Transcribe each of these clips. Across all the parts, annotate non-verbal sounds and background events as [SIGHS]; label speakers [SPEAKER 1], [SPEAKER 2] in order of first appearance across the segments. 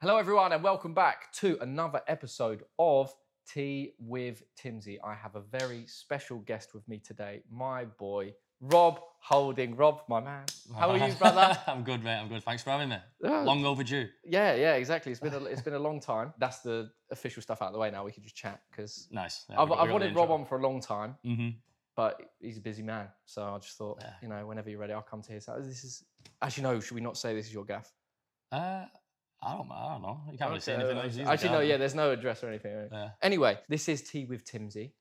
[SPEAKER 1] Hello, everyone, and welcome back to another episode of Tea with Timsy. I have a very special guest with me today, my boy Rob Holding. Rob, my man. How are you, brother?
[SPEAKER 2] [LAUGHS] I'm good, mate. I'm good. Thanks for having me.
[SPEAKER 1] Yeah.
[SPEAKER 2] Long overdue.
[SPEAKER 1] yeah, yeah, exactly. It's been a, it's been a long time. That's the official stuff out of the way now. We can just chat because
[SPEAKER 2] Nice.
[SPEAKER 1] I've, I've wanted Rob on for a long time,
[SPEAKER 2] Mm-hmm.
[SPEAKER 1] but he's a busy man. So I just thought,
[SPEAKER 2] Yeah.
[SPEAKER 1] you know, whenever you're ready, I'll come to his house. This is, as you know, should we not say this is your gaff?
[SPEAKER 2] Uh, I don't. I don't know. You can't really say
[SPEAKER 1] Okay,
[SPEAKER 2] anything.
[SPEAKER 1] uh,
[SPEAKER 2] these days,
[SPEAKER 1] Actually, no,
[SPEAKER 2] can you?
[SPEAKER 1] yeah, there's no address or anything. right?
[SPEAKER 2] Yeah.
[SPEAKER 1] Anyway, this is Tea with Timsy.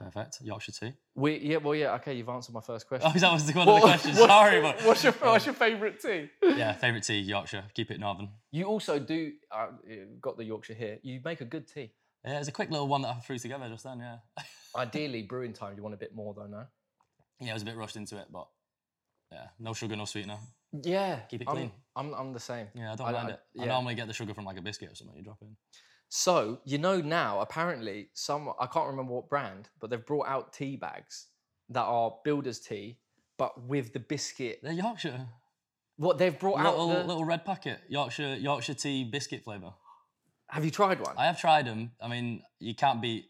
[SPEAKER 2] Perfect. Yorkshire tea. [LAUGHS]
[SPEAKER 1] We yeah, well yeah, okay, you've answered my first question.
[SPEAKER 2] Oh, that was one
[SPEAKER 1] What-
[SPEAKER 2] of the questions.
[SPEAKER 1] what-
[SPEAKER 2] Sorry, but
[SPEAKER 1] what's your what's your favourite tea?
[SPEAKER 2] yeah, favorite tea Yorkshire. Keep it northern.
[SPEAKER 1] You also do uh, got the Yorkshire here. You make a good tea.
[SPEAKER 2] Yeah, it's a quick little one that I threw together just then. Yeah. [LAUGHS]
[SPEAKER 1] Ideally, brewing time you want a bit more though, no?
[SPEAKER 2] yeah, I was a bit rushed into it, but yeah, no sugar, no sweetener.
[SPEAKER 1] Yeah,
[SPEAKER 2] Keep it
[SPEAKER 1] I'm,
[SPEAKER 2] clean.
[SPEAKER 1] I'm I'm the same.
[SPEAKER 2] Yeah, I don't
[SPEAKER 1] I-
[SPEAKER 2] mind
[SPEAKER 1] I-
[SPEAKER 2] it.
[SPEAKER 1] yeah.
[SPEAKER 2] I normally get the sugar from like a biscuit or something you drop in.
[SPEAKER 1] So you know now, apparently, some I can't remember what brand, but they've brought out tea bags that are builders tea, but with the biscuit.
[SPEAKER 2] They're Yorkshire.
[SPEAKER 1] What they've brought
[SPEAKER 2] Little,
[SPEAKER 1] out. the-
[SPEAKER 2] little red packet. Yorkshire Yorkshire tea biscuit flavour.
[SPEAKER 1] have you tried one?
[SPEAKER 2] I have tried them. I mean, you can't beat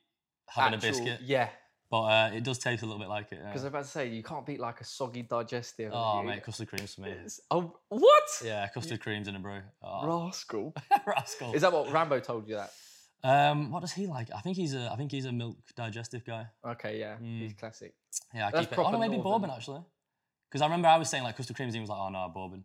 [SPEAKER 2] having
[SPEAKER 1] Actual-
[SPEAKER 2] a biscuit,
[SPEAKER 1] Yeah,
[SPEAKER 2] but uh, it does taste a little bit like it.
[SPEAKER 1] because I'm
[SPEAKER 2] Yeah.
[SPEAKER 1] about to say you can't beat like a soggy digestive.
[SPEAKER 2] Oh,
[SPEAKER 1] You-
[SPEAKER 2] mate, custard creams for me.
[SPEAKER 1] It's- Oh, what?
[SPEAKER 2] Yeah, custard creams in a brew. Oh,
[SPEAKER 1] Rascal.
[SPEAKER 2] [LAUGHS] rascal.
[SPEAKER 1] Is that what Rambo told you that?
[SPEAKER 2] um, what does he like? I think he's a. I think he's a milk digestive guy.
[SPEAKER 1] Okay, yeah, he's
[SPEAKER 2] Mm.
[SPEAKER 1] classic.
[SPEAKER 2] Yeah, I
[SPEAKER 1] That's
[SPEAKER 2] keep it. Oh,
[SPEAKER 1] proper
[SPEAKER 2] no, maybe
[SPEAKER 1] northern.
[SPEAKER 2] bourbon actually. Because I remember I was saying like custard creams, and he was like, "Oh no, bourbon."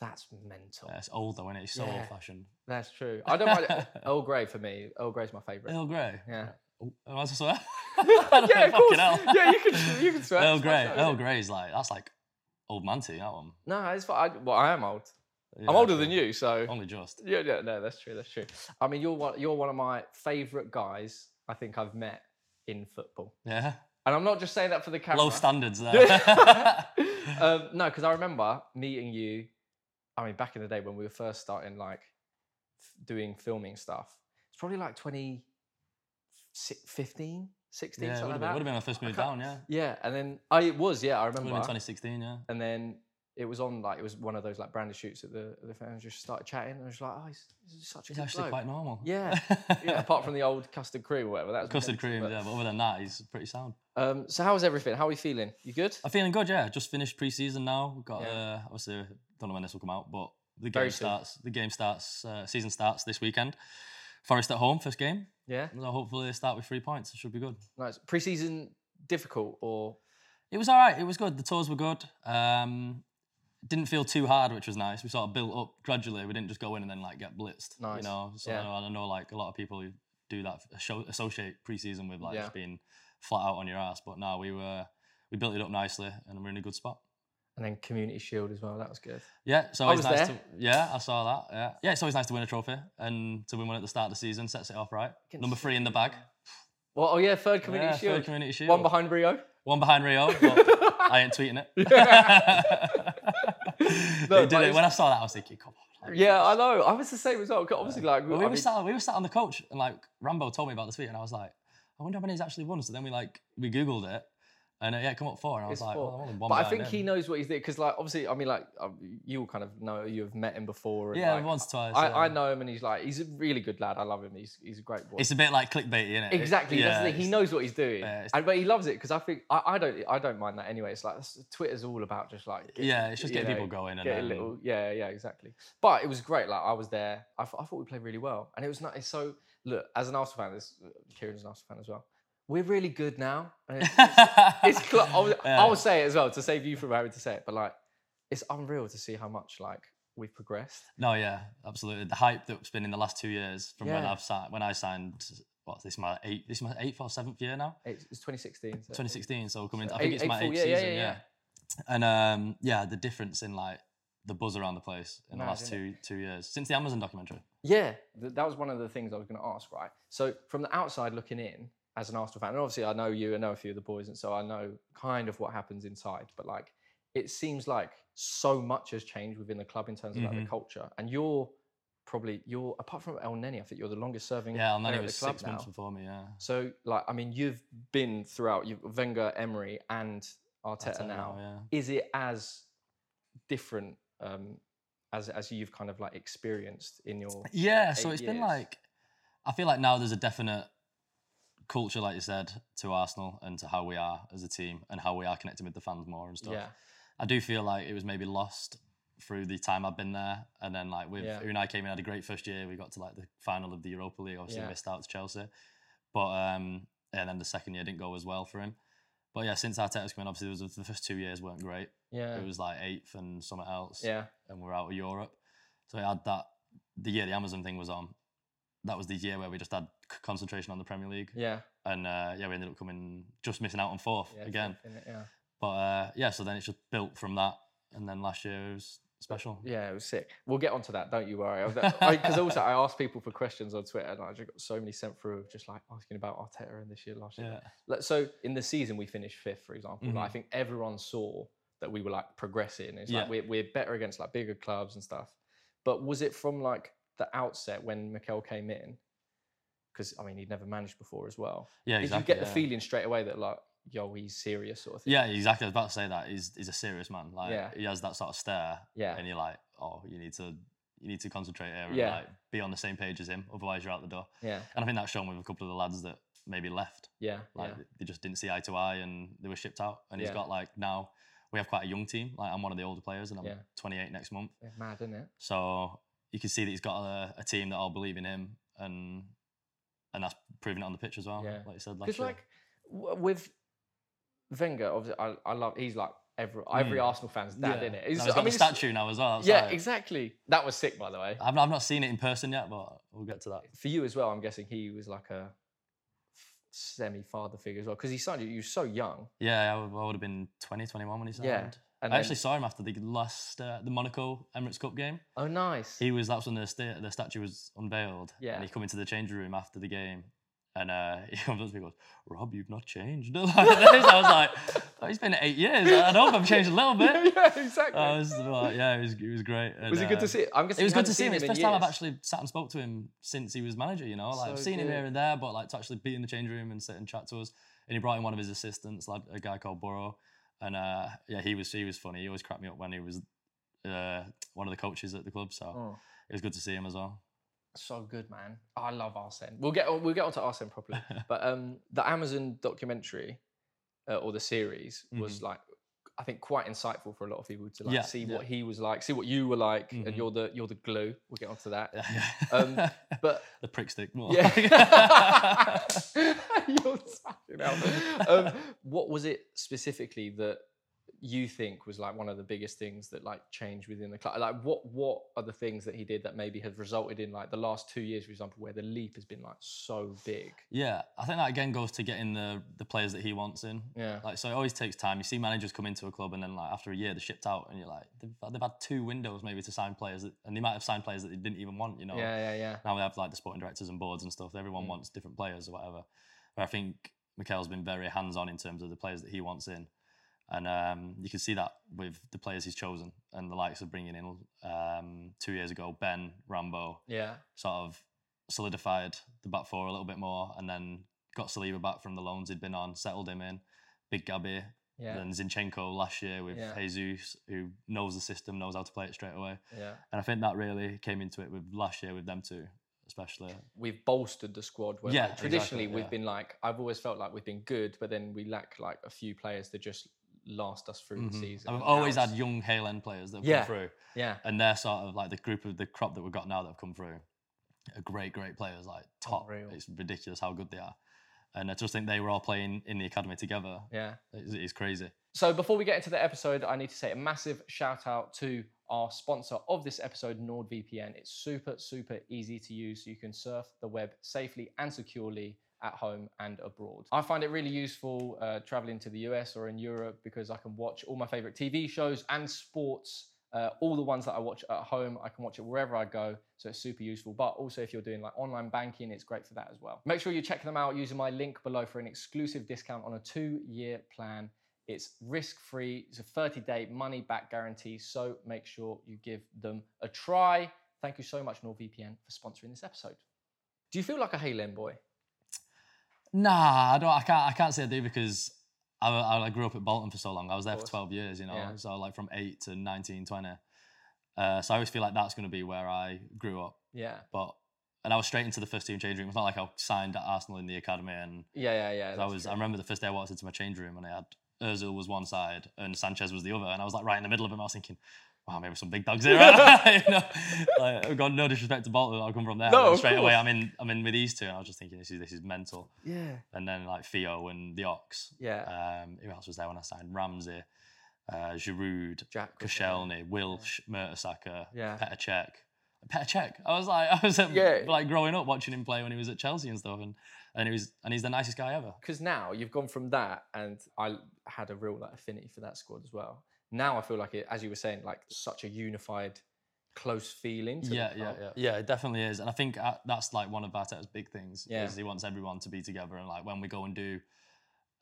[SPEAKER 1] That's mental.
[SPEAKER 2] Yeah, it's old though, is It's so
[SPEAKER 1] Yeah.
[SPEAKER 2] old fashioned.
[SPEAKER 1] That's
[SPEAKER 2] [LAUGHS]
[SPEAKER 1] true. I don't mind Earl Grey for me. Earl Grey's my favourite.
[SPEAKER 2] Earl Grey.
[SPEAKER 1] Yeah.
[SPEAKER 2] Oh, am I supposed
[SPEAKER 1] [LAUGHS]
[SPEAKER 2] to swear? [LAUGHS]
[SPEAKER 1] yeah, of
[SPEAKER 2] Fucking
[SPEAKER 1] course.
[SPEAKER 2] hell.
[SPEAKER 1] Yeah, you can you can swear.
[SPEAKER 2] Earl
[SPEAKER 1] it's my
[SPEAKER 2] Grey.
[SPEAKER 1] show,
[SPEAKER 2] Earl
[SPEAKER 1] innit?
[SPEAKER 2] Grey's like that's like old man tea. That one.
[SPEAKER 1] No, it's fine. I, well, I am old.
[SPEAKER 2] Yeah,
[SPEAKER 1] I'm older
[SPEAKER 2] true. Oh.
[SPEAKER 1] than you, so
[SPEAKER 2] Only just.
[SPEAKER 1] [LAUGHS] yeah, yeah, no, that's true. That's true. I mean, you're one you're one of my favourite guys. I think I've met in football,
[SPEAKER 2] Yeah.
[SPEAKER 1] and I'm not just saying that for the camera.
[SPEAKER 2] Low standards there. [LAUGHS]
[SPEAKER 1] Yeah. [LAUGHS] um, no, because I remember meeting you. I mean, back in the day when we were first starting, like f- doing filming stuff. It's probably like 2015, 16,
[SPEAKER 2] yeah,
[SPEAKER 1] something
[SPEAKER 2] it
[SPEAKER 1] like
[SPEAKER 2] would have
[SPEAKER 1] that.
[SPEAKER 2] been, would've been my first
[SPEAKER 1] I
[SPEAKER 2] move
[SPEAKER 1] can't-
[SPEAKER 2] down, yeah.
[SPEAKER 1] Yeah, and then I it was yeah, I
[SPEAKER 2] Would have been
[SPEAKER 1] remember.
[SPEAKER 2] 2016, yeah.
[SPEAKER 1] And then it was on like it was one of those like branded shoots at the at the fans just started chatting. And I was like, oh, he's, he's such a
[SPEAKER 2] It's
[SPEAKER 1] good
[SPEAKER 2] actually
[SPEAKER 1] bloke.
[SPEAKER 2] quite normal. [LAUGHS]
[SPEAKER 1] Yeah, [LAUGHS] yeah, apart from the old custard cream or whatever. That was
[SPEAKER 2] Custard
[SPEAKER 1] mental,
[SPEAKER 2] cream, yeah, but other than that, he's pretty sound.
[SPEAKER 1] but- Um, so how's everything? How are you feeling? You good?
[SPEAKER 2] I'm feeling good, yeah. Just finished pre-season now. We've got,
[SPEAKER 1] Yeah.
[SPEAKER 2] uh, obviously, don't know when this will come out, but the
[SPEAKER 1] Very
[SPEAKER 2] game
[SPEAKER 1] soon.
[SPEAKER 2] starts, the game starts, uh, season starts this weekend. Forest at home, first game.
[SPEAKER 1] Yeah.
[SPEAKER 2] So hopefully they start with three points. It should be good.
[SPEAKER 1] Nice. Preseason difficult or
[SPEAKER 2] It was all right. It was good. The tours were good. Um, didn't feel too hard, which was nice. We sort of built up gradually. We didn't just go in and then like get blitzed.
[SPEAKER 1] Nice.
[SPEAKER 2] You know, so
[SPEAKER 1] Yeah.
[SPEAKER 2] I, know, I know like a lot of people who do that asho- associate preseason with like
[SPEAKER 1] Yeah.
[SPEAKER 2] just being flat out on your ass. But no, we were we built it up nicely and we're in a good spot.
[SPEAKER 1] and then Community Shield as well. That was good.
[SPEAKER 2] Yeah, it's always
[SPEAKER 1] was
[SPEAKER 2] nice
[SPEAKER 1] there.
[SPEAKER 2] to yeah, I saw that. Yeah. Yeah, it's always nice to win a trophy and to win one at the start of the season sets it off right.
[SPEAKER 1] Can
[SPEAKER 2] Number
[SPEAKER 1] see
[SPEAKER 2] three in the bag.
[SPEAKER 1] Well, oh yeah, third Community
[SPEAKER 2] Yeah, third
[SPEAKER 1] Shield,
[SPEAKER 2] community shield.
[SPEAKER 1] one behind Rio.
[SPEAKER 2] One behind Rio,
[SPEAKER 1] [LAUGHS]
[SPEAKER 2] but I ain't tweeting it. [LAUGHS]
[SPEAKER 1] No,
[SPEAKER 2] They
[SPEAKER 1] but
[SPEAKER 2] did it.
[SPEAKER 1] it's-
[SPEAKER 2] When I saw that, I was thinking, come on. like,
[SPEAKER 1] Yeah, I know. I was the same as well. 'cause Obviously, like
[SPEAKER 2] Well,
[SPEAKER 1] I
[SPEAKER 2] we, were
[SPEAKER 1] mean,
[SPEAKER 2] sat, we were sat on the coach, and like Rambo told me about the tweet, and I was like, I wonder how many he's actually won. So then we like we googled it, and uh, yeah, it come up four, and I was
[SPEAKER 1] It's
[SPEAKER 2] like,
[SPEAKER 1] four.
[SPEAKER 2] well, I'm only one
[SPEAKER 1] but I
[SPEAKER 2] behind
[SPEAKER 1] think he
[SPEAKER 2] him.
[SPEAKER 1] knows what he's doing because, like, obviously, I mean, like um, you all kind of know you've met him before. And,
[SPEAKER 2] Yeah,
[SPEAKER 1] like,
[SPEAKER 2] once, twice.
[SPEAKER 1] I,
[SPEAKER 2] yeah.
[SPEAKER 1] I know him, and he's like he's a really good lad. I love him. He's he's a great boy.
[SPEAKER 2] It's a bit like clickbaity, isn't it?
[SPEAKER 1] Exactly. that's the thing. He knows what he's doing,
[SPEAKER 2] yeah, it's-
[SPEAKER 1] and but he loves it because I think I, I don't I don't mind that anyway. It's like that's- Twitter's all about just like get-
[SPEAKER 2] Yeah, it's just
[SPEAKER 1] you
[SPEAKER 2] getting
[SPEAKER 1] know,
[SPEAKER 2] people going, and
[SPEAKER 1] get a
[SPEAKER 2] then- [LAUGHS]
[SPEAKER 1] little [LAUGHS] yeah yeah exactly but it was great like i was there i, th- I thought we played really well and it was not it's so look as an arsenal fan this kieran's an arsenal fan as well we're really good now and it's,
[SPEAKER 2] [LAUGHS]
[SPEAKER 1] it's cl- I'll,
[SPEAKER 2] Yeah.
[SPEAKER 1] I'll say it as well to save you from having to say it but like it's unreal to see how much like we've progressed
[SPEAKER 2] No, yeah, absolutely. The hype that's been in the last two years from when
[SPEAKER 1] Yeah.
[SPEAKER 2] I've signed, when I signed, what's this my eight? This is my eighth or seventh year now.
[SPEAKER 1] it's, it's 2016 so
[SPEAKER 2] 2016, so coming.
[SPEAKER 1] So
[SPEAKER 2] I think
[SPEAKER 1] eight-
[SPEAKER 2] it's my
[SPEAKER 1] eight full-
[SPEAKER 2] eighth
[SPEAKER 1] yeah,
[SPEAKER 2] season.
[SPEAKER 1] yeah, yeah,
[SPEAKER 2] Yeah, And um, yeah, the difference in like the buzz around the place in
[SPEAKER 1] Mad,
[SPEAKER 2] the last
[SPEAKER 1] isn't
[SPEAKER 2] two two years since the Amazon documentary.
[SPEAKER 1] Yeah, th- that was one of the things I was going to ask, right? So, from the outside looking in, as an Arsenal fan, and obviously I know you, I know a few of the boys, and so I know kind of what happens inside, but like it seems like so much has changed within the club in terms of like the
[SPEAKER 2] Mhm.
[SPEAKER 1] culture. And you're probably, you're, apart from El Neni, I think you're the longest serving
[SPEAKER 2] Yeah, and then
[SPEAKER 1] player
[SPEAKER 2] it
[SPEAKER 1] at
[SPEAKER 2] was
[SPEAKER 1] the club
[SPEAKER 2] six
[SPEAKER 1] now.
[SPEAKER 2] months before me. Yeah,
[SPEAKER 1] So, like, I mean, you've been throughout, you've Wenger, Emery, and Arteta,
[SPEAKER 2] Arteta
[SPEAKER 1] now.
[SPEAKER 2] Yeah.
[SPEAKER 1] Is it as different? Um, as as you've kind of like experienced in your
[SPEAKER 2] Yeah, so
[SPEAKER 1] eight
[SPEAKER 2] it's been
[SPEAKER 1] years.
[SPEAKER 2] like I feel like now there's a definite culture, like you said, to Arsenal and to how we are as a team and how we are connecting with the fans more and stuff.
[SPEAKER 1] yeah
[SPEAKER 2] I do feel like it was maybe lost through the time I've been there, and then like with
[SPEAKER 1] Yeah.
[SPEAKER 2] Unai came in, had a great first year. We got to like the final of the Europa League, obviously
[SPEAKER 1] Yeah.
[SPEAKER 2] missed out to Chelsea, but um, and then the second year didn't go as well for him. But yeah, since Arteta's come in, obviously there was, the first two years weren't great.
[SPEAKER 1] yeah
[SPEAKER 2] It was like eighth and something else
[SPEAKER 1] yeah
[SPEAKER 2] and we're out of Europe. So I had that the year the Amazon thing was on. That was the year where we just had c- concentration on the Premier League,
[SPEAKER 1] yeah
[SPEAKER 2] and uh, yeah, we ended up coming just missing out on fourth
[SPEAKER 1] yeah,
[SPEAKER 2] again.
[SPEAKER 1] flipping it, yeah
[SPEAKER 2] But uh, yeah, so then it's just built from that, and then last year it was special.
[SPEAKER 1] Yeah, it was sick. We'll get onto that. Don't you
[SPEAKER 2] [LAUGHS]
[SPEAKER 1] worry. Because also, I asked people for questions on Twitter, and I just got so many sent through of just like asking about Arteta and this year, last year.
[SPEAKER 2] Yeah,
[SPEAKER 1] Like, so in the season, we finished fifth, for example. Like, I
[SPEAKER 2] Mhm.
[SPEAKER 1] think everyone saw that we were like progressing. It's
[SPEAKER 2] Yeah.
[SPEAKER 1] like we're, we're better against like bigger clubs and stuff. But was it from like the outset when Mikel came in? Because I mean, he'd never managed before as well.
[SPEAKER 2] yeah, exactly.
[SPEAKER 1] Did you get
[SPEAKER 2] yeah.
[SPEAKER 1] the feeling straight away that like, yo, he's serious sort of thing?
[SPEAKER 2] Yeah, exactly. I was about to say that he's he's a serious man. Like
[SPEAKER 1] Yeah.
[SPEAKER 2] he has that sort of stare,
[SPEAKER 1] Yeah.
[SPEAKER 2] and you're like, oh, you need to you need to concentrate here and
[SPEAKER 1] Yeah.
[SPEAKER 2] like be on the same page as him, otherwise you're out the door.
[SPEAKER 1] Yeah.
[SPEAKER 2] And I think that's shown with a couple of the lads that maybe left.
[SPEAKER 1] Yeah.
[SPEAKER 2] Like
[SPEAKER 1] yeah.
[SPEAKER 2] th- they just didn't see eye to eye, and they were shipped out. And he's
[SPEAKER 1] Yeah.
[SPEAKER 2] got like now we have quite a young team. Like I'm one of the older players, and I'm
[SPEAKER 1] Yeah.
[SPEAKER 2] 28 next month.
[SPEAKER 1] They're Mad, isn't it?
[SPEAKER 2] So you can see that he's got a, a team that all believe in him, and and that's proven it on the pitch as well.
[SPEAKER 1] Yeah.
[SPEAKER 2] Like you said last
[SPEAKER 1] Because
[SPEAKER 2] year.
[SPEAKER 1] like w- with Wenger, obviously, I, I love. He's like every every
[SPEAKER 2] Mm.
[SPEAKER 1] Arsenal fan's dad in
[SPEAKER 2] Yeah.
[SPEAKER 1] it.
[SPEAKER 2] And he's got the
[SPEAKER 1] it's-
[SPEAKER 2] statue Uh, now as well.
[SPEAKER 1] Yeah,
[SPEAKER 2] outside.
[SPEAKER 1] exactly. That was sick, by the way.
[SPEAKER 2] I've not, I've not seen it in person yet, but we'll get to that.
[SPEAKER 1] For you as well, I'm guessing he was like a semi-father figure as well because he signed you. You were so young,
[SPEAKER 2] Yeah, I would, have been 20, 21 when he signed.
[SPEAKER 1] Yeah, and
[SPEAKER 2] I
[SPEAKER 1] then-
[SPEAKER 2] actually saw him after the last uh, the Monaco Emirates Cup game.
[SPEAKER 1] oh nice. [LAUGHS]
[SPEAKER 2] He was that's when the sta- the statue was unveiled.
[SPEAKER 1] Yeah.
[SPEAKER 2] And he come into the changing room after the game, and uh, [LAUGHS] he comes up to me and goes, "Rob, you've not changed." [LAUGHS] Like this. I was like, oh, "It's been eight years. I hope I've changed a
[SPEAKER 1] [LAUGHS]
[SPEAKER 2] little bit."
[SPEAKER 1] yeah, exactly.
[SPEAKER 2] I was like, "Yeah, it was, it was great." and,
[SPEAKER 1] was it good
[SPEAKER 2] uh,
[SPEAKER 1] to see? It? I'm guessing
[SPEAKER 2] Oh, It
[SPEAKER 1] you
[SPEAKER 2] was good
[SPEAKER 1] hadn't
[SPEAKER 2] to see
[SPEAKER 1] seen
[SPEAKER 2] him. It's the
[SPEAKER 1] in
[SPEAKER 2] first time I've
[SPEAKER 1] years.
[SPEAKER 2] actually sat and spoke to him since he was manager. You know, like I've
[SPEAKER 1] So
[SPEAKER 2] seen him here
[SPEAKER 1] good.
[SPEAKER 2] and there, but like to actually be in the change room and sit and chat to us. And he brought in one of his assistants, like a guy called Burrow, and uh, yeah, he was he was funny. He always cracked me up when he was uh, one of the coaches at the club. So
[SPEAKER 1] Oh,
[SPEAKER 2] it was good to see him as well. [LAUGHS]
[SPEAKER 1] so good, man. I love Arsene. We'll get on, we'll get onto Arsene properly. But um, the Amazon documentary uh, or the series was like, I think, quite insightful for a lot of people to like
[SPEAKER 2] Mm-hmm. Yeah,
[SPEAKER 1] see
[SPEAKER 2] yeah.
[SPEAKER 1] what he was like, see what you were like,
[SPEAKER 2] Mhm.
[SPEAKER 1] and you're the you're the glue. We'll get onto that. [LAUGHS]
[SPEAKER 2] [LAUGHS]
[SPEAKER 1] Um, But
[SPEAKER 2] the prick stick. More. [LAUGHS]
[SPEAKER 1] yeah, [LAUGHS]
[SPEAKER 2] Yeah.
[SPEAKER 1] you're fucking hell. Um, what was it specifically that you think was like one of the biggest things that like changed within the club? Like, what what are the things that he did that maybe have resulted in like the last two years, for example, where the leap has been like so big?
[SPEAKER 2] I think that again goes to getting the the players that he wants in.
[SPEAKER 1] Yeah,
[SPEAKER 2] Like so, it always takes time. You see managers come into a club and then like after a year they're shipped out, and you're like they've, they've had two windows maybe to sign players, that, and they might have signed players that they didn't even want. You know,
[SPEAKER 1] yeah, yeah, yeah.
[SPEAKER 2] now we have like the sporting directors and boards and stuff. Everyone
[SPEAKER 1] Mm.
[SPEAKER 2] wants different players or whatever. But I think Mikel's been very hands on in terms of the players that he wants in, and um, you can see that with the players he's chosen and the likes of bringing in um, two years ago Ben Rambo,
[SPEAKER 1] Yeah,
[SPEAKER 2] sort of solidified the back four a little bit more, and then got Saliba back from the loans he'd been on, settled him in. Big Gabby,
[SPEAKER 1] yeah,
[SPEAKER 2] then Zinchenko last year with
[SPEAKER 1] Yeah.
[SPEAKER 2] Jesus, who knows the system, knows how to play it straight away.
[SPEAKER 1] yeah.
[SPEAKER 2] And I think that really came into it with last year with them two, especially.
[SPEAKER 1] We've bolstered the squad. Where
[SPEAKER 2] Yeah,
[SPEAKER 1] like,
[SPEAKER 2] exactly,
[SPEAKER 1] traditionally
[SPEAKER 2] yeah.
[SPEAKER 1] we've been like, I've always felt like we've been good, but then we lack like a few players to just last us through the
[SPEAKER 2] Mhm.
[SPEAKER 1] season.
[SPEAKER 2] And
[SPEAKER 1] and
[SPEAKER 2] we've always
[SPEAKER 1] now's-
[SPEAKER 2] had young Hale End players that have
[SPEAKER 1] Mm-hmm. Yeah.
[SPEAKER 2] come through,
[SPEAKER 1] yeah,
[SPEAKER 2] and they're sort of like the group of the crop that we've got now that have come through. Are great, great players, like top.
[SPEAKER 1] Unreal.
[SPEAKER 2] It's ridiculous how good they are. And I just think they were all playing in the academy together.
[SPEAKER 1] yeah.
[SPEAKER 2] It's, it's crazy.
[SPEAKER 1] So before we get into the episode, I need to say a massive shout out to our sponsor of this episode, NordVPN. It's super, super easy to use. You can surf the web safely and securely at home and abroad. I find it really useful uh, traveling to the US or in Europe because I can watch all my favorite TV shows and sports. Uh, all the ones that I watch at home, I can watch it wherever I go, so it's super useful. But also, if you're doing like online banking, it's great for that as well. Make sure you check them out using my link below for an exclusive discount on a two-year plan. It's risk free. It's a 30 day money back guarantee. So make sure you give them a try. Thank you so much, NordVPN, for sponsoring this episode. Do you feel like a Halen boy?
[SPEAKER 2] Nah, I don't. I can't. I can't say I do because I, I, I grew up at Bolton for so long. I was there for
[SPEAKER 1] course.
[SPEAKER 2] twelve years, you know.
[SPEAKER 1] Yeah.
[SPEAKER 2] So like from eight to 19, 20. Uh, so I always feel like that's going to be where I grew up.
[SPEAKER 1] Yeah.
[SPEAKER 2] But and I was straight into the first team change room. It's not like I signed at Arsenal in the academy and
[SPEAKER 1] Yeah, yeah, yeah.
[SPEAKER 2] I
[SPEAKER 1] that's
[SPEAKER 2] was.
[SPEAKER 1] true.
[SPEAKER 2] I remember the first day I walked into my change room and I had Özil was one side and Sanchez was the other, and I was like right in the middle of him. I was thinking, wow, maybe some big dogs
[SPEAKER 1] [LAUGHS]
[SPEAKER 2] here. [LAUGHS] you know, like, I've got no disrespect to Bolton, I'll come from there.
[SPEAKER 1] No,
[SPEAKER 2] and then
[SPEAKER 1] of
[SPEAKER 2] straight away
[SPEAKER 1] course.
[SPEAKER 2] I'm in. I'm in with these two, and I was just thinking this is this is mental.
[SPEAKER 1] yeah.
[SPEAKER 2] And then like Theo and the Ox.
[SPEAKER 1] Yeah.
[SPEAKER 2] Um, who else was there when I signed? Ramsey, uh, Giroud,
[SPEAKER 1] Jack. was there.
[SPEAKER 2] Koscielny, Wilsh, Mertesacker,
[SPEAKER 1] Yeah.
[SPEAKER 2] Petr Cech. Petr Cech. I was like, [LAUGHS] I was at,
[SPEAKER 1] Yeah.
[SPEAKER 2] like growing up watching him play when he was at Chelsea and stuff, and and he was and he's the nicest guy ever.
[SPEAKER 1] because now you've gone from that and i l- had a real like affinity for that squad as well now i feel like it as you were saying like such a unified close feeling to the
[SPEAKER 2] Yeah, yeah,
[SPEAKER 1] club.
[SPEAKER 2] yeah, yeah. It definitely is, and I think uh, that's like one of Arteta's big things.
[SPEAKER 1] Yeah.
[SPEAKER 2] is he wants everyone to be together, and like when we go and do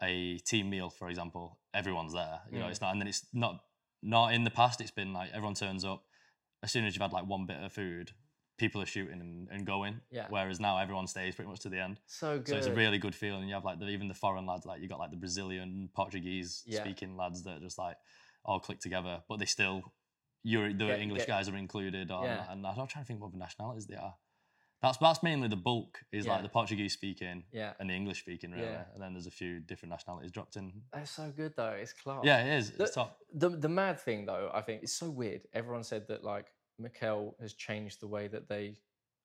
[SPEAKER 2] a team meal, for example, everyone's there. You know,
[SPEAKER 1] Mm.
[SPEAKER 2] it's not, and then it's not not in the past. It's been like everyone turns up as soon as you've had like one bit of food, people are shooting and, and going.
[SPEAKER 1] Yeah.
[SPEAKER 2] Whereas now everyone stays pretty much to the end.
[SPEAKER 1] so good
[SPEAKER 2] So it's a really good feeling. You have like the, even the foreign lads, like you got like the Brazilian, Portuguese
[SPEAKER 1] Yeah.
[SPEAKER 2] speaking lads that just like all click together, but they still, you're the
[SPEAKER 1] Get-
[SPEAKER 2] English
[SPEAKER 1] get-
[SPEAKER 2] guys are included. Or,
[SPEAKER 1] Yeah.
[SPEAKER 2] And I'm trying to think what other nationalities they are. That's that's mainly the bulk is
[SPEAKER 1] Yeah.
[SPEAKER 2] like the Portuguese speaking
[SPEAKER 1] yeah
[SPEAKER 2] and the English speaking, really.
[SPEAKER 1] Yeah.
[SPEAKER 2] And then there's a few different nationalities dropped in.
[SPEAKER 1] that's so good though it's class
[SPEAKER 2] Yeah, it is.
[SPEAKER 1] The-
[SPEAKER 2] It's top.
[SPEAKER 1] the, the mad thing though i think it's so weird everyone said that like mikel has changed the way that they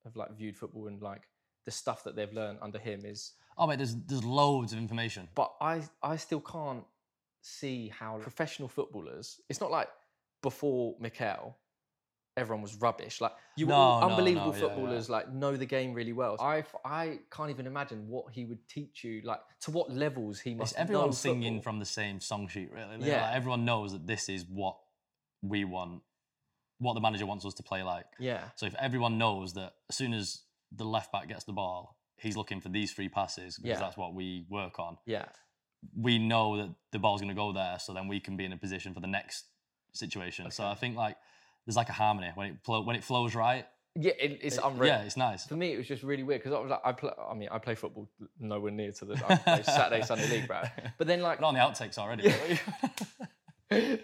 [SPEAKER 1] have like viewed football and like the stuff that they've learned under him is
[SPEAKER 2] Oh mate, there's there's loads of information.
[SPEAKER 1] but I I still can't see how professional footballers. It's not like before Mikel, everyone was rubbish. Like you,
[SPEAKER 2] No,
[SPEAKER 1] all
[SPEAKER 2] no, no,
[SPEAKER 1] unbelievable
[SPEAKER 2] yeah, yeah.
[SPEAKER 1] footballers like know the game really well. I f- I can't even imagine what he would teach you. Like to what levels he
[SPEAKER 2] It's
[SPEAKER 1] must.
[SPEAKER 2] everyone
[SPEAKER 1] know
[SPEAKER 2] singing
[SPEAKER 1] football.
[SPEAKER 2] from the same song sheet, really. They're
[SPEAKER 1] Yeah.
[SPEAKER 2] like, everyone knows that this is what we want, what the manager wants us to play like.
[SPEAKER 1] Yeah,
[SPEAKER 2] So if everyone knows that as soon as the left back gets the ball, he's looking for these three passes because
[SPEAKER 1] Yeah.
[SPEAKER 2] that's what we work on.
[SPEAKER 1] yeah,
[SPEAKER 2] We know that the ball's going to go there, so then we can be in a position for the next situation. So I
[SPEAKER 1] Okay.
[SPEAKER 2] think like there's like a harmony when it flow when it flows right.
[SPEAKER 1] yeah. It, it's
[SPEAKER 2] it-
[SPEAKER 1] unreal.
[SPEAKER 2] Yeah, it's nice.
[SPEAKER 1] [LAUGHS] For me, it was just really weird because I was like, I play. I mean, I play football nowhere near to the I play Saturday Sunday league, bro. But then like [LAUGHS]
[SPEAKER 2] [LAUGHS] We're on the outtakes already.
[SPEAKER 1] Yeah.
[SPEAKER 2] aren't we?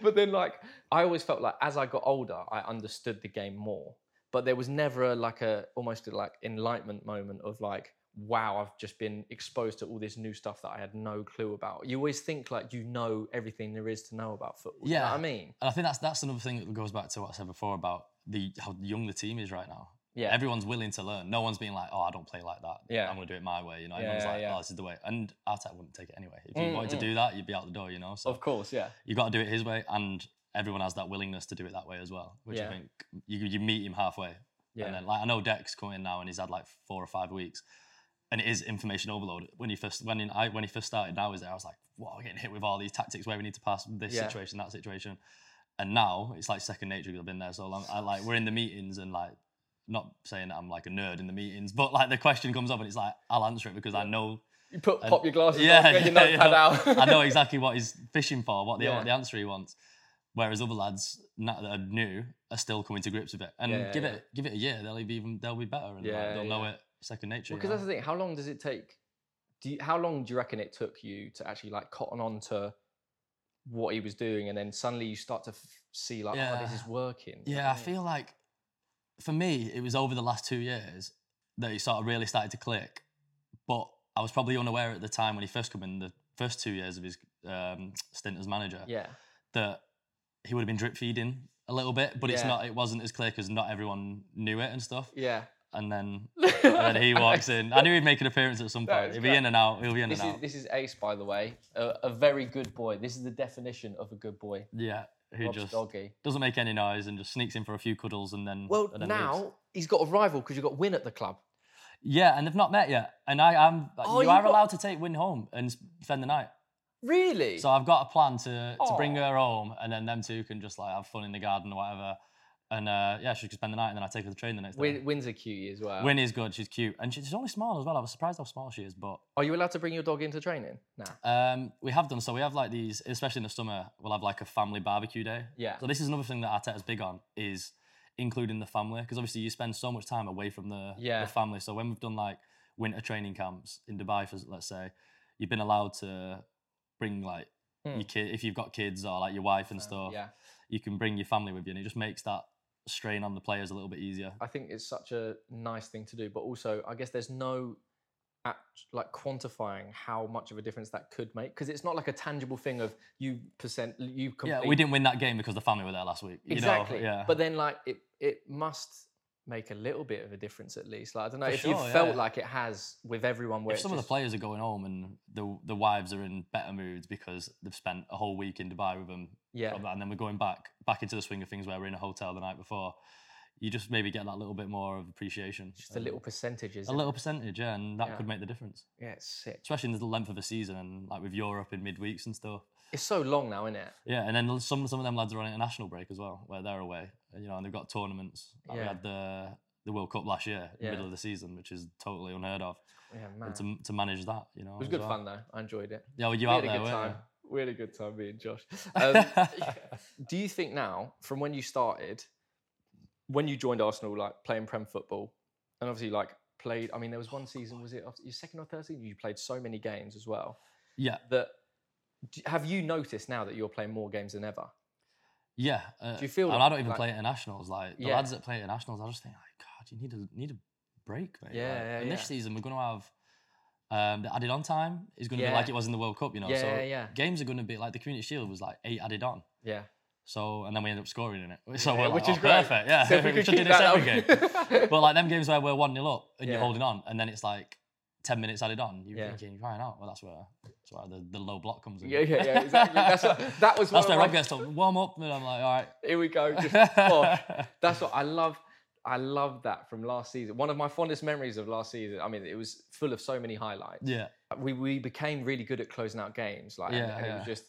[SPEAKER 1] but then like I always felt like as I got older, I understood the game more. But there was never a, like a almost a, like enlightenment moment of like, wow, I've just been exposed to all this new stuff that I had no clue about. You always think like you know everything there is to know about football. you know
[SPEAKER 2] Yeah.
[SPEAKER 1] what I mean,
[SPEAKER 2] [LAUGHS] And I think that's that's another thing that goes back to what I said before about the how young the team is right now.
[SPEAKER 1] yeah,
[SPEAKER 2] Everyone's willing to learn. No one's being like, "Oh, I don't play like that.
[SPEAKER 1] Yeah.
[SPEAKER 2] I'm gonna do it my way." You know,
[SPEAKER 1] Yeah,
[SPEAKER 2] everyone's
[SPEAKER 1] yeah,
[SPEAKER 2] like,
[SPEAKER 1] yeah.
[SPEAKER 2] "Oh, this is the way." And Arteta wouldn't take it anyway. If you
[SPEAKER 1] Mm,
[SPEAKER 2] wanted
[SPEAKER 1] mm.
[SPEAKER 2] to do that, you'd be out the door. You know, so
[SPEAKER 1] of course, yeah,
[SPEAKER 2] you've got to do it his way. And everyone has that willingness to do it that way as well, which
[SPEAKER 1] Yeah.
[SPEAKER 2] I think you you meet him halfway.
[SPEAKER 1] yeah,
[SPEAKER 2] And then, like, I know Deck's come in now, and he's had like four or five weeks, and it is information overload. When he first when in, I when he first started, I was there. I was like, "Wow, we're getting hit with all these tactics where we need to pass this
[SPEAKER 1] Yeah.
[SPEAKER 2] situation, that situation." And now it's like second nature because I've been there so long. I like we're in the meetings and like not saying that I'm like a nerd in the meetings, but like the question comes up and it's like I'll answer it because I
[SPEAKER 1] Yeah.
[SPEAKER 2] know
[SPEAKER 1] you put
[SPEAKER 2] and-
[SPEAKER 1] pop your glasses,
[SPEAKER 2] yeah,
[SPEAKER 1] yeah, off, get your
[SPEAKER 2] yeah,
[SPEAKER 1] notepad
[SPEAKER 2] yeah.
[SPEAKER 1] out.
[SPEAKER 2] I
[SPEAKER 1] [LAUGHS]
[SPEAKER 2] know exactly what he's fishing for, what the,
[SPEAKER 1] Yeah.
[SPEAKER 2] what the answer he wants. Whereas other lads na- that are new are still coming to grips with it, and
[SPEAKER 1] Yeah, yeah,
[SPEAKER 2] give
[SPEAKER 1] yeah.
[SPEAKER 2] it give it a year, they'll be even they'll be better, and like,
[SPEAKER 1] Yeah,
[SPEAKER 2] they'll know
[SPEAKER 1] yeah.
[SPEAKER 2] it second nature. you
[SPEAKER 1] Because
[SPEAKER 2] know?
[SPEAKER 1] that's the thing. How long does it take? Do you, how long do you reckon it took you to actually like cotton on to what he was doing, and then suddenly you start to f- see like, oh, this
[SPEAKER 2] Yeah.
[SPEAKER 1] is working. you know
[SPEAKER 2] yeah, I
[SPEAKER 1] what mean?
[SPEAKER 2] feel like for me it was over the last two years that it sort of really started to click, but I was probably unaware at the time when he first came in the first two years of his um, stint as manager.
[SPEAKER 1] Yeah,
[SPEAKER 2] that he would have been drip feeding a little bit, but it's
[SPEAKER 1] Yeah.
[SPEAKER 2] not. It wasn't as clear because not everyone knew it and stuff.
[SPEAKER 1] yeah.
[SPEAKER 2] And then, and
[SPEAKER 1] [LAUGHS]
[SPEAKER 2] then he walks in. I knew he'd make an appearance at some
[SPEAKER 1] That
[SPEAKER 2] point.
[SPEAKER 1] is
[SPEAKER 2] He'll be
[SPEAKER 1] great.
[SPEAKER 2] in and out. He'll be in
[SPEAKER 1] This
[SPEAKER 2] and
[SPEAKER 1] is
[SPEAKER 2] out.
[SPEAKER 1] this is Ace, by the way, a, a very good boy. This is the definition of a good boy.
[SPEAKER 2] yeah, who
[SPEAKER 1] Rob's
[SPEAKER 2] just
[SPEAKER 1] doggy.
[SPEAKER 2] doesn't make any noise and just sneaks in for a few cuddles and then.
[SPEAKER 1] Well,
[SPEAKER 2] and then leaves.
[SPEAKER 1] now he's got a rival because you got Win at the club.
[SPEAKER 2] Yeah, and they've not met yet. And I am.
[SPEAKER 1] Oh,
[SPEAKER 2] you
[SPEAKER 1] you've
[SPEAKER 2] are
[SPEAKER 1] got-
[SPEAKER 2] allowed to take Win home and spend the night.
[SPEAKER 1] Really?
[SPEAKER 2] So I've got a plan to, to bring
[SPEAKER 1] Aw.
[SPEAKER 2] her home, and then them two can just like have fun in the garden or whatever. And uh, yeah, she can spend the night, and then I take her to the train the next day.
[SPEAKER 1] Win, Win's a cutie as well.
[SPEAKER 2] Winnie's good. She's cute, and she- she's only small as well. I was surprised how small she is, but
[SPEAKER 1] Are you allowed to bring your dog into training? Nah.
[SPEAKER 2] um, we have done so. We have like these, especially in the summer, we'll have like a family barbecue day.
[SPEAKER 1] Yeah.
[SPEAKER 2] So this is another thing that Arteta's big on is including the family because obviously you spend so much time away from the, the
[SPEAKER 1] Yeah.
[SPEAKER 2] family. So when we've done like winter training camps in Dubai, for, let's say, you've been allowed to bring like
[SPEAKER 1] Hmm.
[SPEAKER 2] your kid if you've got kids or like your wife and stuff.
[SPEAKER 1] Yeah.
[SPEAKER 2] You can bring your family with you, and it just makes that strain on the players a little bit easier.
[SPEAKER 1] I think it's such a nice thing to do, but also I guess there's no act, like quantifying how much of a difference that could make because it's not like a tangible thing of you percent you complete.
[SPEAKER 2] Yeah, we didn't win that game because the family were there last week. You
[SPEAKER 1] exactly.
[SPEAKER 2] Know? Yeah.
[SPEAKER 1] But then like it it must make a little bit of a difference at least. Like I don't know
[SPEAKER 2] For
[SPEAKER 1] if
[SPEAKER 2] sure,
[SPEAKER 1] you
[SPEAKER 2] yeah.
[SPEAKER 1] felt like it has with everyone where
[SPEAKER 2] if
[SPEAKER 1] it's
[SPEAKER 2] some of the
[SPEAKER 1] just-
[SPEAKER 2] players are going home and the the wives are in better moods because they've spent a whole week in Dubai with them,
[SPEAKER 1] yeah.
[SPEAKER 2] of that, and then we're going back back into the swing of things where we're in a hotel the night before, you just maybe get that little bit more of appreciation.
[SPEAKER 1] Just a
[SPEAKER 2] and
[SPEAKER 1] little percentage is
[SPEAKER 2] a little percentage, yeah, and that
[SPEAKER 1] Yeah.
[SPEAKER 2] could make the difference,
[SPEAKER 1] yeah, it's sick.
[SPEAKER 2] especially in the length of a season and like with Europe in midweeks and stuff.
[SPEAKER 1] It's so long now, isn't it?
[SPEAKER 2] Yeah, and then some some of them lads are on international break as well, where they're away, and, you know, and they've got tournaments. Like,
[SPEAKER 1] Yeah.
[SPEAKER 2] We had the the World Cup last year,
[SPEAKER 1] Yeah.
[SPEAKER 2] middle of the season, which is totally unheard of.
[SPEAKER 1] Yeah, man.
[SPEAKER 2] And
[SPEAKER 1] it
[SPEAKER 2] to, to manage that, you know,
[SPEAKER 1] was
[SPEAKER 2] as
[SPEAKER 1] good
[SPEAKER 2] well.
[SPEAKER 1] fun though. I enjoyed it.
[SPEAKER 2] Yeah, well, you
[SPEAKER 1] we
[SPEAKER 2] out
[SPEAKER 1] had a
[SPEAKER 2] there,
[SPEAKER 1] good
[SPEAKER 2] weren't
[SPEAKER 1] time.
[SPEAKER 2] you?
[SPEAKER 1] We had a good time, me and Josh.
[SPEAKER 2] [LAUGHS]
[SPEAKER 1] Um, [LAUGHS] do you think now, from when you started, when you joined Arsenal, like playing Prem football, and obviously like played, I mean, there was
[SPEAKER 2] Oh,
[SPEAKER 1] one season, was it after your second or third season? You played so many games as well.
[SPEAKER 2] Yeah.
[SPEAKER 1] That d- have you noticed now that you're playing more games than ever?
[SPEAKER 2] Yeah. Uh,
[SPEAKER 1] you feel
[SPEAKER 2] And I
[SPEAKER 1] like-
[SPEAKER 2] don't even
[SPEAKER 1] like-
[SPEAKER 2] play internationals. Like the
[SPEAKER 1] Yeah.
[SPEAKER 2] lads that play internationals, I just think, like, God, you need a need a break, mate. Like,
[SPEAKER 1] Yeah, yeah,
[SPEAKER 2] and
[SPEAKER 1] yeah.
[SPEAKER 2] This season, we're going to have um, the added on time is going to be
[SPEAKER 1] Yeah.
[SPEAKER 2] like it was in the World Cup, you know.
[SPEAKER 1] yeah,
[SPEAKER 2] so
[SPEAKER 1] yeah, yeah,
[SPEAKER 2] games are going to be like the Community Shield was like eight added on. [LAUGHS]
[SPEAKER 1] yeah.
[SPEAKER 2] So and then we end up scoring in it. [LAUGHS] So
[SPEAKER 1] Yeah,
[SPEAKER 2] we're like,
[SPEAKER 1] which is
[SPEAKER 2] "Oh,
[SPEAKER 1] great.
[SPEAKER 2] perfect. Yeah.
[SPEAKER 1] [LAUGHS] So if we
[SPEAKER 2] [LAUGHS] we
[SPEAKER 1] could
[SPEAKER 2] should do
[SPEAKER 1] keep
[SPEAKER 2] this
[SPEAKER 1] that
[SPEAKER 2] every game. [LAUGHS]
[SPEAKER 1] up.
[SPEAKER 2] but like them games where we're one 0 up and
[SPEAKER 1] Yeah.
[SPEAKER 2] you're holding on, and then it's like ten minutes added on. You're
[SPEAKER 1] Yeah.
[SPEAKER 2] thinking, crying out. Well, that's where that's where the, the low block comes in.
[SPEAKER 1] [LAUGHS] Yeah, yeah,
[SPEAKER 2] [LAUGHS]
[SPEAKER 1] yeah, exactly. That's what- that was
[SPEAKER 2] that's
[SPEAKER 1] one of
[SPEAKER 2] where Rob
[SPEAKER 1] my-
[SPEAKER 2] gets to warm up, and I'm like, all right.
[SPEAKER 1] Here we go. Just
[SPEAKER 2] [LAUGHS]
[SPEAKER 1] bosh. That's what I love. I love that from last season. One of my fondest memories of last season. I mean, it was full of so many highlights.
[SPEAKER 2] Yeah,
[SPEAKER 1] We we became really good at closing out games. Like, and,
[SPEAKER 2] Yeah,
[SPEAKER 1] and it
[SPEAKER 2] yeah.
[SPEAKER 1] was just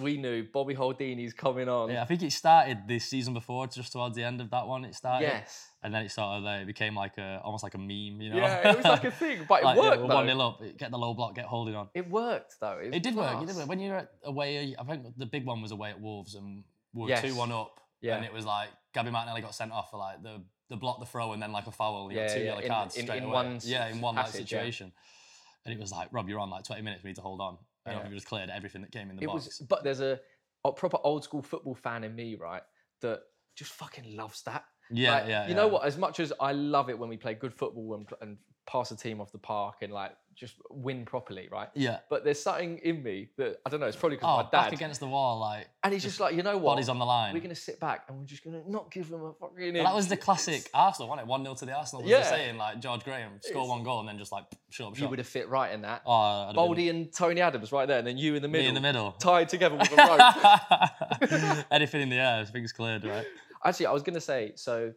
[SPEAKER 1] we knew Bobby Holdini's coming on.
[SPEAKER 2] yeah. I think it started the season before, just towards the end of that one. It started,
[SPEAKER 1] yes.
[SPEAKER 2] and then it sort of like, it became like a almost like a meme, you know?
[SPEAKER 1] Yeah, it was
[SPEAKER 2] [LAUGHS]
[SPEAKER 1] like a thing, but it
[SPEAKER 2] Like, yeah,
[SPEAKER 1] worked.
[SPEAKER 2] we're
[SPEAKER 1] though.
[SPEAKER 2] one 0 up. Get the low block. Get holding on.
[SPEAKER 1] It worked though. was
[SPEAKER 2] It did work. It did
[SPEAKER 1] class.
[SPEAKER 2] work. When you were at- away, I think the big one was away at Wolves, and we were
[SPEAKER 1] Yes.
[SPEAKER 2] two one up.
[SPEAKER 1] Yeah.
[SPEAKER 2] and it was like Gabby Martinelli got sent off for like the the block, the throw, and then like a foul. You yeah,
[SPEAKER 1] Yeah,
[SPEAKER 2] two
[SPEAKER 1] yeah,
[SPEAKER 2] yellow
[SPEAKER 1] in-
[SPEAKER 2] cards
[SPEAKER 1] in-
[SPEAKER 2] straight
[SPEAKER 1] in
[SPEAKER 2] away.
[SPEAKER 1] one s-
[SPEAKER 2] yeah, in one like
[SPEAKER 1] passage, yeah.
[SPEAKER 2] situation. And it was like, Rob, you're on like 20 minutes. We need to hold on. And
[SPEAKER 1] Yeah.
[SPEAKER 2] we just cleared everything that came in the
[SPEAKER 1] It
[SPEAKER 2] box.
[SPEAKER 1] was, but there's a, a proper old school football fan in me, right? That just fucking loves that.
[SPEAKER 2] yeah,
[SPEAKER 1] Like,
[SPEAKER 2] yeah.
[SPEAKER 1] You know
[SPEAKER 2] yeah.
[SPEAKER 1] what? As much as I love it when we play good football and, and pass a team off the park and like just win properly, right?
[SPEAKER 2] Yeah.
[SPEAKER 1] But there's something in me that I don't know. It's probably because
[SPEAKER 2] Oh,
[SPEAKER 1] my
[SPEAKER 2] back
[SPEAKER 1] dad,
[SPEAKER 2] against the wall, like
[SPEAKER 1] and he's just like, you know what?
[SPEAKER 2] bodies on the line.
[SPEAKER 1] We're gonna sit back and we're just gonna not give them a fucking.
[SPEAKER 2] Well, that
[SPEAKER 1] inch.
[SPEAKER 2] was the
[SPEAKER 1] It's-
[SPEAKER 2] classic Arsenal, wasn't it? 1 0 to the Arsenal. Was
[SPEAKER 1] Yeah.
[SPEAKER 2] yeah. saying, like, George Graham, score
[SPEAKER 1] It's-
[SPEAKER 2] one goal and then just like, shut up, shut
[SPEAKER 1] You
[SPEAKER 2] up.
[SPEAKER 1] would have fit right in that.
[SPEAKER 2] Oh, I'd have been
[SPEAKER 1] Baldy and Tony Adams right there, and then you in the
[SPEAKER 2] me
[SPEAKER 1] middle,
[SPEAKER 2] in the middle.
[SPEAKER 1] tied together with a
[SPEAKER 2] [LAUGHS]
[SPEAKER 1] rope.
[SPEAKER 2] Anything in the air, things cleared, right?
[SPEAKER 1] Actually, I was gonna say so.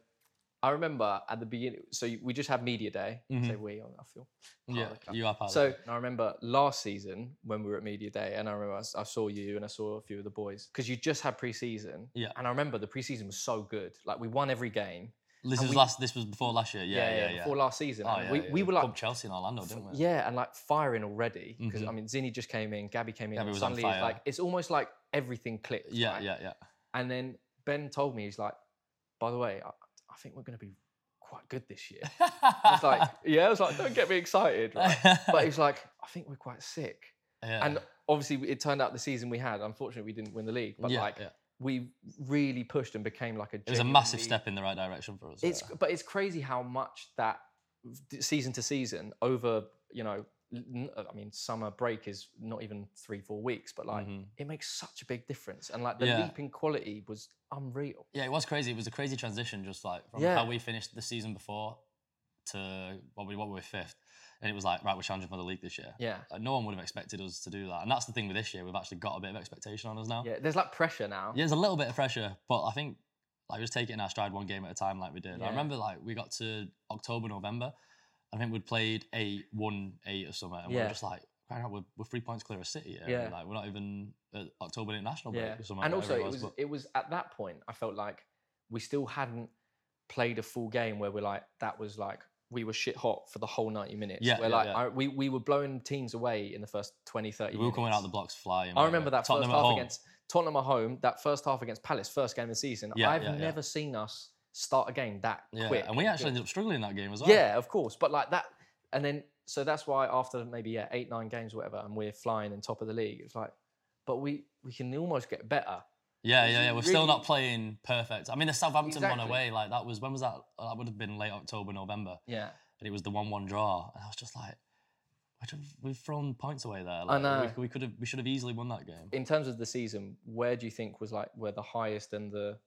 [SPEAKER 1] I remember at the beginning, so we just had media day.
[SPEAKER 2] Mhm.
[SPEAKER 1] Say we on, I feel. part of
[SPEAKER 2] Yeah,
[SPEAKER 1] the club.
[SPEAKER 2] you are part
[SPEAKER 1] Oh, So
[SPEAKER 2] of
[SPEAKER 1] I remember last season when we were at media day, and I remember I, s- I saw you and I saw a few of the boys because you just had preseason.
[SPEAKER 2] Yeah.
[SPEAKER 1] And I remember the preseason was so good. Like we won every game.
[SPEAKER 2] it. This
[SPEAKER 1] and
[SPEAKER 2] was
[SPEAKER 1] we-
[SPEAKER 2] last. This was before last year. Yeah, yeah, yeah.
[SPEAKER 1] Before last season,
[SPEAKER 2] Oh,
[SPEAKER 1] and
[SPEAKER 2] yeah,
[SPEAKER 1] we,
[SPEAKER 2] yeah.
[SPEAKER 1] we were like,
[SPEAKER 2] Pub Chelsea in Orlando, didn't we?
[SPEAKER 1] yeah, and like firing already because I
[SPEAKER 2] Mhm.
[SPEAKER 1] mean Zinny just came in, Gabby came in,
[SPEAKER 2] Gabby
[SPEAKER 1] and
[SPEAKER 2] was on
[SPEAKER 1] suddenly it's
[SPEAKER 2] fire.
[SPEAKER 1] like it's almost like everything clicked.
[SPEAKER 2] yeah,
[SPEAKER 1] right?
[SPEAKER 2] yeah, yeah.
[SPEAKER 1] And then Ben told me he's like, by the way, I, I think we're going to be quite good this year. I was
[SPEAKER 2] [LAUGHS]
[SPEAKER 1] like, yeah, I was like, don't get me excited, right? But he's like, I think we're quite sick.
[SPEAKER 2] yeah.
[SPEAKER 1] and obviously it turned out the season we had unfortunately we didn't win the league but
[SPEAKER 2] yeah,
[SPEAKER 1] like
[SPEAKER 2] yeah.
[SPEAKER 1] we really pushed and became like a
[SPEAKER 2] it was a massive step in the right direction for us.
[SPEAKER 1] it's
[SPEAKER 2] yeah.
[SPEAKER 1] but it's crazy how much that d- season to season over you know l- n- uh, i mean summer break is not even three four weeks but like
[SPEAKER 2] Mhm.
[SPEAKER 1] it makes such a big difference and like the
[SPEAKER 2] Yeah.
[SPEAKER 1] leap in quality was unreal
[SPEAKER 2] yeah, it was crazy. It was a crazy transition, just like from
[SPEAKER 1] Yeah.
[SPEAKER 2] how we finished the season before to what we what we were fifth, and it was like right, we're challenging for the league this year.
[SPEAKER 1] yeah
[SPEAKER 2] Like, no one would have expected us to do that, and that's the thing with this year. We've actually got a bit of expectation on us now.
[SPEAKER 1] yeah there's like pressure now
[SPEAKER 2] Yeah, there's a little bit of pressure, but I think like we just take it in our stride one game at a time, like we did.
[SPEAKER 1] Yeah.
[SPEAKER 2] I remember like we got to October, November. I think we'd played eight, one, eight or something, and we
[SPEAKER 1] Yeah.
[SPEAKER 2] were just like, right now we're, we're three points clear of City. here,
[SPEAKER 1] Yeah.
[SPEAKER 2] and, like we're not even at October international break
[SPEAKER 1] yeah
[SPEAKER 2] or something.
[SPEAKER 1] and also
[SPEAKER 2] whatever
[SPEAKER 1] it was
[SPEAKER 2] but-
[SPEAKER 1] it was at that point i felt like we still hadn't played a full game where we're like that was like we were shit hot for the whole 90 minutes
[SPEAKER 2] Yeah,
[SPEAKER 1] where
[SPEAKER 2] yeah,
[SPEAKER 1] like
[SPEAKER 2] yeah.
[SPEAKER 1] I, we, we were blowing teams away in the first 20 30
[SPEAKER 2] we were
[SPEAKER 1] minutes.
[SPEAKER 2] coming out the blocks flying.
[SPEAKER 1] i
[SPEAKER 2] weren't
[SPEAKER 1] remember
[SPEAKER 2] we?
[SPEAKER 1] that
[SPEAKER 2] Tottenham
[SPEAKER 1] first
[SPEAKER 2] at
[SPEAKER 1] half
[SPEAKER 2] home.
[SPEAKER 1] against tottenham at home that first half against palace first game of the season
[SPEAKER 2] Yeah,
[SPEAKER 1] i've
[SPEAKER 2] yeah, yeah.
[SPEAKER 1] never seen us start a game that
[SPEAKER 2] Yeah,
[SPEAKER 1] quick
[SPEAKER 2] and we actually
[SPEAKER 1] good.
[SPEAKER 2] ended up struggling in that game as well.
[SPEAKER 1] yeah of course but like that and then so that's why after maybe yeah eight nine games or whatever and we're flying and top of the league it's like but we we can almost get better
[SPEAKER 2] Yeah,
[SPEAKER 1] Is
[SPEAKER 2] yeah,
[SPEAKER 1] he
[SPEAKER 2] yeah. We're still
[SPEAKER 1] really-
[SPEAKER 2] not playing perfect. I mean, the Southampton one
[SPEAKER 1] Exactly.
[SPEAKER 2] away, like that was when was that? That would have been late October, November,
[SPEAKER 1] Yeah,
[SPEAKER 2] and it was the one-one draw, and I was just like, "Why don't- we've thrown points away there. Like,
[SPEAKER 1] know.
[SPEAKER 2] We, we could have, we should have easily won that game.
[SPEAKER 1] in terms of the season, where do you think was like were the highest and the,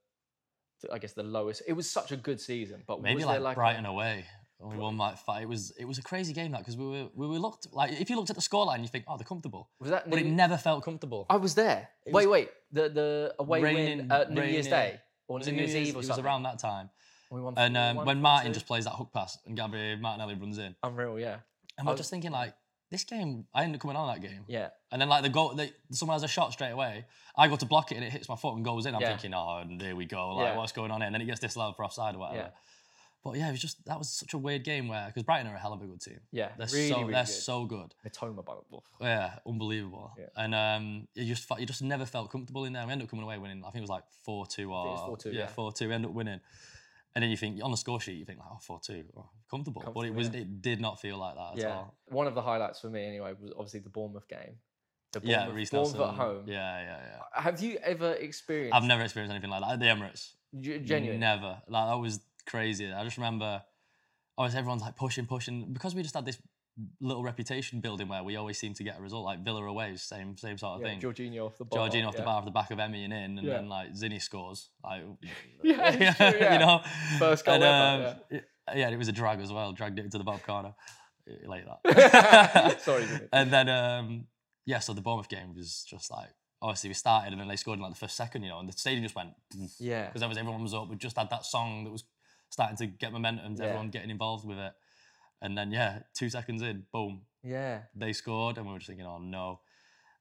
[SPEAKER 1] the- I guess the lowest? It was such a good season, but
[SPEAKER 2] Maybe
[SPEAKER 1] was
[SPEAKER 2] like,
[SPEAKER 1] there like a-
[SPEAKER 2] Brighton away. We won like five. It was it was a crazy game that because we were we were looked like if you looked at the scoreline you think oh they're comfortable
[SPEAKER 1] was that?
[SPEAKER 2] but it
[SPEAKER 1] New-
[SPEAKER 2] never felt comfortable.
[SPEAKER 1] I was there.
[SPEAKER 2] It
[SPEAKER 1] wait,
[SPEAKER 2] was-
[SPEAKER 1] wait. The the away
[SPEAKER 2] Raining-
[SPEAKER 1] win at New Year's
[SPEAKER 2] raining-
[SPEAKER 1] Day or
[SPEAKER 2] was
[SPEAKER 1] New,
[SPEAKER 2] it
[SPEAKER 1] Year's, Eve or
[SPEAKER 2] It was
[SPEAKER 1] something.
[SPEAKER 2] around that time.
[SPEAKER 1] We won
[SPEAKER 2] And um,
[SPEAKER 1] 4-1,
[SPEAKER 2] when Martin
[SPEAKER 1] 4-2.
[SPEAKER 2] just plays that hook pass and Gabby Martinelli runs in,
[SPEAKER 1] unreal, yeah,
[SPEAKER 2] and
[SPEAKER 1] I
[SPEAKER 2] we're
[SPEAKER 1] was-
[SPEAKER 2] just thinking like this game. I ended up coming on that game,
[SPEAKER 1] Oh. yeah.
[SPEAKER 2] and then like the goal, the, someone has a shot straight away. I go to block it and it hits my foot and goes in. I'm
[SPEAKER 1] Yeah.
[SPEAKER 2] thinking, oh, and there we go. Like
[SPEAKER 1] Yeah.
[SPEAKER 2] what's going on here? And then it gets disallowed for offside or whatever.
[SPEAKER 1] Yeah.
[SPEAKER 2] But yeah, it was just that was such a weird game where because Brighton are a hell of a good team.
[SPEAKER 1] Yeah,
[SPEAKER 2] They're
[SPEAKER 1] really,
[SPEAKER 2] so
[SPEAKER 1] really
[SPEAKER 2] they're
[SPEAKER 1] good.
[SPEAKER 2] so good.
[SPEAKER 1] Mitoma, by the way.
[SPEAKER 2] Yeah, unbelievable.
[SPEAKER 1] Yeah.
[SPEAKER 2] And um, you just fe- you just never felt comfortable in there. We ended up coming away winning. I think it was like four two or
[SPEAKER 1] it was 4-2, yeah.
[SPEAKER 2] four two. We ended up winning, and then you think on the score sheet you think like oh four two oh, comfortable. but it
[SPEAKER 1] Comfortable,
[SPEAKER 2] was
[SPEAKER 1] yeah.
[SPEAKER 2] it did not feel like that at
[SPEAKER 1] yeah.
[SPEAKER 2] all.
[SPEAKER 1] One of the highlights for me, anyway, was obviously the Bournemouth game. The
[SPEAKER 2] Yeah,
[SPEAKER 1] Bournemouth,
[SPEAKER 2] Reece
[SPEAKER 1] Bournemouth
[SPEAKER 2] Nelson.
[SPEAKER 1] at home.
[SPEAKER 2] Yeah, yeah, yeah.
[SPEAKER 1] Have you ever experienced?
[SPEAKER 2] I've never experienced anything like that. The Emirates,
[SPEAKER 1] Ge- genuine.
[SPEAKER 2] never. Like that was crazy. I just remember, always everyone's like pushing, pushing because we just had this little reputation building where we always seem to get a result. Like Villa away, was same same sort of
[SPEAKER 1] yeah,
[SPEAKER 2] thing.
[SPEAKER 1] Jorginho off the bar.
[SPEAKER 2] Georgina off the
[SPEAKER 1] yeah.
[SPEAKER 2] bar off the back of Emmy and in, and
[SPEAKER 1] Yeah.
[SPEAKER 2] then like Zinny scores. Like,
[SPEAKER 1] [LAUGHS] Yeah,
[SPEAKER 2] [LAUGHS]
[SPEAKER 1] it's true, yeah.
[SPEAKER 2] you know,
[SPEAKER 1] First goal ever,
[SPEAKER 2] it- yeah, and it was a drag as well. Dragged it into the bottom corner eh, like
[SPEAKER 1] [LAUGHS]
[SPEAKER 2] that.
[SPEAKER 1] Sorry, Zinny.
[SPEAKER 2] And then um, yeah, so the Bournemouth game was just like obviously we started and then they scored in like the first second, you know, and the stadium just went because
[SPEAKER 1] Yeah.
[SPEAKER 2] that was everyone was up. We just had that song that was starting to get momentum,
[SPEAKER 1] Yeah.
[SPEAKER 2] everyone getting involved with it, and then yeah, two seconds in, boom,
[SPEAKER 1] Yeah.
[SPEAKER 2] they scored, and we were just thinking, oh no.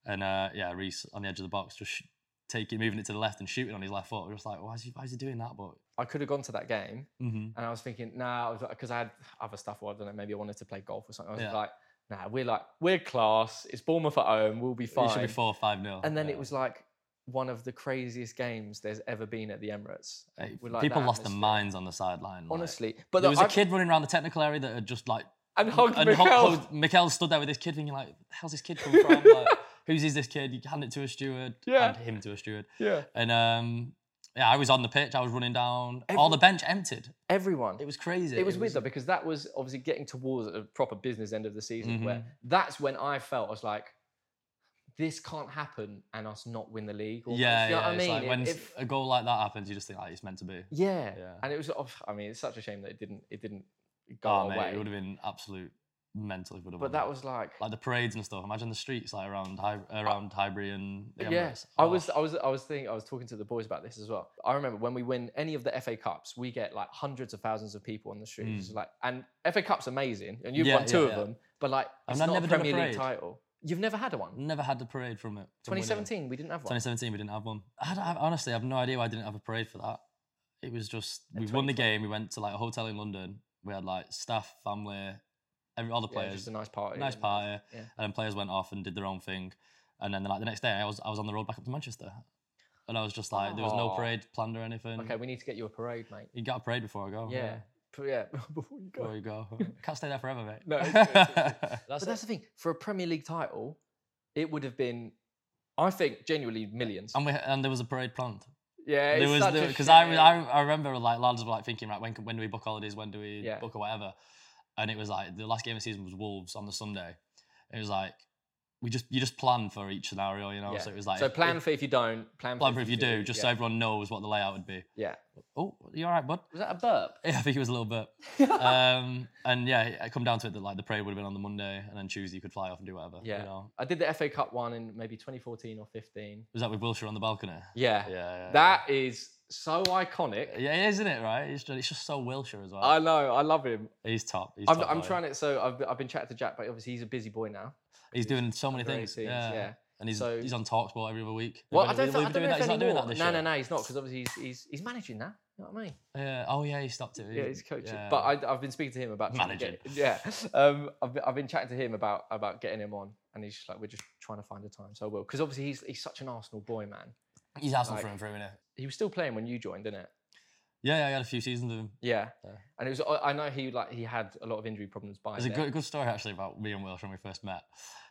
[SPEAKER 2] And uh, yeah, Reese on the edge of the box, just sh- taking, moving it to the left and shooting on his left foot. We are just like, why is he, why is he doing that? But
[SPEAKER 1] I could have gone to that game,
[SPEAKER 2] Mhm.
[SPEAKER 1] and I was thinking, nah, because I had other stuff. Or I don't know, maybe I wanted to play golf or something. I was
[SPEAKER 2] Yeah.
[SPEAKER 1] like, nah, we're like, we're class. It's Bournemouth at home. We'll be fine.
[SPEAKER 2] it should be four or five nil.
[SPEAKER 1] and then
[SPEAKER 2] Yeah.
[SPEAKER 1] it was like one of the craziest games there's ever been at the Emirates.
[SPEAKER 2] Hey,
[SPEAKER 1] with, like,
[SPEAKER 2] people
[SPEAKER 1] that
[SPEAKER 2] lost their
[SPEAKER 1] atmosphere.
[SPEAKER 2] minds on the sideline. like.
[SPEAKER 1] Honestly, but
[SPEAKER 2] there was
[SPEAKER 1] a
[SPEAKER 2] a kid running around the technical area that had just
[SPEAKER 1] [LAUGHS]
[SPEAKER 2] like
[SPEAKER 1] and hugged
[SPEAKER 2] and
[SPEAKER 1] Mikel.
[SPEAKER 2] Mikel stood there with this kid thinking like, how's this kid come from? like, [LAUGHS] who's is this kid? You hand it to a steward,
[SPEAKER 1] Yeah.
[SPEAKER 2] hand him to a steward,
[SPEAKER 1] yeah,
[SPEAKER 2] and um, yeah, I was on the pitch. I was running down. All
[SPEAKER 1] Every-
[SPEAKER 2] the bench emptied.
[SPEAKER 1] everyone.
[SPEAKER 2] It was crazy.
[SPEAKER 1] It was weird though because that was obviously getting towards a proper business end of the season
[SPEAKER 2] Mm-hmm.
[SPEAKER 1] where that's when I felt I was like, this can't happen and us not win the league. almost.
[SPEAKER 2] Yeah,
[SPEAKER 1] you know
[SPEAKER 2] yeah.
[SPEAKER 1] what I
[SPEAKER 2] it's
[SPEAKER 1] mean,
[SPEAKER 2] like
[SPEAKER 1] It-
[SPEAKER 2] when
[SPEAKER 1] it
[SPEAKER 2] s-
[SPEAKER 1] f-
[SPEAKER 2] a goal like that happens, you just think like it's meant to be.
[SPEAKER 1] yeah.
[SPEAKER 2] Yeah.
[SPEAKER 1] and it was. oh, I mean, it's such a shame that it didn't. It didn't go
[SPEAKER 2] oh,
[SPEAKER 1] away.
[SPEAKER 2] mate, it would have been absolute mental if it would have.
[SPEAKER 1] but that was like,
[SPEAKER 2] like the parades and stuff. Imagine the streets like around Hy- around Highbury and the
[SPEAKER 1] yes.
[SPEAKER 2] Emirates.
[SPEAKER 1] I
[SPEAKER 2] Oh,
[SPEAKER 1] was, I was, I was thinking, I was talking to the boys about this as well. I remember when we win any of the FA Cups, we get like hundreds of thousands of people on the streets. Like, and FA Cup's amazing, and you've
[SPEAKER 2] Mm. Yeah,
[SPEAKER 1] won two
[SPEAKER 2] yeah,
[SPEAKER 1] of
[SPEAKER 2] yeah.
[SPEAKER 1] them. But like,
[SPEAKER 2] I've
[SPEAKER 1] it's
[SPEAKER 2] not-
[SPEAKER 1] not
[SPEAKER 2] never
[SPEAKER 1] a
[SPEAKER 2] done a
[SPEAKER 1] Premier League
[SPEAKER 2] parade.
[SPEAKER 1] title. You've never had one.
[SPEAKER 2] never had the parade from it. from winning.
[SPEAKER 1] 2017, we didn't have one.
[SPEAKER 2] 2017, we didn't have one. I, don't, I honestly have no idea why I didn't have a parade for that. It was just
[SPEAKER 1] And
[SPEAKER 2] we won
[SPEAKER 1] 2020.
[SPEAKER 2] the game. We went to like a hotel in London. We had like staff, family, every all the
[SPEAKER 1] Yeah, it was
[SPEAKER 2] players.
[SPEAKER 1] just a nice party.
[SPEAKER 2] nice
[SPEAKER 1] and-
[SPEAKER 2] party.
[SPEAKER 1] yeah.
[SPEAKER 2] And then players went off and did their own thing. And then like the next day, I was I was on the road back up to Manchester, and I was just like, there was no
[SPEAKER 1] Aw.
[SPEAKER 2] parade planned or anything.
[SPEAKER 1] Okay, we need to get you a parade, mate.
[SPEAKER 2] You got a parade before I go.
[SPEAKER 1] Yeah. P- Yeah. [LAUGHS] Before you go.
[SPEAKER 2] Before you go,
[SPEAKER 1] [LAUGHS]
[SPEAKER 2] can't stay there forever, mate.
[SPEAKER 1] No, it's true, it's
[SPEAKER 2] [LAUGHS]
[SPEAKER 1] true, it's
[SPEAKER 2] that's
[SPEAKER 1] but that's the thing. For a Premier League title, it would have been, I think, genuinely millions.
[SPEAKER 2] And, we, and there was a parade planned.
[SPEAKER 1] yeah,
[SPEAKER 2] Um, there
[SPEAKER 1] it's
[SPEAKER 2] was
[SPEAKER 1] such a
[SPEAKER 2] because I,
[SPEAKER 1] shame.
[SPEAKER 2] re- I re- I remember like lads were like thinking right when can- when do we book holidays when do we
[SPEAKER 1] Yeah.
[SPEAKER 2] book or whatever, and it was like the last game of the season was Wolves on the Sunday. It was like we just you just plan for each scenario, you know.
[SPEAKER 1] Yeah.
[SPEAKER 2] So it was like
[SPEAKER 1] so
[SPEAKER 2] if-
[SPEAKER 1] plan
[SPEAKER 2] if-
[SPEAKER 1] for if you don't, plan,
[SPEAKER 2] plan for if you do, just so
[SPEAKER 1] yeah.
[SPEAKER 2] everyone knows what the layout would be.
[SPEAKER 1] Yeah.
[SPEAKER 2] Oh, you all right, bud? [LAUGHS]
[SPEAKER 1] Was that a burp? Uh,
[SPEAKER 2] Yeah, I think it was a little bit. um, and yeah, I come down to it that like the parade would have been on the Monday, and then Tuesday you could fly off and do whatever.
[SPEAKER 1] Yeah.
[SPEAKER 2] You know?
[SPEAKER 1] I did the FA Cup one in maybe 2014 or 15.
[SPEAKER 2] Was that with Wilshire on
[SPEAKER 1] [SIGHS]
[SPEAKER 2] the balcony?
[SPEAKER 1] Yeah.
[SPEAKER 2] Yeah. yeah
[SPEAKER 1] That is so iconic.
[SPEAKER 2] Yeah, isn't it right? It's just, it's just so Wilshire as well.
[SPEAKER 1] I know. I love him.
[SPEAKER 2] he's top. He's
[SPEAKER 1] I'm,
[SPEAKER 2] top
[SPEAKER 1] I'm
[SPEAKER 2] boy.
[SPEAKER 1] trying it. So I've, I've been chatting to Jack, but obviously he's a busy boy now.
[SPEAKER 2] He's doing so many
[SPEAKER 1] Under
[SPEAKER 2] things.
[SPEAKER 1] 18s,
[SPEAKER 2] yeah.
[SPEAKER 1] yeah.
[SPEAKER 2] And he's
[SPEAKER 1] So-
[SPEAKER 2] he's on Talksport every other week.
[SPEAKER 1] Well, I
[SPEAKER 2] Will-
[SPEAKER 1] don't,
[SPEAKER 2] will
[SPEAKER 1] think,
[SPEAKER 2] he
[SPEAKER 1] I
[SPEAKER 2] be
[SPEAKER 1] don't know
[SPEAKER 2] doing
[SPEAKER 1] if
[SPEAKER 2] that? He's not doing
[SPEAKER 1] anymore.
[SPEAKER 2] that this
[SPEAKER 1] no,
[SPEAKER 2] year.
[SPEAKER 1] no, no, he's not because obviously he's, he's he's managing now. You know what I mean?
[SPEAKER 2] Yeah. Oh yeah, he stopped it.
[SPEAKER 1] Yeah,
[SPEAKER 2] He-
[SPEAKER 1] he's coaching.
[SPEAKER 2] yeah.
[SPEAKER 1] But I, I've been speaking to him about trying to get- [LAUGHS] yeah, um, I've been, I've been chatting to him about about getting him on, and he's just like, we're just trying to find a time. So I will, because obviously he's he's such an Arsenal boy, man.
[SPEAKER 2] he's Arsenal
[SPEAKER 1] like-
[SPEAKER 2] through and through, innit?
[SPEAKER 1] He was still playing when you joined, didn't it?
[SPEAKER 2] Yeah, yeah, I had a few seasons of him.
[SPEAKER 1] Yeah.
[SPEAKER 2] Yeah.
[SPEAKER 1] And it was I- I know he like he had a lot of injury problems by
[SPEAKER 2] There's a
[SPEAKER 1] then.
[SPEAKER 2] good good story actually about me and Wilsh when we first met.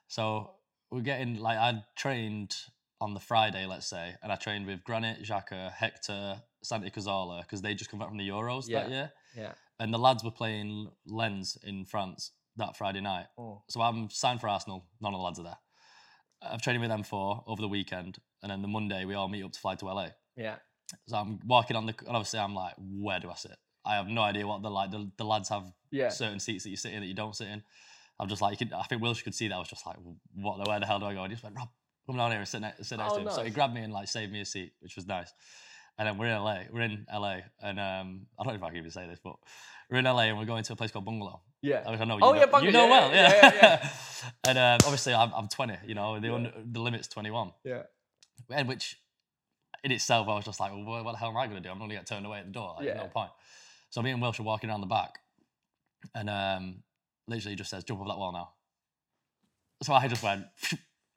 [SPEAKER 2] So we're getting like I'd trained on the Friday, let's say, and I trained with Granit, Xhaka, Hector, Santi Cazorla because they just come back from the Euros
[SPEAKER 1] Yeah.
[SPEAKER 2] that year,
[SPEAKER 1] Yeah.
[SPEAKER 2] and the lads were playing Lens in France that Friday night.
[SPEAKER 1] Oh.
[SPEAKER 2] So I'm signed for Arsenal. None of the lads are there. I've trained with them for over the weekend, and then the Monday we all meet up to fly to LA.
[SPEAKER 1] Yeah.
[SPEAKER 2] So I'm walking on the, and obviously I'm like, where do I sit? I have no idea what the like. The, the lads have
[SPEAKER 1] Yeah.
[SPEAKER 2] certain seats that you sit in that you don't sit in. I'm just like, you could, I think Wilsh could see that. I was just like, what the, where the hell do I go? And he just went, Rob, come down here and sit, next sit next
[SPEAKER 1] Oh,
[SPEAKER 2] to him. So he
[SPEAKER 1] nice.
[SPEAKER 2] grabbed me and like saved me a seat, which was nice. And then we're in LA, we're in LA, and um, I don't know if I can even say this, but we're in LA and we're going to a place called Bungalow.
[SPEAKER 1] yeah.
[SPEAKER 2] I mean, I know you
[SPEAKER 1] Oh,
[SPEAKER 2] know,
[SPEAKER 1] yeah, Bunga,
[SPEAKER 2] you know
[SPEAKER 1] yeah,
[SPEAKER 2] well,
[SPEAKER 1] yeah,
[SPEAKER 2] yeah.
[SPEAKER 1] yeah,
[SPEAKER 2] [LAUGHS]
[SPEAKER 1] yeah,
[SPEAKER 2] and um, obviously, I'm, I'm 20. You know, the
[SPEAKER 1] Yeah.
[SPEAKER 2] un- the limit's 21.
[SPEAKER 1] Yeah.
[SPEAKER 2] And which, in itself, I was just like, well, what- what the hell am I going to do? I'm going to get turned away at the door. Like,
[SPEAKER 1] Yeah.
[SPEAKER 2] No point. So me and Welsh are walking around the back, and um, literally just says, "Jump over that wall now." So I just went, [LAUGHS]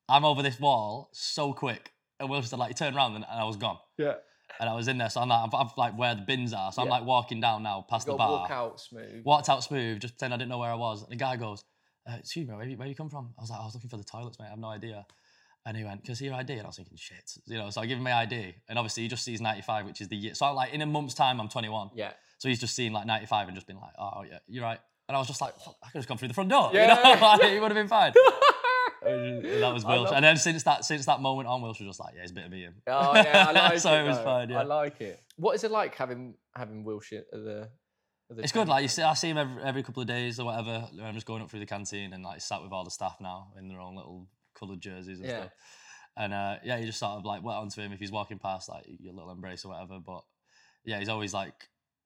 [SPEAKER 2] "I'm over this wall so quick," and Welsh said, "Like, you turn around," and, and I was gone.
[SPEAKER 1] yeah.
[SPEAKER 2] And I was in there, so I'm like, I'm, I'm like where the bins are. So I'm
[SPEAKER 1] Yeah.
[SPEAKER 2] like walking down now past
[SPEAKER 1] Got
[SPEAKER 2] the bar
[SPEAKER 1] walk out smooth.
[SPEAKER 2] walked out smooth, just pretend I didn't know where I was. And the guy goes, uh, "Excuse me, where you, where you come from?" I was like, "I was looking for the toilets, mate. I have no idea." And he went, "Can I see your ID?" And I was thinking, "Shit," you know. So I give him my ID, and obviously he just sees 95, which is the year. So I'm like, in a month's time, I'm 21. [LAUGHS]
[SPEAKER 1] Yeah.
[SPEAKER 2] So he's just seen like 95 and just been like, "Oh yeah, you're right." And I was just like, Fuck, "I could have just gone through the front door."
[SPEAKER 1] Yeah.
[SPEAKER 2] You know, [LAUGHS] like, it would have been
[SPEAKER 1] [LAUGHS]
[SPEAKER 2] fine. And that was
[SPEAKER 1] I
[SPEAKER 2] Wilsh.
[SPEAKER 1] love-
[SPEAKER 2] And then since that since that moment on, Wilsh was just like, "Yeah, it's a bit of me." in."
[SPEAKER 1] Oh yeah, I like
[SPEAKER 2] so
[SPEAKER 1] it.
[SPEAKER 2] it was
[SPEAKER 1] though.
[SPEAKER 2] fine. Yeah.
[SPEAKER 1] I like it. What is it like having having Wilshire at the? At the
[SPEAKER 2] It's good.
[SPEAKER 1] training
[SPEAKER 2] Like you
[SPEAKER 1] ground?
[SPEAKER 2] see, I see him every, every couple of days or whatever. and I'm just going up through the canteen and like sat with all the staff now in their own little coloured jerseys and
[SPEAKER 1] Yeah.
[SPEAKER 2] stuff. And uh, yeah, you just sort of like wet onto him if he's walking past, like your little embrace or whatever. But yeah, he's always like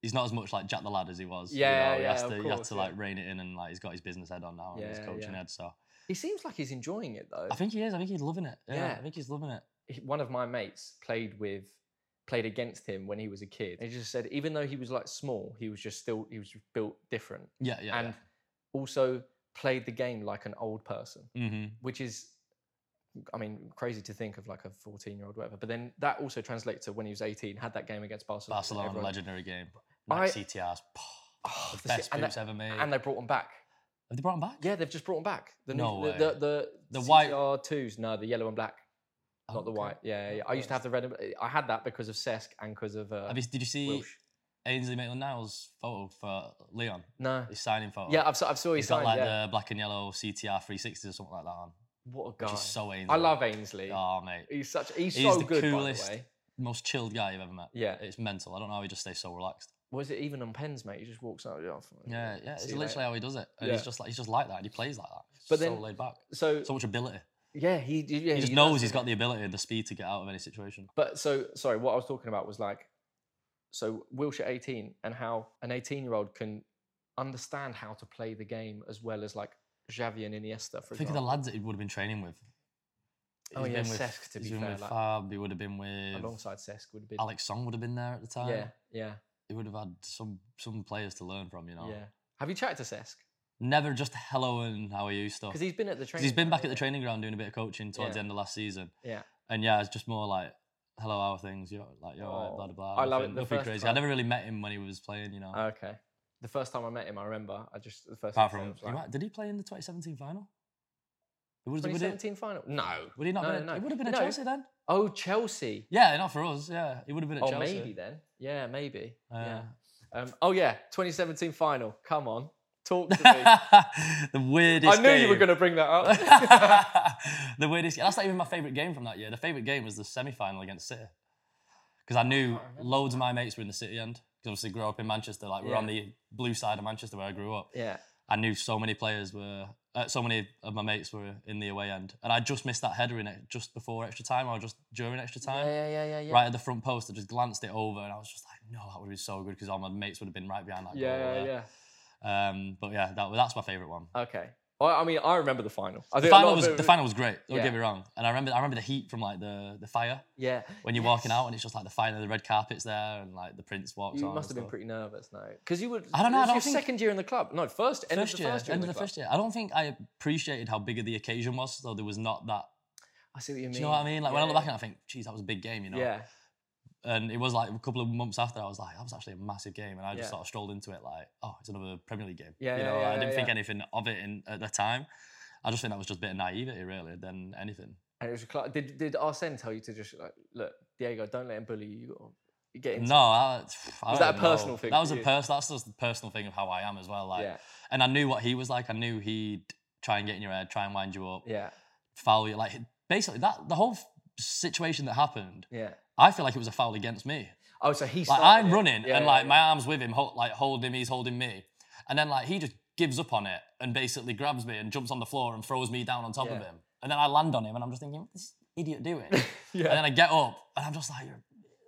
[SPEAKER 2] he's not as much like Jack the Lad as he was. you
[SPEAKER 1] Yeah,
[SPEAKER 2] know, he
[SPEAKER 1] yeah,
[SPEAKER 2] has
[SPEAKER 1] of
[SPEAKER 2] to, you have
[SPEAKER 1] course,
[SPEAKER 2] to
[SPEAKER 1] yeah.
[SPEAKER 2] like rein it in, and like he's got his business head on now and his
[SPEAKER 1] Yeah,
[SPEAKER 2] coaching
[SPEAKER 1] yeah.
[SPEAKER 2] head. So
[SPEAKER 1] he seems like he's enjoying it though.
[SPEAKER 2] I think he is. I think he's loving it. Yeah,
[SPEAKER 1] Yeah.
[SPEAKER 2] I think he's loving it.
[SPEAKER 1] he- one of my mates played with played against him when he was a kid. And he just said even though he was like small, he was just still he was just built different
[SPEAKER 2] Yeah, yeah.
[SPEAKER 1] and also played the game like an old person,
[SPEAKER 2] hmm
[SPEAKER 1] which is I mean crazy to think of like a 14-year-old whatever. But then that also translates to when he was 18, had that game against Barcelona.
[SPEAKER 2] Barcelona,
[SPEAKER 1] everyone-
[SPEAKER 2] legendary game.
[SPEAKER 1] I-
[SPEAKER 2] Like CTRs,
[SPEAKER 1] Oh,
[SPEAKER 2] [SIGHS] the
[SPEAKER 1] the se-
[SPEAKER 2] best
[SPEAKER 1] and,
[SPEAKER 2] boots
[SPEAKER 1] they,
[SPEAKER 2] ever made.
[SPEAKER 1] and they brought him back.
[SPEAKER 2] Have they brought him back?
[SPEAKER 1] Yeah, they've just brought him back. The new,
[SPEAKER 2] No
[SPEAKER 1] the,
[SPEAKER 2] way.
[SPEAKER 1] the the
[SPEAKER 2] The white-
[SPEAKER 1] white twos, no, the yellow and black, not the
[SPEAKER 2] Oh, Okay.
[SPEAKER 1] white. Yeah, yeah.
[SPEAKER 2] Not
[SPEAKER 1] I used to have
[SPEAKER 2] worse.
[SPEAKER 1] the red. and I had that because of Sesk and because of uh,
[SPEAKER 2] Have you, did you see
[SPEAKER 1] Wilsh.
[SPEAKER 2] Ainsley Maitland-Niles photo for Leon,
[SPEAKER 1] No.
[SPEAKER 2] his signing photo.
[SPEAKER 1] Yeah, I've, saw- I've saw his
[SPEAKER 2] he's got
[SPEAKER 1] sign.
[SPEAKER 2] like
[SPEAKER 1] yeah.
[SPEAKER 2] the black and yellow CTR 360s or something like that on,
[SPEAKER 1] What a
[SPEAKER 2] which
[SPEAKER 1] guy!
[SPEAKER 2] is so Ainsley.
[SPEAKER 1] I love Ainsley.
[SPEAKER 2] Oh mate,
[SPEAKER 1] He's such. He's,
[SPEAKER 2] he's
[SPEAKER 1] so
[SPEAKER 2] the
[SPEAKER 1] good.
[SPEAKER 2] coolest.
[SPEAKER 1] By the way.
[SPEAKER 2] most chilled guy you've ever met.
[SPEAKER 1] Yeah.
[SPEAKER 2] It's mental. I don't know how he just stays so relaxed.
[SPEAKER 1] Was it even on pens, mate? He just walks out. Oh, Yeah. fuck it,
[SPEAKER 2] Yeah, yeah. It's
[SPEAKER 1] see you
[SPEAKER 2] literally
[SPEAKER 1] later."
[SPEAKER 2] how he does it, and he's
[SPEAKER 1] Yeah.
[SPEAKER 2] just like he's just like that. And he plays like that.
[SPEAKER 1] But
[SPEAKER 2] so
[SPEAKER 1] then-
[SPEAKER 2] laid back,
[SPEAKER 1] So,
[SPEAKER 2] so much ability.
[SPEAKER 1] yeah, he yeah,
[SPEAKER 2] He just knows he's got the ability and the speed to get out of any situation.
[SPEAKER 1] But so sorry, what I was talking about was like, so Wilshire 18 and how an 18 year old can understand how to play the game as well as like Xavi and Iniesta. For
[SPEAKER 2] Think of the
[SPEAKER 1] example.
[SPEAKER 2] lads that he would have been training with.
[SPEAKER 1] Oh,
[SPEAKER 2] He's
[SPEAKER 1] yeah,
[SPEAKER 2] been with-
[SPEAKER 1] Cesc, to
[SPEAKER 2] he's
[SPEAKER 1] be
[SPEAKER 2] been
[SPEAKER 1] fair,
[SPEAKER 2] with
[SPEAKER 1] like-
[SPEAKER 2] Fab. He would have been with
[SPEAKER 1] alongside Cesc would have been.
[SPEAKER 2] Alex Song. Would have been there at the time.
[SPEAKER 1] yeah, yeah,
[SPEAKER 2] he would have had some some players to learn from. You know,
[SPEAKER 1] yeah. Have you chatted to Cesc?
[SPEAKER 2] never just hello and how are you stuff.
[SPEAKER 1] Because he's been at the training.
[SPEAKER 2] Because he's been back at
[SPEAKER 1] ground,
[SPEAKER 2] the training ground doing a bit of coaching towards
[SPEAKER 1] Yeah.
[SPEAKER 2] the end of last season.
[SPEAKER 1] Yeah.
[SPEAKER 2] And yeah, it's just more like, hello, how are things? You're like, you're alright, blah,
[SPEAKER 1] Oh,
[SPEAKER 2] blah, blah.
[SPEAKER 1] I love
[SPEAKER 2] nothing-
[SPEAKER 1] it. The
[SPEAKER 2] nothing
[SPEAKER 1] first
[SPEAKER 2] crazy. I
[SPEAKER 1] time-
[SPEAKER 2] never really met him when he was playing, you know.
[SPEAKER 1] isn't he? Oh, Okay. The first time I met him, I remember. I just the first.
[SPEAKER 2] apart
[SPEAKER 1] thing I
[SPEAKER 2] from,
[SPEAKER 1] said
[SPEAKER 2] he
[SPEAKER 1] was like,
[SPEAKER 2] might- did he play in the 2017 final? Would, would, it,
[SPEAKER 1] 2017 final. No.
[SPEAKER 2] would he not
[SPEAKER 1] No,
[SPEAKER 2] been,
[SPEAKER 1] no,
[SPEAKER 2] It
[SPEAKER 1] no.
[SPEAKER 2] would have been
[SPEAKER 1] No.
[SPEAKER 2] at Chelsea then?
[SPEAKER 1] Oh, Chelsea.
[SPEAKER 2] Yeah, not for us. Yeah, it would have been at
[SPEAKER 1] Oh,
[SPEAKER 2] Chelsea. [LAUGHS]
[SPEAKER 1] maybe then. Yeah, maybe. yeah.
[SPEAKER 2] Uh,
[SPEAKER 1] Um, oh yeah, 2017 final. Come on, talk
[SPEAKER 2] [LAUGHS]
[SPEAKER 1] to me. I
[SPEAKER 2] the weirdest
[SPEAKER 1] knew you were
[SPEAKER 2] game.
[SPEAKER 1] going to bring that up.
[SPEAKER 2] [LAUGHS]
[SPEAKER 1] [LAUGHS]
[SPEAKER 2] the weirdest. That's not even my favourite game from that year. The favourite game was the semi-final against City,
[SPEAKER 1] Oh,
[SPEAKER 2] because I knew loads of my mates were in the City end. Because obviously, grew up in Manchester. Like we we're on the blue side of Manchester where I grew up.
[SPEAKER 1] yeah,
[SPEAKER 2] I knew so many players were, uh, so many of my mates were in the away end, and I just missed that header in it just before extra time or just during extra
[SPEAKER 1] yeah,
[SPEAKER 2] time.
[SPEAKER 1] yeah, yeah, yeah. yeah.
[SPEAKER 2] Right at the front post, I just glanced it over, and I was just like, "No, that would be so good," because all my mates would have been right behind that goal.
[SPEAKER 1] Yeah, yeah.
[SPEAKER 2] yeah. Um, but yeah, that, that's my favourite one.
[SPEAKER 1] Okay. I, I mean, I remember the final. I
[SPEAKER 2] The
[SPEAKER 1] think a lot
[SPEAKER 2] final
[SPEAKER 1] of
[SPEAKER 2] was
[SPEAKER 1] it
[SPEAKER 2] the final was great. Don't
[SPEAKER 1] Yeah.
[SPEAKER 2] get me wrong. And I remember I remember the heat from like the the fire
[SPEAKER 1] Yeah.
[SPEAKER 2] when you're walking
[SPEAKER 1] [LAUGHS]
[SPEAKER 2] out, and it's just like the fire, and the red carpet's there, and like the prince walks
[SPEAKER 1] You
[SPEAKER 2] on.
[SPEAKER 1] must have
[SPEAKER 2] and
[SPEAKER 1] been
[SPEAKER 2] stuff.
[SPEAKER 1] pretty nervous now, because you were.
[SPEAKER 2] I don't know, I
[SPEAKER 1] It's
[SPEAKER 2] don't
[SPEAKER 1] your
[SPEAKER 2] think-
[SPEAKER 1] second year in the club. No, first. End of
[SPEAKER 2] First
[SPEAKER 1] the
[SPEAKER 2] year,
[SPEAKER 1] first year.
[SPEAKER 2] end
[SPEAKER 1] in
[SPEAKER 2] of the
[SPEAKER 1] club.
[SPEAKER 2] first year. I don't think I appreciated how big of the occasion was, so there was not that.
[SPEAKER 1] I see what you mean.
[SPEAKER 2] Do you know what I mean? Like when I look back and I think, geez, that was a big game, you know.
[SPEAKER 1] Yeah.
[SPEAKER 2] And it was like a couple of months after, I was like, that was actually a massive game, and I just
[SPEAKER 1] Yeah.
[SPEAKER 2] sort of strolled into it like, oh, it's another Premier League game.
[SPEAKER 1] Yeah,
[SPEAKER 2] you
[SPEAKER 1] yeah,
[SPEAKER 2] know,
[SPEAKER 1] yeah,
[SPEAKER 2] I
[SPEAKER 1] yeah,
[SPEAKER 2] didn't think
[SPEAKER 1] yeah.
[SPEAKER 2] anything of it in, at the time. I just think that was just a bit of naivety, really, than anything.
[SPEAKER 1] And it was cla- did did Arsene tell you to just like look, Diego, don't let him bully you. Or get into
[SPEAKER 2] No, I, I
[SPEAKER 1] Was
[SPEAKER 2] don't
[SPEAKER 1] that a
[SPEAKER 2] even know.
[SPEAKER 1] personal thing
[SPEAKER 2] That
[SPEAKER 1] for
[SPEAKER 2] was a
[SPEAKER 1] you?
[SPEAKER 2] person. That's just the personal thing of how I am as well. Like,
[SPEAKER 1] yeah,
[SPEAKER 2] and I knew what he was like. I knew he'd try and get in your head, try and wind you up,
[SPEAKER 1] yeah,
[SPEAKER 2] foul you. Like, basically, that the whole f- situation that happened,
[SPEAKER 1] yeah.
[SPEAKER 2] I feel like it was a foul against me.
[SPEAKER 1] Oh, so he
[SPEAKER 2] Like
[SPEAKER 1] started
[SPEAKER 2] I'm
[SPEAKER 1] it.
[SPEAKER 2] running
[SPEAKER 1] Yeah,
[SPEAKER 2] and
[SPEAKER 1] yeah,
[SPEAKER 2] like
[SPEAKER 1] yeah.
[SPEAKER 2] my arms with him, hold, like hold him, he's holding me, and then like he just gives up on it and basically grabs me and jumps on the floor and throws me down on top of
[SPEAKER 1] Yeah.
[SPEAKER 2] him, and then I land on him and I'm just thinking, what's this idiot doing?
[SPEAKER 1] yeah.
[SPEAKER 2] And then I get up and I'm just like, you're-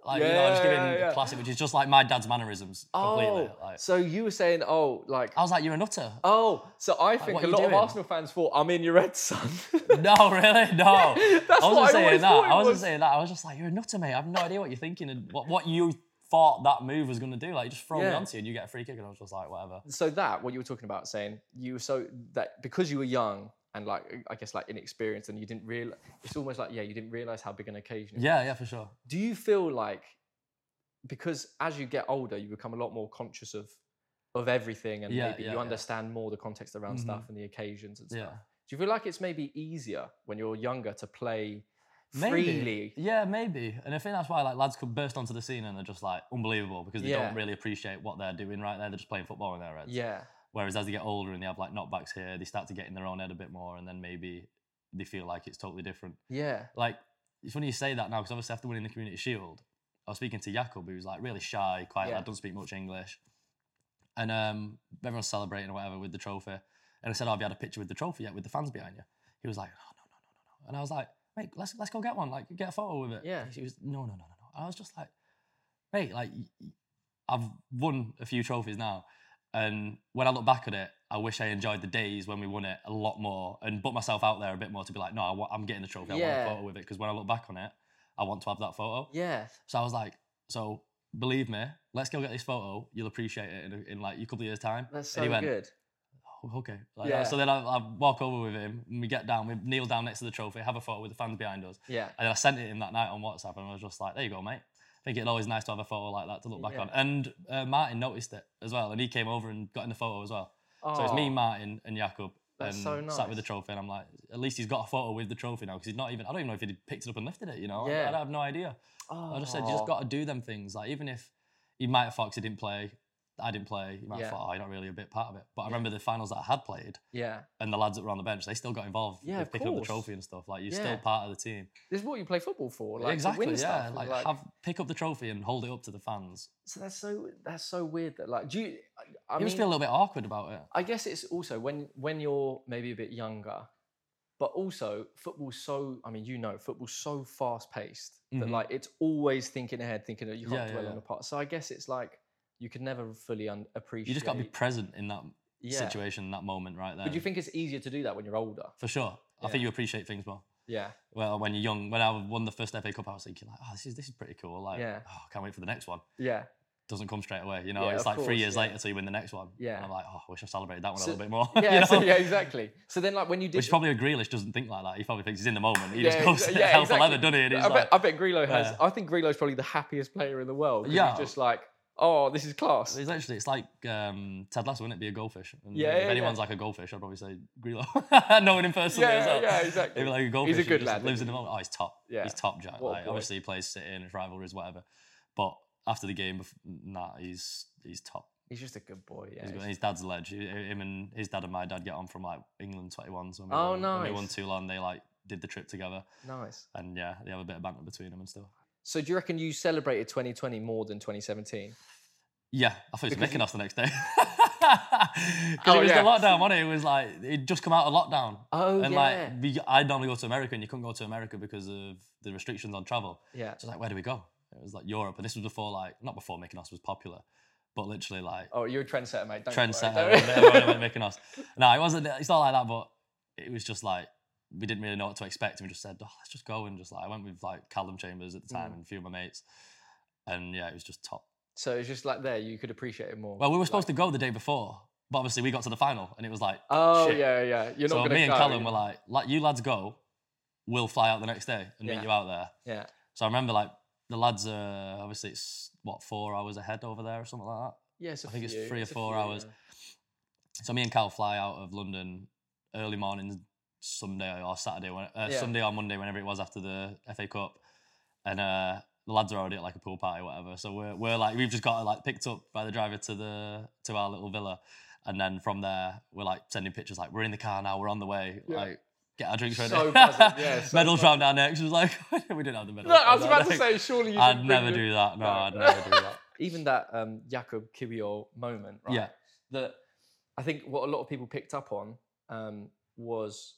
[SPEAKER 2] like you know, I'm just
[SPEAKER 1] Yeah,
[SPEAKER 2] giving
[SPEAKER 1] yeah,
[SPEAKER 2] the
[SPEAKER 1] yeah.
[SPEAKER 2] classic, which is just like my dad's mannerisms completely.
[SPEAKER 1] oh,
[SPEAKER 2] Like,
[SPEAKER 1] so you were saying, oh, like
[SPEAKER 2] I was like, you're a nutter. [LAUGHS]
[SPEAKER 1] Oh, so I think
[SPEAKER 2] what
[SPEAKER 1] a
[SPEAKER 2] you
[SPEAKER 1] lot of
[SPEAKER 2] doing?
[SPEAKER 1] Arsenal fans thought I'm in your red son. [LAUGHS]
[SPEAKER 2] No, really, no.
[SPEAKER 1] That's
[SPEAKER 2] I
[SPEAKER 1] what I
[SPEAKER 2] wasn't saying
[SPEAKER 1] always
[SPEAKER 2] that.
[SPEAKER 1] thought it
[SPEAKER 2] I wasn't
[SPEAKER 1] was.
[SPEAKER 2] saying that. I was just like, you're a nutter, mate. I have no idea what you're thinking and what, what you thought that move was going to do. Like, you just throw me
[SPEAKER 1] Yeah.
[SPEAKER 2] onto you and you get a free kick, and I was just like, whatever.
[SPEAKER 1] so that what you were talking about, saying you were so that because you were young and like I guess like inexperienced and you didn't realize it's almost like yeah you didn't realize how big an occasion. it was.
[SPEAKER 2] Yeah, yeah, for sure.
[SPEAKER 1] Do you feel like because as you get older you become a lot more conscious of of everything and
[SPEAKER 2] Yeah,
[SPEAKER 1] maybe
[SPEAKER 2] yeah,
[SPEAKER 1] you
[SPEAKER 2] yeah.
[SPEAKER 1] understand more the context around
[SPEAKER 2] Mhm.
[SPEAKER 1] stuff and the occasions and stuff.
[SPEAKER 2] Yeah.
[SPEAKER 1] Do you feel like it's maybe easier when you're younger to play
[SPEAKER 2] Maybe.
[SPEAKER 1] freely?
[SPEAKER 2] Yeah, maybe. And I think that's why like lads could burst onto the scene and they're just like unbelievable because they
[SPEAKER 1] Yeah.
[SPEAKER 2] don't really appreciate what they're doing right there. They're just playing football in their heads.
[SPEAKER 1] Yeah.
[SPEAKER 2] Whereas as they get older and they have like knockbacks here, they start to get in their own head a bit more and then maybe they feel like it's totally different.
[SPEAKER 1] Yeah.
[SPEAKER 2] Like it's funny you say that now because obviously after winning the Community Shield, I was speaking to Jakob who was like really shy, quiet
[SPEAKER 1] Yeah.
[SPEAKER 2] lad, doesn't speak much English. And um, everyone's celebrating or whatever with the trophy. And I said, oh, have you had a picture with the trophy yet with the fans behind you? He was like, oh, no, no, no, no, no. And I was like, mate, let's, let's go get one. Like, get a photo with it.
[SPEAKER 1] Yeah.
[SPEAKER 2] He was, no, no, no, no, no. And I was just like, mate, like, y- y- I've won a few trophies now. And when I look back at it, I wish I enjoyed the days when we won it a lot more and put myself out there a bit more to be like, no, I wa- I'm getting the trophy. I
[SPEAKER 1] Yeah.
[SPEAKER 2] want a photo with it. Because when I look back on it, I want to have that photo.
[SPEAKER 1] Yeah.
[SPEAKER 2] So I was like, so believe me, let's go get this photo. You'll appreciate it in, a- in like a couple of years' time.
[SPEAKER 1] That's so
[SPEAKER 2] and he went,
[SPEAKER 1] good.
[SPEAKER 2] "Oh, okay. Like that.
[SPEAKER 1] Yeah.
[SPEAKER 2] So then I, I walk over with him and we get down, we kneel down next to the trophy, have a photo with the fans behind us.
[SPEAKER 1] Yeah.
[SPEAKER 2] And then I sent it him that night on WhatsApp and I was just like, there you go, mate. I think it's always nice to have a photo like that to look back
[SPEAKER 1] Yeah.
[SPEAKER 2] on. And uh, Martin noticed it as well and he came over and got in the photo as well. So it's me,
[SPEAKER 1] Aw.
[SPEAKER 2] Martin, and Jakob.
[SPEAKER 1] Oh. That's
[SPEAKER 2] and
[SPEAKER 1] so
[SPEAKER 2] Sat with the
[SPEAKER 1] nice.
[SPEAKER 2] trophy, and I'm like, at least he's got a photo with the trophy now because he's not even. I don't even know if he'd picked it up and lifted it. You know, I-
[SPEAKER 1] Yeah.
[SPEAKER 2] I have no idea. I just said you
[SPEAKER 1] Aw.
[SPEAKER 2] just got to do them things. Like even if you might have thought 'cause he didn't play, I didn't play. You might
[SPEAKER 1] Yeah.
[SPEAKER 2] have thought, oh, you're not really a bit part of it. But I
[SPEAKER 1] Yeah.
[SPEAKER 2] remember the finals that I had played
[SPEAKER 1] Yeah.
[SPEAKER 2] and the lads that were on the bench, they still got involved
[SPEAKER 1] Yeah,
[SPEAKER 2] with
[SPEAKER 1] of
[SPEAKER 2] picking up the
[SPEAKER 1] course.
[SPEAKER 2] trophy and stuff. Like you're
[SPEAKER 1] Yeah.
[SPEAKER 2] still part of the team.
[SPEAKER 1] This is what you play football for. Like,
[SPEAKER 2] exactly.
[SPEAKER 1] To win
[SPEAKER 2] yeah.
[SPEAKER 1] Stuff. and,
[SPEAKER 2] like, have pick up the trophy and hold it up to the fans.
[SPEAKER 1] so that's so that's so weird that like do you I, I
[SPEAKER 2] you
[SPEAKER 1] mean,
[SPEAKER 2] just feel a little bit awkward about it.
[SPEAKER 1] I guess it's also when when you're maybe a bit younger, but also football's so I mean, you know, football's so fast paced that
[SPEAKER 2] Mhm.
[SPEAKER 1] like it's always thinking ahead, thinking that you can't
[SPEAKER 2] Yeah,
[SPEAKER 1] dwell
[SPEAKER 2] yeah,
[SPEAKER 1] on
[SPEAKER 2] yeah.
[SPEAKER 1] the part. So I guess it's like you can never fully un- appreciate
[SPEAKER 2] You just got to be present in that
[SPEAKER 1] yeah.
[SPEAKER 2] situation, in that moment, right there.
[SPEAKER 1] But do you think it's easier to do that when you're older?
[SPEAKER 2] For sure, I
[SPEAKER 1] Yeah.
[SPEAKER 2] think you appreciate things more.
[SPEAKER 1] Yeah.
[SPEAKER 2] Well, when you're young, when I won the first FA Cup, I was thinking like, oh, this is this is pretty cool. Like,
[SPEAKER 1] Yeah.
[SPEAKER 2] oh, can't wait for the next one. [LAUGHS]
[SPEAKER 1] Yeah.
[SPEAKER 2] doesn't come straight away. You know,
[SPEAKER 1] Yeah,
[SPEAKER 2] it's
[SPEAKER 1] of
[SPEAKER 2] like three
[SPEAKER 1] course,
[SPEAKER 2] years
[SPEAKER 1] yeah.
[SPEAKER 2] later till you win the next one.
[SPEAKER 1] Yeah.
[SPEAKER 2] And I'm like, oh, I wish I celebrated that one
[SPEAKER 1] So-
[SPEAKER 2] a little bit more. [LAUGHS]
[SPEAKER 1] Yeah, [LAUGHS]
[SPEAKER 2] you know?
[SPEAKER 1] so- yeah, exactly. So then, like when you did,
[SPEAKER 2] Which is probably Grealish doesn't think like that. He probably thinks he's in the moment. He just
[SPEAKER 1] Yeah,
[SPEAKER 2] goes
[SPEAKER 1] exa-
[SPEAKER 2] to
[SPEAKER 1] yeah,
[SPEAKER 2] hell for
[SPEAKER 1] exactly.
[SPEAKER 2] leather, doesn't he? And he's
[SPEAKER 1] I,
[SPEAKER 2] like,
[SPEAKER 1] bet, I bet Grillo has.
[SPEAKER 2] Yeah.
[SPEAKER 1] I think Grillo's probably the happiest player in the world. 'cause
[SPEAKER 2] Yeah.
[SPEAKER 1] He's just like, oh, this is class.
[SPEAKER 2] it's literally, it's like um, Ted Lasso, wouldn't it? Be a goldfish. And
[SPEAKER 1] Yeah,
[SPEAKER 2] If
[SPEAKER 1] yeah,
[SPEAKER 2] anyone's
[SPEAKER 1] yeah.
[SPEAKER 2] like a goldfish, I'd probably say Grealish. [LAUGHS] Knowing him personally
[SPEAKER 1] Yeah,
[SPEAKER 2] as well.
[SPEAKER 1] yeah,
[SPEAKER 2] He'd
[SPEAKER 1] exactly.
[SPEAKER 2] be like a goldfish.
[SPEAKER 1] good
[SPEAKER 2] who just
[SPEAKER 1] lad,
[SPEAKER 2] Lives
[SPEAKER 1] isn't
[SPEAKER 2] in the moment. Oh, he's top.
[SPEAKER 1] Yeah.
[SPEAKER 2] He's top jack.
[SPEAKER 1] What a
[SPEAKER 2] Like,
[SPEAKER 1] boy.
[SPEAKER 2] obviously, he plays City and his rivalries, whatever. But after the game, bef- nah, he's he's top.
[SPEAKER 1] He's just a good boy. Yeah.
[SPEAKER 2] He's
[SPEAKER 1] he's-
[SPEAKER 2] got- his dad's ledge. He- Him and his dad and my dad get on from like England 21s. When we
[SPEAKER 1] Oh,
[SPEAKER 2] won, When we won
[SPEAKER 1] nice.
[SPEAKER 2] Toulon, they like did the trip together,
[SPEAKER 1] Nice.
[SPEAKER 2] and yeah, they have a bit of banter between them and stuff.
[SPEAKER 1] So do you reckon you celebrated 2020 more than 2017?
[SPEAKER 2] Yeah, I thought it was
[SPEAKER 1] Because you-
[SPEAKER 2] Mykonos the next day. [LAUGHS] Because
[SPEAKER 1] Oh,
[SPEAKER 2] it was
[SPEAKER 1] yeah.
[SPEAKER 2] the lockdown, wasn't it? It was like it'd just come out of lockdown,
[SPEAKER 1] Oh
[SPEAKER 2] and
[SPEAKER 1] yeah.
[SPEAKER 2] like we, I normally go to America, and you couldn't go to America because of the restrictions on travel.
[SPEAKER 1] yeah.
[SPEAKER 2] So like, where do we go? It was like Europe, and this was before like not before Mykonos was popular, but literally like
[SPEAKER 1] Oh, you're a trendsetter, mate. Don't you worry,
[SPEAKER 2] trendsetter.
[SPEAKER 1] don't- [LAUGHS]
[SPEAKER 2] Everyone went making us. No, it wasn't. It's not like that, but it was just like we didn't really know what to expect, and we just said, oh, "Let's just go." And just like I went with like Callum Chambers at the time
[SPEAKER 1] Mm.
[SPEAKER 2] and a few of my mates, and yeah, it was just top.
[SPEAKER 1] so it's just like there, you could appreciate it more.
[SPEAKER 2] Well, we were supposed to go the day before, but obviously we got to the final, and it was like,
[SPEAKER 1] [LAUGHS] Oh
[SPEAKER 2] shit.
[SPEAKER 1] yeah, yeah. You're not
[SPEAKER 2] so
[SPEAKER 1] gonna
[SPEAKER 2] me and
[SPEAKER 1] go.
[SPEAKER 2] Callum were like, "Like you lads go, we'll fly out the next day and
[SPEAKER 1] Yeah.
[SPEAKER 2] meet you out there."
[SPEAKER 1] yeah.
[SPEAKER 2] So I remember like the lads are obviously it's what four hours ahead over there or something like that.
[SPEAKER 1] Yeah, it's a
[SPEAKER 2] I think it's
[SPEAKER 1] few,
[SPEAKER 2] three or
[SPEAKER 1] [LAUGHS] a
[SPEAKER 2] four
[SPEAKER 1] few,
[SPEAKER 2] hours.
[SPEAKER 1] yeah.
[SPEAKER 2] So me and Cal fly out of London early mornings Sunday or Saturday, when, uh,
[SPEAKER 1] Yeah.
[SPEAKER 2] Sunday or Monday, whenever it was after the FA Cup, and uh, the lads are already at like a pool party or whatever. So we're, we're like we've just got like picked up by the driver to the to our little villa, and then from there we're like sending pictures like we're in the car now, we're on the way,
[SPEAKER 1] Yeah.
[SPEAKER 2] like get our drinks ready. [LAUGHS]
[SPEAKER 1] So buzzing, yeah, so
[SPEAKER 2] medals
[SPEAKER 1] buzzing.
[SPEAKER 2] round our necks. It was like [LAUGHS] we didn't have the medals.
[SPEAKER 1] No, I
[SPEAKER 2] round
[SPEAKER 1] was
[SPEAKER 2] our
[SPEAKER 1] about to
[SPEAKER 2] [LAUGHS] necks.
[SPEAKER 1] say, surely you
[SPEAKER 2] I'd
[SPEAKER 1] didn't
[SPEAKER 2] never
[SPEAKER 1] bring the-
[SPEAKER 2] do that. No,
[SPEAKER 1] No. [LAUGHS]
[SPEAKER 2] I'd never do that.
[SPEAKER 1] Even that um, Jakob Kivior moment, right?
[SPEAKER 2] Yeah.
[SPEAKER 1] That I think what a lot of people picked up on um, was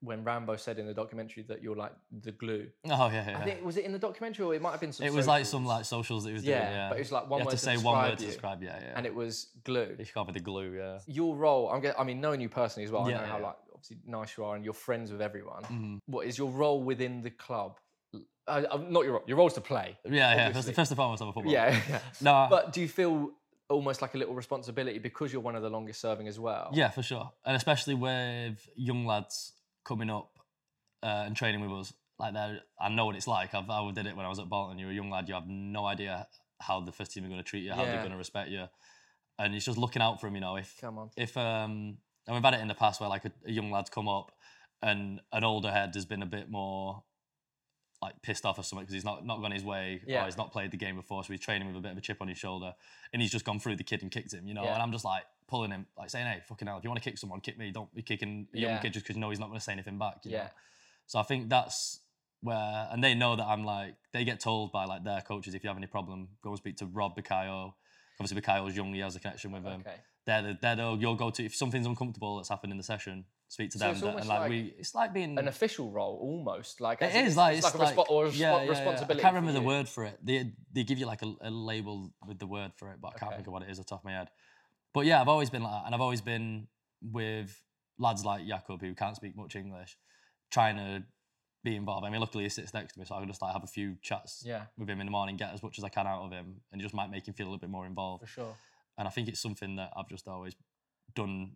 [SPEAKER 1] when Rambo said in the documentary that you're like the glue.
[SPEAKER 2] [LAUGHS] Oh yeah, yeah.
[SPEAKER 1] I think was it in the documentary or it might have been some.
[SPEAKER 2] it was like some
[SPEAKER 1] socials?
[SPEAKER 2] like socials that he was
[SPEAKER 1] yeah,
[SPEAKER 2] doing. Yeah,
[SPEAKER 1] but it was like
[SPEAKER 2] you
[SPEAKER 1] one
[SPEAKER 2] have
[SPEAKER 1] word
[SPEAKER 2] to say
[SPEAKER 1] describe
[SPEAKER 2] one word to
[SPEAKER 1] you,
[SPEAKER 2] describe. Yeah, yeah.
[SPEAKER 1] and it was glue.
[SPEAKER 2] It's covered the glue. Yeah.
[SPEAKER 1] Your role, I'm. Get, I mean, knowing you personally as well, I
[SPEAKER 2] Yeah,
[SPEAKER 1] know
[SPEAKER 2] yeah,
[SPEAKER 1] how
[SPEAKER 2] yeah.
[SPEAKER 1] like obviously nice you are, and you're friends with everyone.
[SPEAKER 2] Mhm.
[SPEAKER 1] What is your role within the club? Uh, uh, not your role. Your role's to play.
[SPEAKER 2] Yeah, yeah. First,
[SPEAKER 1] Obviously.
[SPEAKER 2] first and foremost, I'm a footballer. [LAUGHS]
[SPEAKER 1] Yeah, yeah.
[SPEAKER 2] No.
[SPEAKER 1] But do you feel almost like a little responsibility because you're one of the longest serving as well?
[SPEAKER 2] yeah, for sure, and especially with young lads coming up uh, and training with us. Like they're- I know what it's like. I've, I did it when I was at Bolton. You're a young lad. You have no idea how the first team are going to treat you, how
[SPEAKER 1] Yeah.
[SPEAKER 2] they're going to respect you, and it's just looking out for them. You know, if
[SPEAKER 1] Come on.
[SPEAKER 2] if um and we've had it in the past where like a, a young lad's come up and an older head has been a bit more like pissed off or something because he's not not gone his way
[SPEAKER 1] Yeah.
[SPEAKER 2] or he's not played the game before so he's training with a bit of a chip on his shoulder and he's just gone through the kid and kicked him you know
[SPEAKER 1] Yeah.
[SPEAKER 2] and I'm just like pulling him like saying hey fucking hell if you want to kick someone kick me don't be kicking a young
[SPEAKER 1] Yeah.
[SPEAKER 2] kid just because you know he's not going to say anything back you know?
[SPEAKER 1] Yeah.
[SPEAKER 2] so I think that's where and they know that I'm like they get told by like their coaches if you have any problem go and speak to Rob Bakayo obviously Bakayo's young he has a connection with him
[SPEAKER 1] okay.
[SPEAKER 2] they're the, they're the, your go to if something's uncomfortable that's happened in the session. Speak to
[SPEAKER 1] So
[SPEAKER 2] them
[SPEAKER 1] it's
[SPEAKER 2] that-
[SPEAKER 1] almost
[SPEAKER 2] and like,
[SPEAKER 1] like
[SPEAKER 2] we. It's like being.
[SPEAKER 1] An official role, almost like
[SPEAKER 2] it
[SPEAKER 1] as
[SPEAKER 2] is like
[SPEAKER 1] it's, like, a respo- or a respo- responsibility.
[SPEAKER 2] I can't
[SPEAKER 1] for
[SPEAKER 2] remember the
[SPEAKER 1] you.
[SPEAKER 2] word for it. They they give you like a, a label with the word for it, but I can't
[SPEAKER 1] Okay.
[SPEAKER 2] think of what it is off the top of my head. But yeah, I've always been like, that, and I've always been with lads like Jakob who can't speak much English, trying to be involved. I mean, luckily he sits next to me, so I can just like have a few chats
[SPEAKER 1] Yeah,
[SPEAKER 2] with him in the morning, get as much as I can out of him, and it just might make him feel a little bit more involved
[SPEAKER 1] for sure.
[SPEAKER 2] and I think it's something that I've just always done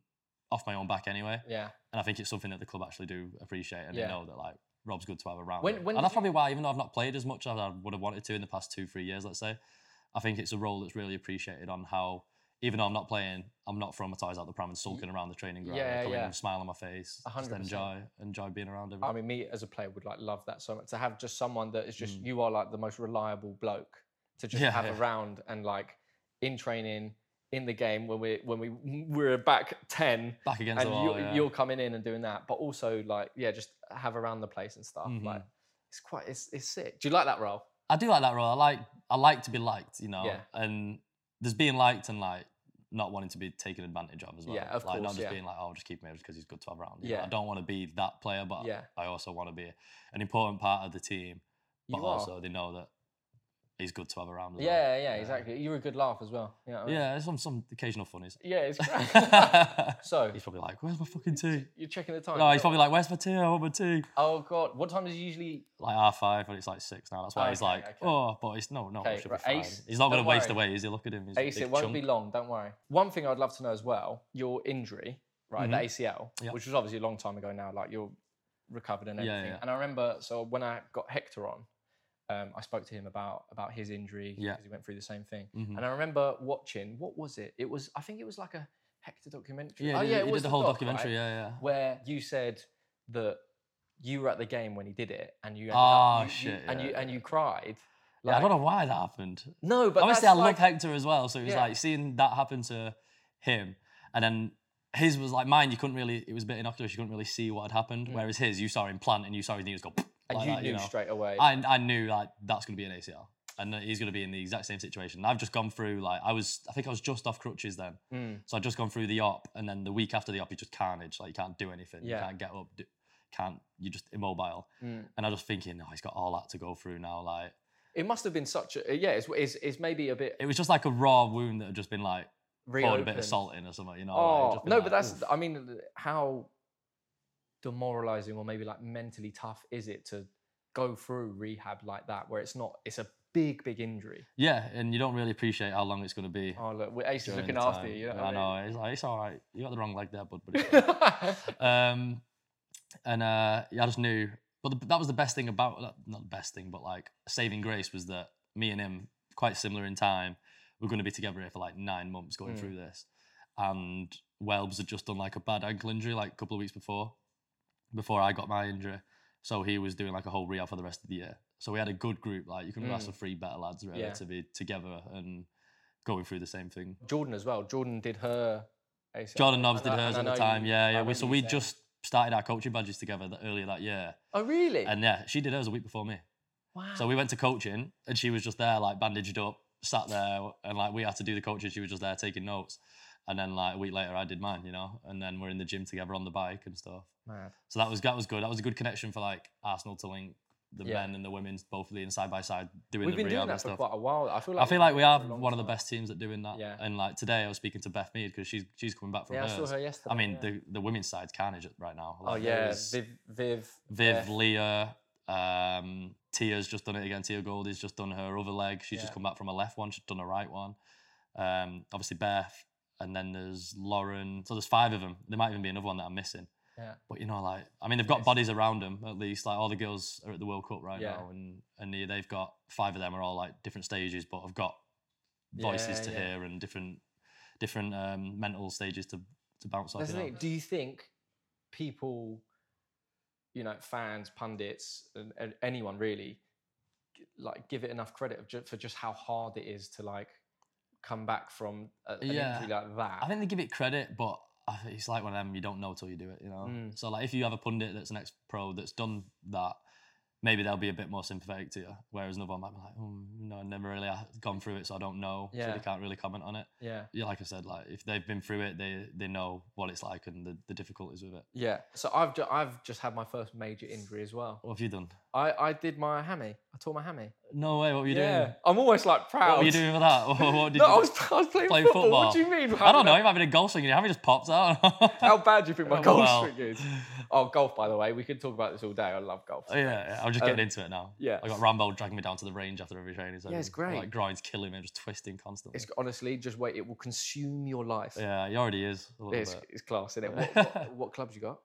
[SPEAKER 2] off my own back anyway.
[SPEAKER 1] Yeah.
[SPEAKER 2] And I think it's something that the club actually do appreciate, and
[SPEAKER 1] Yeah.
[SPEAKER 2] they know that like Rob's good to have around.
[SPEAKER 1] When-
[SPEAKER 2] him.
[SPEAKER 1] when
[SPEAKER 2] and
[SPEAKER 1] did
[SPEAKER 2] that's probably why, even though I've not played as much as I would have wanted to in the past two, three years, let's say, I think it's a role that's really appreciated on how, even though I'm not playing, I'm not traumatized out the pram and sulking around the training ground.
[SPEAKER 1] Yeah,
[SPEAKER 2] I come
[SPEAKER 1] yeah.
[SPEAKER 2] in and smile on my face,
[SPEAKER 1] A hundred
[SPEAKER 2] just
[SPEAKER 1] percent.
[SPEAKER 2] enjoy, enjoy being around
[SPEAKER 1] I
[SPEAKER 2] everyone.
[SPEAKER 1] mean, me as a player would like love that so much to have just someone that is just you are like the most reliable bloke to just
[SPEAKER 2] Mm. Yeah,
[SPEAKER 1] have
[SPEAKER 2] yeah.
[SPEAKER 1] around and like in training, in the game when we when we we're back ten
[SPEAKER 2] Back against
[SPEAKER 1] and
[SPEAKER 2] the wall.
[SPEAKER 1] you,
[SPEAKER 2] yeah.
[SPEAKER 1] you're coming in and doing that, but also like yeah, just have around the place and stuff.
[SPEAKER 2] Mm-hmm.
[SPEAKER 1] Like it's quite it's it's sick. Do you like that role?
[SPEAKER 2] I do like that role. I like I like to be liked, you know.
[SPEAKER 1] Yeah.
[SPEAKER 2] And there's being liked and like not wanting to be taken advantage of as well.
[SPEAKER 1] Yeah, of
[SPEAKER 2] like,
[SPEAKER 1] course,
[SPEAKER 2] Not just
[SPEAKER 1] yeah.
[SPEAKER 2] being like, oh, just keep him here because he's good to have around. you know.
[SPEAKER 1] Yeah.
[SPEAKER 2] I don't want to be that player, but
[SPEAKER 1] Yeah.
[SPEAKER 2] I also want to be an important part of the team. But
[SPEAKER 1] you
[SPEAKER 2] also,
[SPEAKER 1] are.
[SPEAKER 2] they know that he's good to have around. As
[SPEAKER 1] Yeah,
[SPEAKER 2] well.
[SPEAKER 1] yeah, exactly. You're a good laugh as well. You know what I mean?
[SPEAKER 2] Yeah, there's some some
[SPEAKER 1] [LAUGHS]
[SPEAKER 2] occasional funnies. [LAUGHS]
[SPEAKER 1] Yeah, it's great. [LAUGHS]
[SPEAKER 2] he's
[SPEAKER 1] so
[SPEAKER 2] probably like, where's my fucking tea?
[SPEAKER 1] you're checking the time.
[SPEAKER 2] No,
[SPEAKER 1] is
[SPEAKER 2] he's
[SPEAKER 1] that
[SPEAKER 2] probably like, where's my tea? I want my tea.
[SPEAKER 1] what- Oh god, what time is it usually?
[SPEAKER 2] Like half five, but it's like six now. That's why he's
[SPEAKER 1] Okay,
[SPEAKER 2] like,
[SPEAKER 1] okay.
[SPEAKER 2] oh, but it's no, no,
[SPEAKER 1] Okay,
[SPEAKER 2] it should
[SPEAKER 1] right,
[SPEAKER 2] be fine.
[SPEAKER 1] Ace,
[SPEAKER 2] he's not going
[SPEAKER 1] don't
[SPEAKER 2] to waste
[SPEAKER 1] worry.
[SPEAKER 2] away, is he? Look at him. He's a
[SPEAKER 1] Ace,
[SPEAKER 2] big
[SPEAKER 1] it won't
[SPEAKER 2] chunk.
[SPEAKER 1] be long. Don't worry. One thing I'd love to know as well: your injury, right? The ACL,
[SPEAKER 2] Mm-hmm. Yeah.
[SPEAKER 1] which was obviously a long time ago now. Like you're recovered and
[SPEAKER 2] Yeah,
[SPEAKER 1] everything.
[SPEAKER 2] yeah.
[SPEAKER 1] And I remember, so when I got Hector on, um, I spoke to him about about his injury because
[SPEAKER 2] Yeah.
[SPEAKER 1] he went through the same thing.
[SPEAKER 2] Mhm.
[SPEAKER 1] And I remember watching. What was it? It was. I think it was like a Hector documentary.
[SPEAKER 2] Yeah,
[SPEAKER 1] oh,
[SPEAKER 2] he did,
[SPEAKER 1] yeah,
[SPEAKER 2] he
[SPEAKER 1] it
[SPEAKER 2] did
[SPEAKER 1] was
[SPEAKER 2] the whole
[SPEAKER 1] doc,
[SPEAKER 2] documentary.
[SPEAKER 1] right?
[SPEAKER 2] Yeah, yeah.
[SPEAKER 1] where you said that you were at the game when he did it, and you ended
[SPEAKER 2] Ah,
[SPEAKER 1] up, you- you-
[SPEAKER 2] shit,
[SPEAKER 1] and
[SPEAKER 2] yeah,
[SPEAKER 1] you and
[SPEAKER 2] yeah.
[SPEAKER 1] you cried.
[SPEAKER 2] Yeah, I don't know why that happened.
[SPEAKER 1] No, but
[SPEAKER 2] Obviously, I
[SPEAKER 1] that's
[SPEAKER 2] love
[SPEAKER 1] like,
[SPEAKER 2] Hector as well, so it was
[SPEAKER 1] Yeah.
[SPEAKER 2] like seeing that happen to him, and then his was like mine. You couldn't really. It was a bit innocuous. You couldn't really see what had happened.
[SPEAKER 1] Mm.
[SPEAKER 2] Whereas his, you saw him plant, and you saw his knees go.
[SPEAKER 1] and
[SPEAKER 2] like
[SPEAKER 1] you
[SPEAKER 2] that,
[SPEAKER 1] knew
[SPEAKER 2] know.
[SPEAKER 1] straight away.
[SPEAKER 2] I, I knew like that's going to be an ACL, and that he's going to be in the exact same situation. I've just gone through like I was. I think I was just off crutches then,
[SPEAKER 1] Mm.
[SPEAKER 2] so I'd just gone through the op, and then the week after the op, you just carnage. Like you can't do anything.
[SPEAKER 1] Yeah.
[SPEAKER 2] You can't get up. Do, can't. You're just immobile.
[SPEAKER 1] Mm.
[SPEAKER 2] And I was thinking, oh, he's got all that to go through now. Like
[SPEAKER 1] It must have been such a uh, yeah. It's it's, it's maybe a bit
[SPEAKER 2] it was just like a raw wound that had just been like poured a
[SPEAKER 1] reopened.
[SPEAKER 2] bit of salt in or something, you know. like, it'd
[SPEAKER 1] Oh
[SPEAKER 2] just been
[SPEAKER 1] no,
[SPEAKER 2] like,
[SPEAKER 1] but that's
[SPEAKER 2] oof.
[SPEAKER 1] I mean, how demoralizing or maybe like mentally tough is it to go through rehab like that, where it's not it's a big big injury.
[SPEAKER 2] yeah, and you don't really appreciate how long it's going to be.
[SPEAKER 1] Oh look, we're Ace is
[SPEAKER 2] during
[SPEAKER 1] looking
[SPEAKER 2] the
[SPEAKER 1] after
[SPEAKER 2] time.
[SPEAKER 1] you. You know
[SPEAKER 2] I
[SPEAKER 1] what
[SPEAKER 2] know.
[SPEAKER 1] I
[SPEAKER 2] It's, like, it's all right. You got the wrong leg there, bud.
[SPEAKER 1] [LAUGHS]
[SPEAKER 2] But it's all right.
[SPEAKER 1] know.
[SPEAKER 2] um, and uh, yeah, I just knew. But the, that was the best thing about not- not the best thing, but like saving grace was that me and him, quite similar in time, we're going to be together here for like nine months going
[SPEAKER 1] Mm.
[SPEAKER 2] through this. And Welbs had just done like a bad ankle injury like a couple of weeks before, before I got my injury. So he was doing like a whole rehab for the rest of the year. So we had a good group. Like you can ask for three better lads really
[SPEAKER 1] Yeah.
[SPEAKER 2] to be together and going through the same thing.
[SPEAKER 1] Jordan as well. Jordan did her. ACL.
[SPEAKER 2] Jordan Nobbs
[SPEAKER 1] I
[SPEAKER 2] did
[SPEAKER 1] know-
[SPEAKER 2] hers
[SPEAKER 1] and I
[SPEAKER 2] at the
[SPEAKER 1] know
[SPEAKER 2] time.
[SPEAKER 1] you- I
[SPEAKER 2] yeah, yeah. We,
[SPEAKER 1] remember
[SPEAKER 2] so
[SPEAKER 1] you
[SPEAKER 2] we
[SPEAKER 1] saying.
[SPEAKER 2] just started our coaching badges together that, earlier that year,
[SPEAKER 1] Oh really?
[SPEAKER 2] and yeah, she did hers a week before me.
[SPEAKER 1] wow.
[SPEAKER 2] So we went to coaching, and she was just there, like bandaged up, sat there, and like we had to do the coaching. She was just there taking notes, and then like a week later, I did mine, you know. And then we're in the gym together on the bike and stuff.
[SPEAKER 1] Mad.
[SPEAKER 2] So that was that was good. That was a good connection for like Arsenal to link the
[SPEAKER 1] Yeah.
[SPEAKER 2] men and the women's both being side by side doing
[SPEAKER 1] We've
[SPEAKER 2] the
[SPEAKER 1] been doing
[SPEAKER 2] rehab
[SPEAKER 1] that
[SPEAKER 2] and
[SPEAKER 1] for
[SPEAKER 2] stuff.
[SPEAKER 1] quite a while. I feel like
[SPEAKER 2] I feel
[SPEAKER 1] we've
[SPEAKER 2] like
[SPEAKER 1] been doing
[SPEAKER 2] we
[SPEAKER 1] it
[SPEAKER 2] are
[SPEAKER 1] for a long
[SPEAKER 2] one of the
[SPEAKER 1] time.
[SPEAKER 2] best teams at doing that.
[SPEAKER 1] Yeah.
[SPEAKER 2] And like today, I was speaking to Beth Mead because she's she's coming back from
[SPEAKER 1] Yeah, I saw
[SPEAKER 2] hers.
[SPEAKER 1] her yesterday.
[SPEAKER 2] I mean,
[SPEAKER 1] yeah.
[SPEAKER 2] the, the women's side's carnage at- right now.
[SPEAKER 1] oh
[SPEAKER 2] Like, there
[SPEAKER 1] yeah,
[SPEAKER 2] is
[SPEAKER 1] Viv, Viv,
[SPEAKER 2] Viv,
[SPEAKER 1] Beth.
[SPEAKER 2] Leah, um, Tia's just done it again. Tia Goldie's just done her other leg. She's
[SPEAKER 1] Yeah.
[SPEAKER 2] just come back from a left one. She's done a right one. Um, obviously Beth, and then there's Lauren. So there's five of them. There might even be another one that I'm missing.
[SPEAKER 1] Yeah.
[SPEAKER 2] But you know, like I mean, they've got
[SPEAKER 1] Yes.
[SPEAKER 2] bodies around them at least. Like all the girls are at the World Cup right
[SPEAKER 1] Yeah.
[SPEAKER 2] now, and and they- they've got five of them are all like different stages, but have got voices
[SPEAKER 1] Yeah,
[SPEAKER 2] to
[SPEAKER 1] yeah.
[SPEAKER 2] hear and different different um, mental stages to to bounce off.
[SPEAKER 1] That's
[SPEAKER 2] You
[SPEAKER 1] the
[SPEAKER 2] know?
[SPEAKER 1] thing. Do you think people, you know, fans, pundits, and, and anyone really, g- like give it enough credit of ju- for just how hard it is to like come back from a, an
[SPEAKER 2] Yeah.
[SPEAKER 1] injury like that?
[SPEAKER 2] I think they give it credit, but I think it's like one of them you don't know till you do it, you know.
[SPEAKER 1] Mm.
[SPEAKER 2] So like if you have a pundit that's an ex pro that's done that, maybe they'll be a bit more sympathetic to you. Whereas another one might be like, oh no, I've never really ha- gone through it, so I don't know. So
[SPEAKER 1] Yeah.
[SPEAKER 2] they can't really comment on it.
[SPEAKER 1] yeah.
[SPEAKER 2] Yeah, like I said, like if they've been through it, they they know what it's like and the, the difficulties with it.
[SPEAKER 1] Yeah. So I've ju- I've just had my first major injury as well.
[SPEAKER 2] What have you done?
[SPEAKER 1] I, I did my hammy. I tore my hammy.
[SPEAKER 2] No way, what were you doing?
[SPEAKER 1] I'm almost like proud.
[SPEAKER 2] What were you doing [LAUGHS] with that? What, what did
[SPEAKER 1] no,
[SPEAKER 2] you
[SPEAKER 1] I
[SPEAKER 2] do?
[SPEAKER 1] was, I was playing
[SPEAKER 2] Playing
[SPEAKER 1] football. What do you
[SPEAKER 2] football?
[SPEAKER 1] mean?
[SPEAKER 2] I don't
[SPEAKER 1] How-
[SPEAKER 2] know, you might have been a goal swing, you haven't just popped out. [LAUGHS]
[SPEAKER 1] How bad do you think my
[SPEAKER 2] Oh,
[SPEAKER 1] golf
[SPEAKER 2] well.
[SPEAKER 1] swing is? Oh, golf, by the way. We could talk about this all day. I love golf.
[SPEAKER 2] Oh, Yeah, yeah,
[SPEAKER 1] Uh,
[SPEAKER 2] I'm just getting into it now.
[SPEAKER 1] yeah.
[SPEAKER 2] I got Rambo dragging me down to the range after every training. session.
[SPEAKER 1] it's great.
[SPEAKER 2] Like groin's killing me, I'm just twisting constantly.
[SPEAKER 1] It's honestly just wait. It will consume your life.
[SPEAKER 2] yeah, he already is a little
[SPEAKER 1] it's, [LAUGHS]
[SPEAKER 2] bit.
[SPEAKER 1] it's class, is it?
[SPEAKER 2] [LAUGHS]
[SPEAKER 1] What,
[SPEAKER 2] Yeah.
[SPEAKER 1] what, what clubs you got?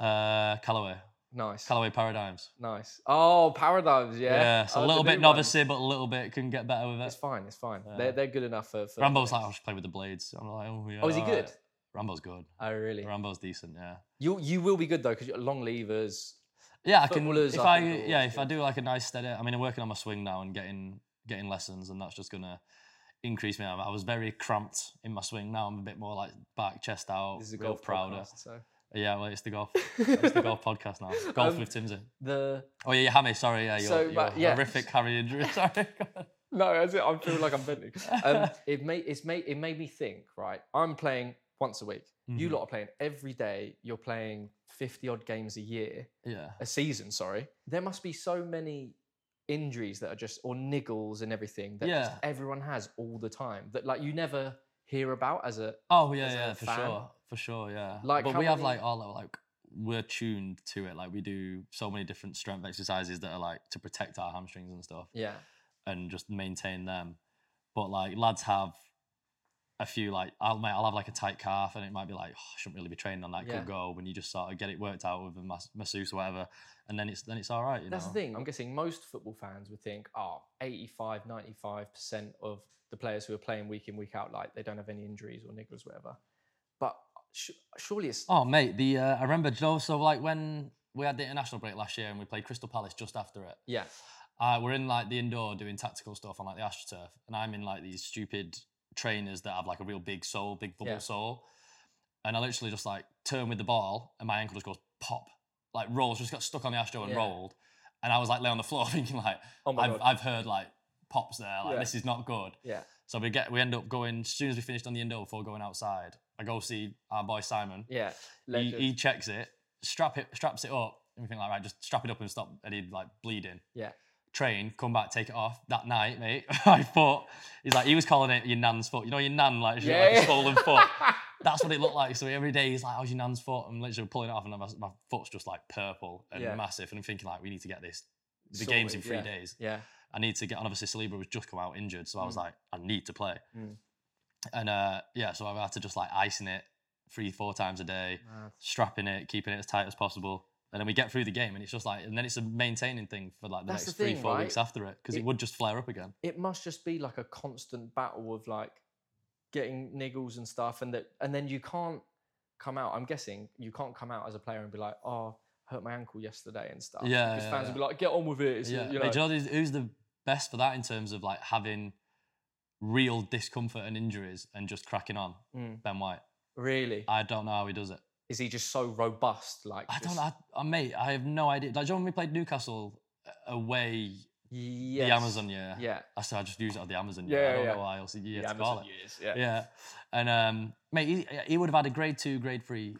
[SPEAKER 2] Uh, Callaway,
[SPEAKER 1] Nice,
[SPEAKER 2] Callaway Paradigms.
[SPEAKER 1] nice. Oh, Paradigms. Yeah,
[SPEAKER 2] so
[SPEAKER 1] Oh,
[SPEAKER 2] a
[SPEAKER 1] the
[SPEAKER 2] little bit
[SPEAKER 1] new
[SPEAKER 2] novice, but a little bit can get better with
[SPEAKER 1] one. It's
[SPEAKER 2] it.
[SPEAKER 1] fine. It's fine.
[SPEAKER 2] Yeah.
[SPEAKER 1] They're they're good enough for. for
[SPEAKER 2] Rambo's like, I'll just play with the blades. I'm like, oh yeah.
[SPEAKER 1] oh, is he
[SPEAKER 2] alright."
[SPEAKER 1] good?
[SPEAKER 2] Rambo's good.
[SPEAKER 1] Oh, really?
[SPEAKER 2] Rambo's decent. Yeah.
[SPEAKER 1] You you will be good though because you're long levers.
[SPEAKER 2] Yeah, I can.
[SPEAKER 1] Footballers,
[SPEAKER 2] If
[SPEAKER 1] I
[SPEAKER 2] I,
[SPEAKER 1] think, are
[SPEAKER 2] yeah,
[SPEAKER 1] always
[SPEAKER 2] if I
[SPEAKER 1] good.
[SPEAKER 2] do like a nice steady, I mean, I'm working on my swing now and getting getting lessons, and that's just gonna increase me. I I was very cramped in my swing. Now I'm a bit more like back, chest out,
[SPEAKER 1] This is a
[SPEAKER 2] Oh, real
[SPEAKER 1] golf
[SPEAKER 2] prouder.
[SPEAKER 1] podcast, so
[SPEAKER 2] Yeah, well, it's the golf. it's the golf podcast now. Golf
[SPEAKER 1] Um,
[SPEAKER 2] with Timsy.
[SPEAKER 1] [LAUGHS] the
[SPEAKER 2] Oh yeah, your hammy. Sorry, yeah, your,
[SPEAKER 1] so,
[SPEAKER 2] your
[SPEAKER 1] but, yeah,
[SPEAKER 2] horrific hammy injury. [LAUGHS] Sorry.
[SPEAKER 1] No, that's it. I feel like I'm
[SPEAKER 2] [LAUGHS]
[SPEAKER 1] bending. Um, it made it's made it made me think. Right, I'm playing once a week. You
[SPEAKER 2] Mhm.
[SPEAKER 1] lot are playing every day. You're playing fifty odd games a year,
[SPEAKER 2] yeah.
[SPEAKER 1] a season. Sorry, there must be so many injuries that are just or niggles and everything that just
[SPEAKER 2] Yeah.
[SPEAKER 1] everyone has all the time that like you never hear about as a
[SPEAKER 2] Oh yeah,
[SPEAKER 1] as a
[SPEAKER 2] yeah, for
[SPEAKER 1] fan.
[SPEAKER 2] sure, for sure, yeah.
[SPEAKER 1] Like,
[SPEAKER 2] but
[SPEAKER 1] how
[SPEAKER 2] we have
[SPEAKER 1] many-
[SPEAKER 2] like all our like we're tuned to it. Like we do so many different strength exercises that are like to protect our hamstrings and stuff.
[SPEAKER 1] yeah
[SPEAKER 2] and just maintain them. But like lads have a few like I'll mate, I'll have like a tight calf and it might be like oh, I shouldn't really be training on that.
[SPEAKER 1] Yeah.
[SPEAKER 2] Could go when you just sort of get it worked out with a mas- masseuse or whatever, and then it's then it's all right. You
[SPEAKER 1] that's
[SPEAKER 2] know?
[SPEAKER 1] the thing i'm guessing most football fans would think oh 85 95% of the players who are playing week in week out like they don't have any injuries or niggles whatever but sh- surely it's
[SPEAKER 2] Oh mate, the uh, I remember Joe. So like when we had the international break last year and we played Crystal Palace just after it.
[SPEAKER 1] yeah
[SPEAKER 2] uh, we're in like the indoor doing tactical stuff on like the astroturf, and I'm in like these stupid trainers that have like a real big sole, big bubble
[SPEAKER 1] Yeah.
[SPEAKER 2] sole, and I literally just like turn with the ball, and my ankle just goes pop, like rolls, just got stuck on the astro and
[SPEAKER 1] Yeah.
[SPEAKER 2] rolled, and I was like lay on the floor [LAUGHS] thinking like
[SPEAKER 1] oh my
[SPEAKER 2] I've,
[SPEAKER 1] god
[SPEAKER 2] I've heard like pops there, like
[SPEAKER 1] Yeah.
[SPEAKER 2] this is not good.
[SPEAKER 1] yeah
[SPEAKER 2] So we get we end up going as soon as we finished on the indoor before going outside. I go see our boy Simon.
[SPEAKER 1] yeah
[SPEAKER 2] He,
[SPEAKER 1] legend. [LAUGHS]
[SPEAKER 2] he checks it, strap it, straps it up, and we think like right, just strap it up and stop any like bleeding
[SPEAKER 1] yeah
[SPEAKER 2] train, come back, take it off that night, mate. [LAUGHS] my foot. He's like, he was calling it your nan's foot. You know, your nan, like, she got, like
[SPEAKER 1] Yeah.
[SPEAKER 2] a
[SPEAKER 1] [LAUGHS]
[SPEAKER 2] swollen foot. That's what it looked like. So every day he's like, how's your nan's foot? I'm literally pulling it off, and my, my foot's just like purple and
[SPEAKER 1] Yeah.
[SPEAKER 2] massive. And I'm thinking, like, we need to get this. The game's in
[SPEAKER 1] Sorted,
[SPEAKER 2] three
[SPEAKER 1] yeah.
[SPEAKER 2] days.
[SPEAKER 1] yeah
[SPEAKER 2] I need to get on. Obviously, Saliba was just come out injured. So I was
[SPEAKER 1] Mm.
[SPEAKER 2] like, I need to play.
[SPEAKER 1] Mm.
[SPEAKER 2] And uh, yeah, so I had to just like icing it three, four times a day
[SPEAKER 1] Mad.
[SPEAKER 2] strapping it, keeping it as tight as possible. And then we get through the game, and it's just like, and then it's a maintaining thing for like the
[SPEAKER 1] That's the
[SPEAKER 2] next three,
[SPEAKER 1] thing,
[SPEAKER 2] four
[SPEAKER 1] right?
[SPEAKER 2] weeks after it, because it,
[SPEAKER 1] It-
[SPEAKER 2] would just flare up again.
[SPEAKER 1] it must just be like a constant battle of like getting niggles and stuff and that and then you can't come out i'm guessing you can't come out as a player and be like oh hurt my ankle yesterday and stuff.
[SPEAKER 2] Yeah,
[SPEAKER 1] because
[SPEAKER 2] yeah,
[SPEAKER 1] fans
[SPEAKER 2] yeah.
[SPEAKER 1] would be like, get on with it. It's,
[SPEAKER 2] yeah.
[SPEAKER 1] you
[SPEAKER 2] But
[SPEAKER 1] know,
[SPEAKER 2] do you know who's- who's the best for that in terms of like having real discomfort and injuries and just cracking on?
[SPEAKER 1] Mm.
[SPEAKER 2] Ben White.
[SPEAKER 1] really,
[SPEAKER 2] I don't know how he does it.
[SPEAKER 1] is he just so robust? Like,
[SPEAKER 2] I don't
[SPEAKER 1] just-
[SPEAKER 2] know. I, I, mate, I have no idea. Like, do you know when we played Newcastle a- away
[SPEAKER 1] Yes.
[SPEAKER 2] the Amazon year?
[SPEAKER 1] Yeah.
[SPEAKER 2] I said I just use it at the Amazon
[SPEAKER 1] Yeah,
[SPEAKER 2] year. I don't
[SPEAKER 1] yeah.
[SPEAKER 2] know why else year
[SPEAKER 1] the
[SPEAKER 2] to call
[SPEAKER 1] Amazon
[SPEAKER 2] it.
[SPEAKER 1] years. Yeah.
[SPEAKER 2] Yeah. And um, mate, he, he would have had a grade two, grade three,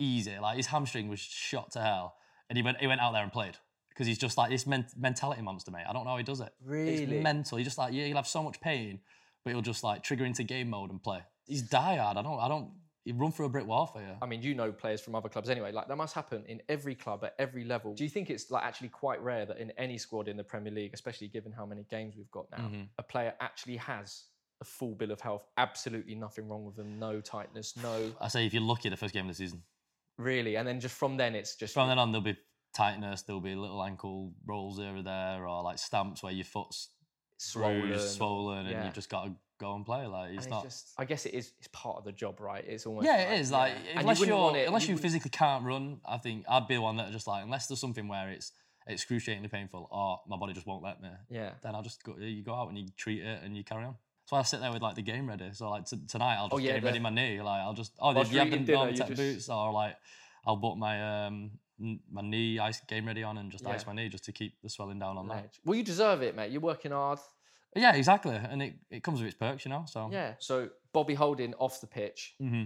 [SPEAKER 2] easy. Like his hamstring was shot to hell, and he went he went out there and played because he's just like this men- mentality monster, mate. I don't know how he does it. It's
[SPEAKER 1] Really?
[SPEAKER 2] mental. He's just like yeah, he'll have so much pain, but he'll just like trigger into game mode and play. He's diehard. I don't. I don't. He run through a brick wall for you.
[SPEAKER 1] I mean, you know players from other clubs anyway. Like that must happen in every club at every level. Do you think it's like actually quite rare that in any squad in the Premier League, especially given how many games we've got now,
[SPEAKER 2] Mhm.
[SPEAKER 1] a player actually has a full bill of health, absolutely nothing wrong with them, no tightness,
[SPEAKER 2] [SIGHS]
[SPEAKER 1] no
[SPEAKER 2] I say if you're lucky, the first game of the season.
[SPEAKER 1] really, and then just from then it's just
[SPEAKER 2] From then on, there'll be tightness. There'll be little ankle rolls here or there, or like stamps where your foot's
[SPEAKER 1] swollen.
[SPEAKER 2] bruised, swollen, and
[SPEAKER 1] yeah.
[SPEAKER 2] you've just got to go and play. Like
[SPEAKER 1] And
[SPEAKER 2] it's
[SPEAKER 1] it's
[SPEAKER 2] not.
[SPEAKER 1] just, I guess it is. It's part of the job, right? It's almost
[SPEAKER 2] Yeah, it is. Like
[SPEAKER 1] yeah. And
[SPEAKER 2] unless you
[SPEAKER 1] wouldn't
[SPEAKER 2] are
[SPEAKER 1] want it-
[SPEAKER 2] unless you,
[SPEAKER 1] wouldn't-
[SPEAKER 2] physically can't run, I think I'd be the one that just like unless there's something where it's excruciatingly painful or my body just won't let me,
[SPEAKER 1] yeah.
[SPEAKER 2] then I'll just go. You go out and you treat it and you carry on. So I sit there with like the game ready. So like t- tonight I'll
[SPEAKER 1] Oh,
[SPEAKER 2] just
[SPEAKER 1] yeah,
[SPEAKER 2] game
[SPEAKER 1] the-
[SPEAKER 2] ready my knee. Like I'll just oh
[SPEAKER 1] Whilst
[SPEAKER 2] you
[SPEAKER 1] you're
[SPEAKER 2] have the
[SPEAKER 1] eating dinner,
[SPEAKER 2] non
[SPEAKER 1] you
[SPEAKER 2] tech
[SPEAKER 1] just-
[SPEAKER 2] boots or like I'll put my um n- my knee ice game ready on and just ice
[SPEAKER 1] Yeah.
[SPEAKER 2] my knee just to keep the swelling down on that.
[SPEAKER 1] Ledge. Well, you deserve it, mate. You're working hard.
[SPEAKER 2] But yeah, exactly. And it, it comes with its perks, you know. So
[SPEAKER 1] Yeah. So Bobby Holding off the pitch.
[SPEAKER 2] hmm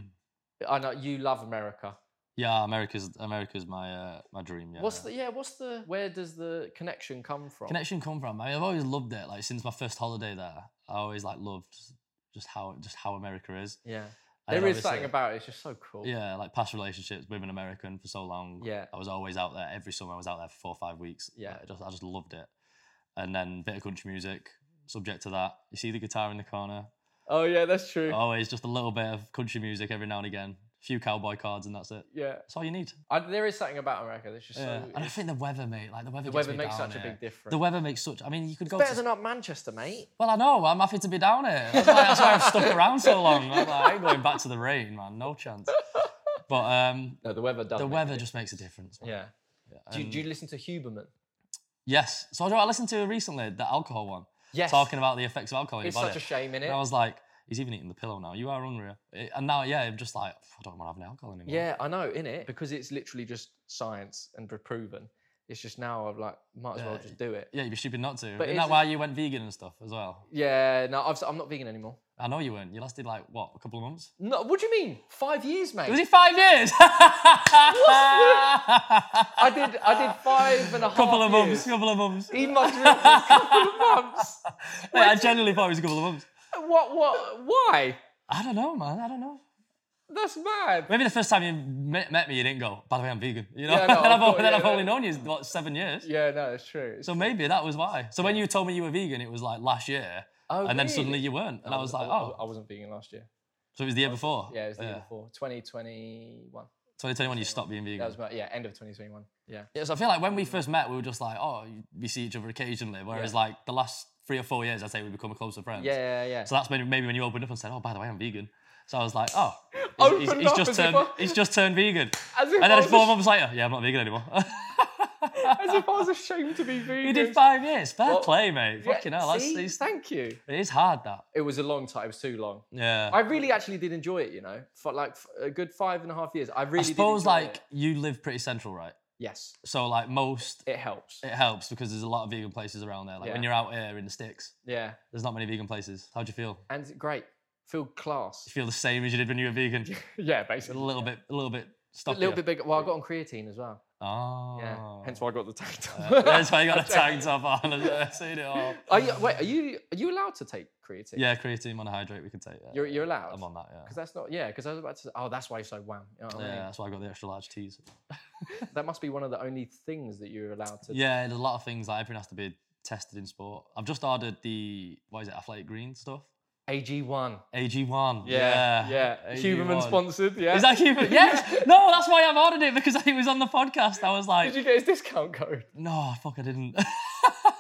[SPEAKER 1] I know you love America.
[SPEAKER 2] yeah, America's America's my uh, my dream. Yeah.
[SPEAKER 1] What's the yeah? What's the where does the connection come from?
[SPEAKER 2] connection come from? I mean, I've always loved it. Like since my first holiday there, I always like loved just how just how America is.
[SPEAKER 1] Yeah,
[SPEAKER 2] And
[SPEAKER 1] there is
[SPEAKER 2] obviously-
[SPEAKER 1] something about it. It's just so cool.
[SPEAKER 2] Yeah, like past relationships with an American for so long.
[SPEAKER 1] Yeah.
[SPEAKER 2] I was always out there every summer. I was out there for four or five weeks.
[SPEAKER 1] Yeah.
[SPEAKER 2] Like, I just I just loved it. And then bit of country music, subject to that. You see the guitar in the corner.
[SPEAKER 1] Oh yeah, that's true.
[SPEAKER 2] Always just a little bit of country music every now and again. A few cowboy cards and that's it.
[SPEAKER 1] Yeah,
[SPEAKER 2] That's all you need.
[SPEAKER 1] I, there is something about America that's just
[SPEAKER 2] Yeah.
[SPEAKER 1] so.
[SPEAKER 2] and I
[SPEAKER 1] it's-
[SPEAKER 2] think the weather, mate. Like the weather.
[SPEAKER 1] the
[SPEAKER 2] gets
[SPEAKER 1] weather
[SPEAKER 2] me
[SPEAKER 1] makes
[SPEAKER 2] down
[SPEAKER 1] such a
[SPEAKER 2] here.
[SPEAKER 1] big difference.
[SPEAKER 2] The weather makes such. I mean, you could go
[SPEAKER 1] Better
[SPEAKER 2] to
[SPEAKER 1] than up Manchester, mate.
[SPEAKER 2] Well, I know. I'm happy to be down here. That's why, that's why I've stuck around so long. I'm like, I ain't going back to the rain, man. No chance. But um,
[SPEAKER 1] No, the weather does. make
[SPEAKER 2] the
[SPEAKER 1] a
[SPEAKER 2] weather
[SPEAKER 1] difference.
[SPEAKER 2] just makes a difference. man.
[SPEAKER 1] Yeah. Do you, do
[SPEAKER 2] And-
[SPEAKER 1] you listen to Huberman?
[SPEAKER 2] yes. So I know what I listened to recently the alcohol one,
[SPEAKER 1] Yes.
[SPEAKER 2] talking about the effects of alcohol in
[SPEAKER 1] it's
[SPEAKER 2] your
[SPEAKER 1] such
[SPEAKER 2] body.
[SPEAKER 1] a shame in it.
[SPEAKER 2] and I was like, he's even eating the pillow now. You are hungry. It- And now, yeah, I'm just like, I don't want to have any alcohol anymore.
[SPEAKER 1] Yeah, I know, in it because it's literally just science and been proven. It's just now I've like might as well
[SPEAKER 2] Yeah.
[SPEAKER 1] just do it.
[SPEAKER 2] Yeah, you'd be stupid not to.
[SPEAKER 1] But
[SPEAKER 2] Isn't
[SPEAKER 1] is
[SPEAKER 2] that
[SPEAKER 1] it-
[SPEAKER 2] why you went vegan and stuff as well?
[SPEAKER 1] Yeah, no, I've, s- I'm not vegan anymore.
[SPEAKER 2] I know you weren't. You lasted like, what, a couple of months?
[SPEAKER 1] No, what do you mean? Five years, mate.
[SPEAKER 2] Was it five years? [LAUGHS]
[SPEAKER 1] I did. I did five and a half.
[SPEAKER 2] [LAUGHS] couple of months,
[SPEAKER 1] years.
[SPEAKER 2] couple of months.
[SPEAKER 1] He must have a [LAUGHS] couple of months.
[SPEAKER 2] Mate, I genuinely thought it was a couple of months.
[SPEAKER 1] What? What? Why?
[SPEAKER 2] I don't know, man. I don't know.
[SPEAKER 1] That's
[SPEAKER 2] [LAUGHS]
[SPEAKER 1] mad.
[SPEAKER 2] Maybe the first time you met, met me, you didn't go. By the way, I'm vegan. You know,
[SPEAKER 1] Yeah, no,
[SPEAKER 2] [LAUGHS] then,
[SPEAKER 1] I've
[SPEAKER 2] I've,
[SPEAKER 1] got-
[SPEAKER 2] then
[SPEAKER 1] yeah,
[SPEAKER 2] I've
[SPEAKER 1] no.
[SPEAKER 2] only known you what seven years.
[SPEAKER 1] Yeah, no, it's true. It's-
[SPEAKER 2] So maybe that was why. So when you told me you were vegan, it was like last year,
[SPEAKER 1] Oh,
[SPEAKER 2] and then
[SPEAKER 1] really?
[SPEAKER 2] suddenly you weren't, and I was like,
[SPEAKER 1] I, I
[SPEAKER 2] oh,
[SPEAKER 1] wasn't vegan last year.
[SPEAKER 2] so it was the year before.
[SPEAKER 1] Yeah, it was the year before, 2021.
[SPEAKER 2] 2021, you stopped being vegan.
[SPEAKER 1] That was about yeah, end of 2021. Yeah.
[SPEAKER 2] Yeah, so I feel like when we first met, we were just like, oh, we see each other occasionally. Whereas
[SPEAKER 1] Yeah.
[SPEAKER 2] like the last three or four years, I'd say we become closer friends.
[SPEAKER 1] Yeah, yeah, yeah.
[SPEAKER 2] So that's when maybe when you opened up and said, "Oh, by the way, I'm vegan." So I was like,
[SPEAKER 1] [LAUGHS]
[SPEAKER 2] "Oh,
[SPEAKER 1] Opened
[SPEAKER 2] he's, he's, he's
[SPEAKER 1] up
[SPEAKER 2] just
[SPEAKER 1] as if
[SPEAKER 2] turned
[SPEAKER 1] I-
[SPEAKER 2] he's just turned
[SPEAKER 1] [LAUGHS]
[SPEAKER 2] vegan."
[SPEAKER 1] As if
[SPEAKER 2] And
[SPEAKER 1] I
[SPEAKER 2] then
[SPEAKER 1] was
[SPEAKER 2] four
[SPEAKER 1] ash-
[SPEAKER 2] months later, yeah, I'm not vegan anymore.
[SPEAKER 1] [LAUGHS] As if I was ashamed to be vegan.
[SPEAKER 2] [LAUGHS] you did five years. Fair
[SPEAKER 1] Well,
[SPEAKER 2] play, mate.
[SPEAKER 1] Yeah,
[SPEAKER 2] Fucking hell, that's,
[SPEAKER 1] see?
[SPEAKER 2] it's,
[SPEAKER 1] Thank you.
[SPEAKER 2] it is hard that.
[SPEAKER 1] It was a long time. It was too long.
[SPEAKER 2] Yeah.
[SPEAKER 1] I really actually did enjoy it. You know, for like f- a good five and a half years. I really.
[SPEAKER 2] I suppose
[SPEAKER 1] did enjoy
[SPEAKER 2] like
[SPEAKER 1] it.
[SPEAKER 2] you live pretty central, right?
[SPEAKER 1] yes,
[SPEAKER 2] So like most,
[SPEAKER 1] it helps.
[SPEAKER 2] it helps because there's a lot of vegan places around there. Like when
[SPEAKER 1] Yeah.
[SPEAKER 2] you're out here in the sticks,
[SPEAKER 1] Yeah,
[SPEAKER 2] there's not many vegan places. How do you feel?
[SPEAKER 1] and it's great. Feel class. [LAUGHS]
[SPEAKER 2] You [LAUGHS] feel the same as you did when you were vegan.
[SPEAKER 1] yeah,
[SPEAKER 2] a
[SPEAKER 1] basically.
[SPEAKER 2] little bit, a little bit.
[SPEAKER 1] A
[SPEAKER 2] Stockier.
[SPEAKER 1] little bit bigger. Well, I got on creatine as well.
[SPEAKER 2] Oh.
[SPEAKER 1] Yeah. Hence why I got the tank top.
[SPEAKER 2] Ah. That's why you
[SPEAKER 1] [LAUGHS]
[SPEAKER 2] got a tank top on. I've seen it all. [LAUGHS]
[SPEAKER 1] Are you, wait, are you are you allowed to take creatine?
[SPEAKER 2] Yeah, creatine monohydrate we can take. Yeah.
[SPEAKER 1] You're- you're allowed?
[SPEAKER 2] I'm on that.
[SPEAKER 1] Because
[SPEAKER 2] Yeah.
[SPEAKER 1] that's not yeah. Because I was about to. say, Oh, that's why you're so wham. You know what I
[SPEAKER 2] Yeah,
[SPEAKER 1] mean?
[SPEAKER 2] that's why I got the extra large teas.
[SPEAKER 1] [LAUGHS] That must be one of the only things that you're allowed to.
[SPEAKER 2] Yeah, there's a lot of things like everything has to be tested in sport. I've just ordered the what is it, athletic green stuff?
[SPEAKER 1] AG1.
[SPEAKER 2] AG1.
[SPEAKER 1] Yeah, yeah. Huberman
[SPEAKER 2] AG1.
[SPEAKER 1] sponsored. Yeah.
[SPEAKER 2] Is that Huberman?
[SPEAKER 1] [LAUGHS]
[SPEAKER 2] Yes. No, that's why I've ordered it because it was on the podcast. I was [LAUGHS] like,
[SPEAKER 1] Did you get his discount code?
[SPEAKER 2] no, fuck, I didn't. [LAUGHS]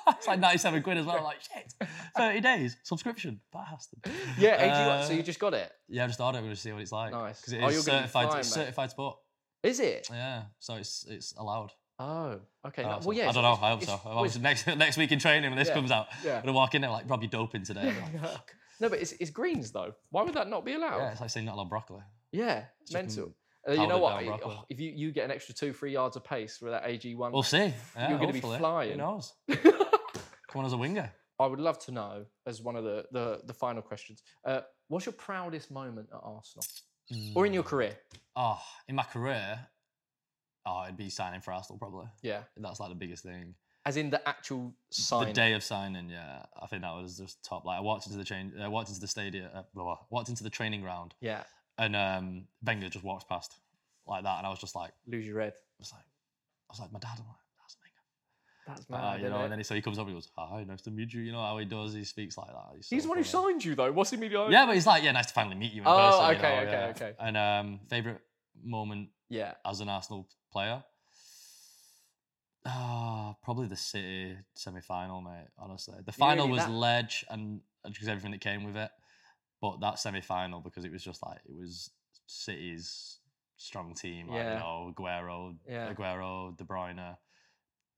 [SPEAKER 2] it's like 97 quid as well. I'm like, shit. 30 days subscription. Bastard.
[SPEAKER 1] Yeah, AG1.
[SPEAKER 2] Uh,
[SPEAKER 1] so you just got it.
[SPEAKER 2] Yeah, I just ordered it. We're going to see what it's like.
[SPEAKER 1] Nice.
[SPEAKER 2] Because it
[SPEAKER 1] Oh,
[SPEAKER 2] is
[SPEAKER 1] you're gonna be
[SPEAKER 2] certified,
[SPEAKER 1] fine,
[SPEAKER 2] it's
[SPEAKER 1] mate.
[SPEAKER 2] certified sport.
[SPEAKER 1] Is it?
[SPEAKER 2] Yeah, so it's it's allowed.
[SPEAKER 1] Oh, okay.
[SPEAKER 2] I
[SPEAKER 1] no-
[SPEAKER 2] hope so.
[SPEAKER 1] well, yeah.
[SPEAKER 2] I
[SPEAKER 1] it's-
[SPEAKER 2] don't know. I hope so.
[SPEAKER 1] it's-
[SPEAKER 2] Well,
[SPEAKER 1] it's-
[SPEAKER 2] obviously next next week in training when this
[SPEAKER 1] Yeah.
[SPEAKER 2] comes out,
[SPEAKER 1] [LAUGHS]
[SPEAKER 2] I'm [LAUGHS]
[SPEAKER 1] yeah.
[SPEAKER 2] gonna walk in there like Rob, you're doping
[SPEAKER 1] [LAUGHS]
[SPEAKER 2] today. I'll be like,
[SPEAKER 1] Yeah. No, but it's, it's greens though. Why would that not be allowed?
[SPEAKER 2] yeah, it's like saying not allowed broccoli.
[SPEAKER 1] Yeah,
[SPEAKER 2] Just
[SPEAKER 1] mental.
[SPEAKER 2] m-
[SPEAKER 1] Uh, you know
[SPEAKER 2] powdered
[SPEAKER 1] what?
[SPEAKER 2] down
[SPEAKER 1] I-
[SPEAKER 2] broccoli.
[SPEAKER 1] oh, if you, you get an extra two, three yards of pace with that AG one,
[SPEAKER 2] We'll see. Yeah,
[SPEAKER 1] You're gonna be
[SPEAKER 2] hopefully.
[SPEAKER 1] flying. [LAUGHS]
[SPEAKER 2] Who knows? Come on as a winger.
[SPEAKER 1] I would love to know as one of the the, the final questions. Uh, what's your proudest moment at Arsenal or in your career?
[SPEAKER 2] Oh, Mm. in my career, oh, it'd be signing for Arsenal probably.
[SPEAKER 1] Yeah,
[SPEAKER 2] That's like the biggest thing.
[SPEAKER 1] as in the actual sign.
[SPEAKER 2] The day of signing, yeah, I think that was just top. Like I walked into the train, I walked into the stadium, uh, blah, blah, walked into the training ground,
[SPEAKER 1] Yeah,
[SPEAKER 2] and um, Wenger just walked past like that, and I was just like, I
[SPEAKER 1] lose your head.
[SPEAKER 2] was like, I was like, my dad, I'm like, that's Wenger,
[SPEAKER 1] That's
[SPEAKER 2] Like
[SPEAKER 1] mad.
[SPEAKER 2] that, Ah, you know.
[SPEAKER 1] innit?
[SPEAKER 2] And then he, so he comes up and he goes, hi, nice to meet you. You know how he does, he speaks like that. so
[SPEAKER 1] He's the one who
[SPEAKER 2] funny.
[SPEAKER 1] signed you though. What's he mean?
[SPEAKER 2] Yeah, but he's like, yeah, nice to finally meet you in
[SPEAKER 1] Oh,
[SPEAKER 2] person. you
[SPEAKER 1] okay,
[SPEAKER 2] know,
[SPEAKER 1] okay,
[SPEAKER 2] yeah.
[SPEAKER 1] okay.
[SPEAKER 2] And um, favorite moment
[SPEAKER 1] yeah,
[SPEAKER 2] as an Arsenal player? Ah, probably the City semi final, mate. Honestly, the final
[SPEAKER 1] Really,
[SPEAKER 2] was
[SPEAKER 1] that-
[SPEAKER 2] ledge and and just everything that came with it, but that semi final because it was just like it was City's strong team. Like,
[SPEAKER 1] Yeah.
[SPEAKER 2] you know, Aguero,
[SPEAKER 1] Yeah.
[SPEAKER 2] Aguero, De Bruyne,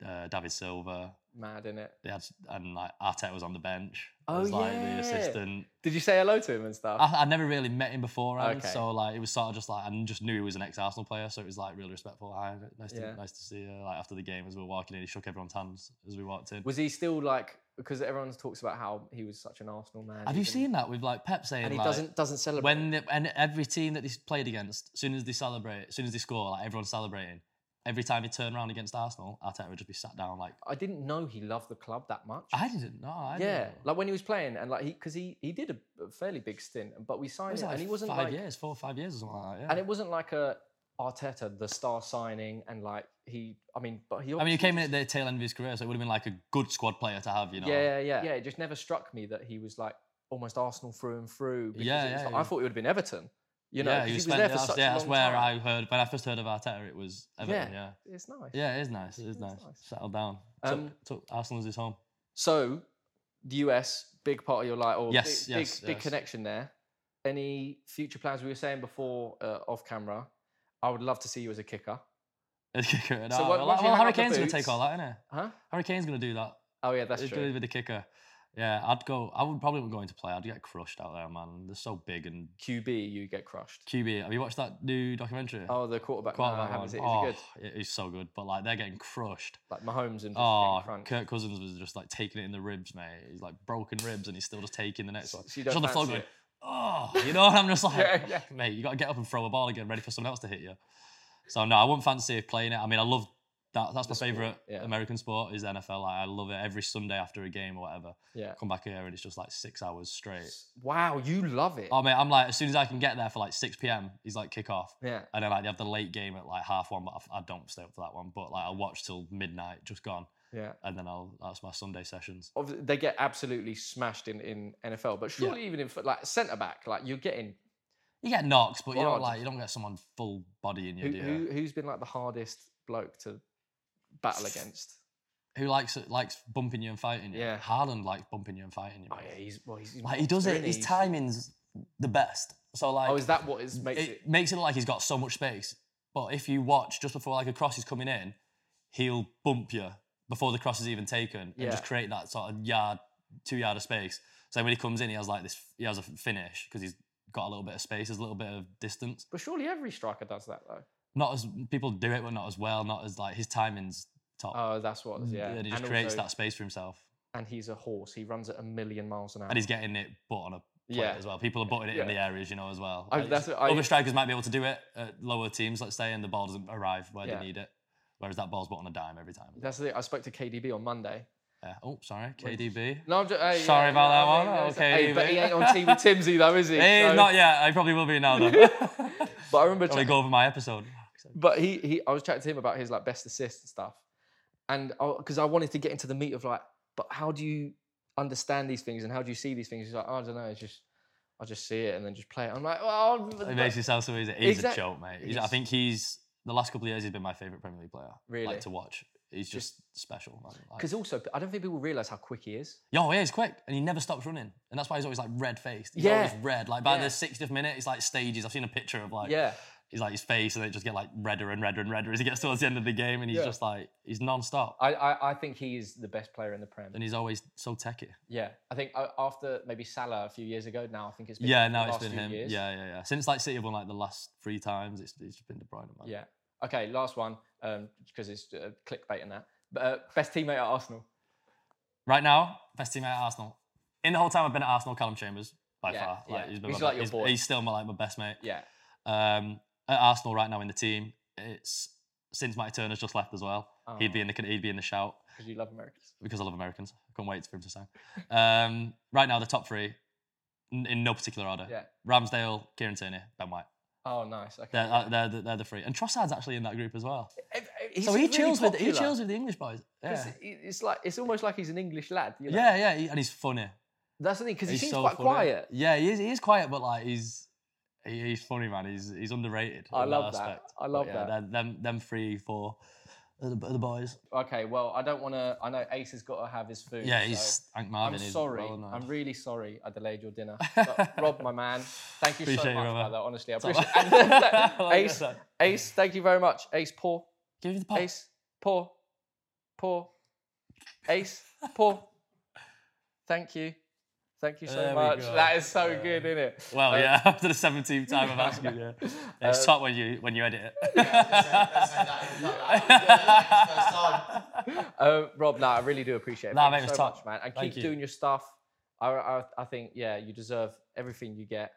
[SPEAKER 2] uh, David Silva.
[SPEAKER 1] mad in it.
[SPEAKER 2] They had and like Arteta was on the bench.
[SPEAKER 1] Oh,
[SPEAKER 2] as, like
[SPEAKER 1] yeah.
[SPEAKER 2] the assistant.
[SPEAKER 1] Did you say hello to him and stuff?
[SPEAKER 2] I, I never really met him beforehand,
[SPEAKER 1] Okay.
[SPEAKER 2] so like it was sort of just like I just knew he was an ex-Arsenal player, so it was like really respectful. Hi, nice to
[SPEAKER 1] Yeah.
[SPEAKER 2] nice to see you. Like after the game, as we were walking in, he shook everyone's hands as we walked in.
[SPEAKER 1] was he still like because everyone talks about how he was such an Arsenal man?
[SPEAKER 2] Have you
[SPEAKER 1] even-
[SPEAKER 2] seen that with like Pep saying
[SPEAKER 1] And he
[SPEAKER 2] like,
[SPEAKER 1] doesn't doesn't celebrate.
[SPEAKER 2] when the, and every team that they played against, as soon as they celebrate, as soon as they score, like everyone's celebrating. Every time he turned around against Arsenal, Arteta would just be sat down like
[SPEAKER 1] I didn't know he loved the club that much.
[SPEAKER 2] I didn't know. I
[SPEAKER 1] yeah,
[SPEAKER 2] didn't know.
[SPEAKER 1] like when he was playing, and like he because he he did a, a fairly big stint, but we
[SPEAKER 2] it
[SPEAKER 1] signed
[SPEAKER 2] was
[SPEAKER 1] him,
[SPEAKER 2] like
[SPEAKER 1] and he wasn't
[SPEAKER 2] five
[SPEAKER 1] like,
[SPEAKER 2] years, four or five years or something like that. Yeah.
[SPEAKER 1] and it wasn't like a Arteta the star signing, and like he, I mean, but he.
[SPEAKER 2] I mean, he
[SPEAKER 1] obviously
[SPEAKER 2] came in
[SPEAKER 1] just-
[SPEAKER 2] at the tail end of his career, so it would have been like a good squad player to have, you know.
[SPEAKER 1] Yeah, yeah, yeah. It just never struck me that he was like almost Arsenal through and through. Because it
[SPEAKER 2] Yeah,
[SPEAKER 1] was
[SPEAKER 2] yeah,
[SPEAKER 1] like-
[SPEAKER 2] he
[SPEAKER 1] I
[SPEAKER 2] was-
[SPEAKER 1] thought it would have been Everton. You know, 'cause
[SPEAKER 2] he
[SPEAKER 1] he was
[SPEAKER 2] spent-
[SPEAKER 1] there for
[SPEAKER 2] that's-
[SPEAKER 1] such
[SPEAKER 2] yeah,
[SPEAKER 1] a long
[SPEAKER 2] that's where
[SPEAKER 1] time.
[SPEAKER 2] I heard when I first heard of Arteta. It was Everton. Yeah,
[SPEAKER 1] It's nice.
[SPEAKER 2] yeah, it is nice. It is
[SPEAKER 1] Yeah,
[SPEAKER 2] nice.
[SPEAKER 1] it's nice.
[SPEAKER 2] Settled down.
[SPEAKER 1] Um,
[SPEAKER 2] took, took Arsenal as his home. [LAUGHS]
[SPEAKER 1] So, the US, big part of your life, or big-
[SPEAKER 2] Yes,
[SPEAKER 1] big,
[SPEAKER 2] yes,
[SPEAKER 1] big,
[SPEAKER 2] yes.
[SPEAKER 1] connection there. Any future plans? We were saying before uh, off camera, I would love to see you as a kicker.
[SPEAKER 2] kicker. it
[SPEAKER 1] So
[SPEAKER 2] out.
[SPEAKER 1] what-
[SPEAKER 2] well,
[SPEAKER 1] what do you
[SPEAKER 2] well,
[SPEAKER 1] hang
[SPEAKER 2] Harry
[SPEAKER 1] up the
[SPEAKER 2] Kane's going to
[SPEAKER 1] boots?
[SPEAKER 2] take all that, isn't he?
[SPEAKER 1] Huh?
[SPEAKER 2] Harry Kane's going to do that.
[SPEAKER 1] Oh yeah, that's
[SPEAKER 2] He's
[SPEAKER 1] true.
[SPEAKER 2] going to be the kicker. Yeah, I'd go. I would probably wouldn't go into play. I'd get crushed out there, man. They're so big and
[SPEAKER 1] QB, you get crushed.
[SPEAKER 2] QB. Have you watched that new documentary?
[SPEAKER 1] Oh, the quarterback. no, I
[SPEAKER 2] Quarterback
[SPEAKER 1] haven't
[SPEAKER 2] one.
[SPEAKER 1] seen. Is it
[SPEAKER 2] Oh,
[SPEAKER 1] good?
[SPEAKER 2] it- it's so good. But like they're getting crushed.
[SPEAKER 1] Like Mahomes and just
[SPEAKER 2] Oh,
[SPEAKER 1] getting crunched.
[SPEAKER 2] Kirk Cousins was just like taking it in the ribs, mate. He's like broken ribs, and he's still just taking the next one.
[SPEAKER 1] So you
[SPEAKER 2] Just
[SPEAKER 1] don't
[SPEAKER 2] on the floor
[SPEAKER 1] fancy
[SPEAKER 2] going,
[SPEAKER 1] it?
[SPEAKER 2] oh, you know, and I'm just like,
[SPEAKER 1] Yeah, yeah.
[SPEAKER 2] mate, you got to get up and throw a ball again, ready for someone else to hit you. So no, I wouldn't fancy playing it. I mean, I love that. That's my
[SPEAKER 1] The sport,
[SPEAKER 2] favorite
[SPEAKER 1] yeah.
[SPEAKER 2] American sport is NFL. Like, I love it every Sunday after a game or whatever.
[SPEAKER 1] Yeah.
[SPEAKER 2] Come back here and it's just like six hours straight.
[SPEAKER 1] Wow, you love it.
[SPEAKER 2] Oh mate, I'm like as soon as I can get there for like six p.m. He's like kick off.
[SPEAKER 1] yeah.
[SPEAKER 2] And then like they have the late game at like half one, but I, I don't stay up for that one. But like I watch till midnight, just gone,
[SPEAKER 1] Yeah.
[SPEAKER 2] and then I'll that's my Sunday sessions.
[SPEAKER 1] Obvi- They get absolutely smashed in, in NFL, but
[SPEAKER 2] Yeah.
[SPEAKER 1] surely even in foot, like centre back, like you're getting
[SPEAKER 2] You get knocks, but you
[SPEAKER 1] Well,
[SPEAKER 2] don't like
[SPEAKER 1] just-
[SPEAKER 2] you don't get someone full body in you,
[SPEAKER 1] who,
[SPEAKER 2] do you?
[SPEAKER 1] who, who's been like the hardest bloke to battle against.
[SPEAKER 2] Who likes it? Likes bumping you and fighting you.
[SPEAKER 1] Yeah.
[SPEAKER 2] Haaland likes bumping you and fighting you.
[SPEAKER 1] Oh
[SPEAKER 2] mate.
[SPEAKER 1] yeah, he's well, he's, he's
[SPEAKER 2] like he does
[SPEAKER 1] monster,
[SPEAKER 2] it.
[SPEAKER 1] innit?
[SPEAKER 2] His
[SPEAKER 1] He's-
[SPEAKER 2] timing's the best. So like,
[SPEAKER 1] Oh, is that what is makes it?
[SPEAKER 2] it makes it look like he's got so much space. But if you watch just before like a cross is coming in, he'll bump you before the cross is even taken
[SPEAKER 1] Yeah.
[SPEAKER 2] and just create that sort of yard, two yard of space. So when he comes in, he has like this, he has a finish because he's got a little bit of space, there's a little bit of distance.
[SPEAKER 1] But surely every striker does that though.
[SPEAKER 2] Not as people do it, but not as well. Not as like his timing's top.
[SPEAKER 1] Oh, that's what. Yeah,
[SPEAKER 2] And he mm, just creates
[SPEAKER 1] also-
[SPEAKER 2] that space for himself,
[SPEAKER 1] And he's a horse. He runs at a million miles an hour.
[SPEAKER 2] and he's getting it, but on a plate
[SPEAKER 1] yeah.
[SPEAKER 2] as well. People are butting it in
[SPEAKER 1] Yeah.
[SPEAKER 2] the areas, you know, as well.
[SPEAKER 1] I-
[SPEAKER 2] Like,
[SPEAKER 1] that's what I-
[SPEAKER 2] other strikers might be able to do it at lower teams, let's say, and the ball doesn't arrive where
[SPEAKER 1] Yeah.
[SPEAKER 2] they need it. Whereas that ball's but on a dime every time.
[SPEAKER 1] That's the. I spoke to KDB on Monday.
[SPEAKER 2] Yeah. Oh, sorry, KDB.
[SPEAKER 1] No, I'm just. Hey,
[SPEAKER 2] Sorry
[SPEAKER 1] yeah,
[SPEAKER 2] about that
[SPEAKER 1] yeah,
[SPEAKER 2] one,
[SPEAKER 1] yeah,
[SPEAKER 2] oh,
[SPEAKER 1] it's- hey, but he
[SPEAKER 2] KDB.
[SPEAKER 1] ain't on team with Timsy though,
[SPEAKER 2] [LAUGHS]
[SPEAKER 1] is he?
[SPEAKER 2] Eh,
[SPEAKER 1] So-
[SPEAKER 2] not yet. I probably will be now. Though.
[SPEAKER 1] [LAUGHS] But I remember.
[SPEAKER 2] Probably
[SPEAKER 1] Chatting,
[SPEAKER 2] go over my episode.
[SPEAKER 1] but he, he, I was chatting to him about his like best assists and stuff, and because I wanted to get into the meat of like, but how do you understand these things and how do you see these things? He's like, "Oh, I don't know. It's just, I just see it and then just play it. I'm like, well,
[SPEAKER 2] It makes it sound so easy. He's
[SPEAKER 1] Exact-
[SPEAKER 2] a joke, mate. He's- I
[SPEAKER 1] he's-
[SPEAKER 2] think he's the last couple of years he's been my favorite Premier League player.
[SPEAKER 1] Really?
[SPEAKER 2] like, to watch. He's
[SPEAKER 1] Just-
[SPEAKER 2] just, special. man. Like-
[SPEAKER 1] because also I don't think people realize how quick he is.
[SPEAKER 2] Yo, yeah, he's quick, and he never stops running, and that's why he's always like red faced. He's always
[SPEAKER 1] Yeah.
[SPEAKER 2] red. Like by
[SPEAKER 1] Yeah.
[SPEAKER 2] the 60th minute, it's like stages. I've seen a picture of like
[SPEAKER 1] yeah,
[SPEAKER 2] he's like his face, and it just get like redder and redder and redder as he gets towards the end of the game, and he's
[SPEAKER 1] Yeah.
[SPEAKER 2] just like he's non-stop,
[SPEAKER 1] I, I, I think he is the best player in the Prem.
[SPEAKER 2] and he's always so techy.
[SPEAKER 1] Yeah, I think uh, after maybe Salah a few years ago, now I think it's been
[SPEAKER 2] Yeah,
[SPEAKER 1] him for
[SPEAKER 2] now
[SPEAKER 1] the
[SPEAKER 2] it's
[SPEAKER 1] last
[SPEAKER 2] been
[SPEAKER 1] few
[SPEAKER 2] him.
[SPEAKER 1] years.
[SPEAKER 2] Yeah, yeah, yeah. Since like City have won like the last three times, it's, it's just been De Bruyne, man.
[SPEAKER 1] yeah. Okay, last one because it's uh, clickbait and that. But, uh, best teammate at Arsenal.
[SPEAKER 2] Right now, best teammate at Arsenal. In the whole time I've been at Arsenal, Callum Chambers by
[SPEAKER 1] Yeah,
[SPEAKER 2] far.
[SPEAKER 1] yeah.
[SPEAKER 2] he's, been
[SPEAKER 1] He's
[SPEAKER 2] my,
[SPEAKER 1] like
[SPEAKER 2] be-
[SPEAKER 1] your boy.
[SPEAKER 2] he's, he's still my, like my best mate.
[SPEAKER 1] Yeah,
[SPEAKER 2] Um, at Arsenal right now in the team, it's since Mike Turner's just left as well. He'd be in the he'd be in the shout
[SPEAKER 1] because Oh, you love Americans.
[SPEAKER 2] because I love Americans. I couldn't wait for him to sign. Um, right now, the top three n- in no particular order:
[SPEAKER 1] Yeah.
[SPEAKER 2] Ramsdale, Kieran Turner, Ben White.
[SPEAKER 1] Oh, nice. Okay.
[SPEAKER 2] They're,
[SPEAKER 1] yeah.
[SPEAKER 2] uh, they're, the- they're the three, and Trossard's actually in that group as well.
[SPEAKER 1] Eh, eh, he's
[SPEAKER 2] so he
[SPEAKER 1] really
[SPEAKER 2] chills with he
[SPEAKER 1] popular,
[SPEAKER 2] chills with the English boys.
[SPEAKER 1] 'cause
[SPEAKER 2] Yeah,
[SPEAKER 1] he- It's like it's almost like he's an English lad. You know?
[SPEAKER 2] yeah, yeah, he- and he's funny.
[SPEAKER 1] That's the thing because he
[SPEAKER 2] He's
[SPEAKER 1] seems
[SPEAKER 2] so
[SPEAKER 1] quite
[SPEAKER 2] funny.
[SPEAKER 1] quiet.
[SPEAKER 2] Yeah, he is. He is quiet, but like he's he, he's funny, man. He's he's underrated.
[SPEAKER 1] I
[SPEAKER 2] in
[SPEAKER 1] love that.
[SPEAKER 2] aspect.
[SPEAKER 1] I
[SPEAKER 2] But
[SPEAKER 1] love
[SPEAKER 2] yeah,
[SPEAKER 1] that.
[SPEAKER 2] they're- Them them three four, are the, are the boys.
[SPEAKER 1] Okay, well I don't want to. I know Ace has got to have his food.
[SPEAKER 2] Yeah,
[SPEAKER 1] so
[SPEAKER 2] he's Hank
[SPEAKER 1] I'm
[SPEAKER 2] Marvin. is
[SPEAKER 1] sorry.
[SPEAKER 2] well known.
[SPEAKER 1] I'm really sorry I delayed your
[SPEAKER 2] [LAUGHS]
[SPEAKER 1] dinner. But Rob, my man, thank you so
[SPEAKER 2] Appreciate you,
[SPEAKER 1] much,
[SPEAKER 2] brother.
[SPEAKER 1] brother. Honestly, I
[SPEAKER 2] Top-
[SPEAKER 1] appreciate [LAUGHS]
[SPEAKER 2] [LAUGHS] I like
[SPEAKER 1] Ace,
[SPEAKER 2] that.
[SPEAKER 1] Ace, thank you very much. Ace, poor.
[SPEAKER 2] Give me the pop.
[SPEAKER 1] Ace, poor. Poor. Ace, poor. Thank you. Thank you so
[SPEAKER 2] There we
[SPEAKER 1] much.
[SPEAKER 2] go.
[SPEAKER 1] That is so
[SPEAKER 2] Yeah.
[SPEAKER 1] good, isn't it?
[SPEAKER 2] Well,
[SPEAKER 1] Uh,
[SPEAKER 2] yeah, [LAUGHS] after the seventeenth time
[SPEAKER 1] [LAUGHS]
[SPEAKER 2] of asking, yeah, Yeah, it's
[SPEAKER 1] Uh,
[SPEAKER 2] top when you when you edit it.
[SPEAKER 1] Uh, Rob, nah, I really do appreciate it.
[SPEAKER 2] Nah,
[SPEAKER 1] Thank
[SPEAKER 2] mate,
[SPEAKER 1] you
[SPEAKER 2] it
[SPEAKER 1] so
[SPEAKER 2] was top.
[SPEAKER 1] much, man. And
[SPEAKER 2] Thank
[SPEAKER 1] keep
[SPEAKER 2] you.
[SPEAKER 1] doing your stuff. I, I, I think, yeah, you deserve everything you get.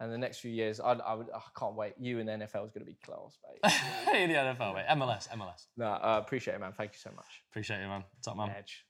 [SPEAKER 1] And the next few years, I, I, would, I can't wait. You and the NFL is going to be close,
[SPEAKER 2] [LAUGHS]
[SPEAKER 1] mate.
[SPEAKER 2] In the NFL, mate. MLS, MLS.
[SPEAKER 1] no, I appreciate it, man. Thank you so much.
[SPEAKER 2] Appreciate you, man. Top man.
[SPEAKER 1] Edge.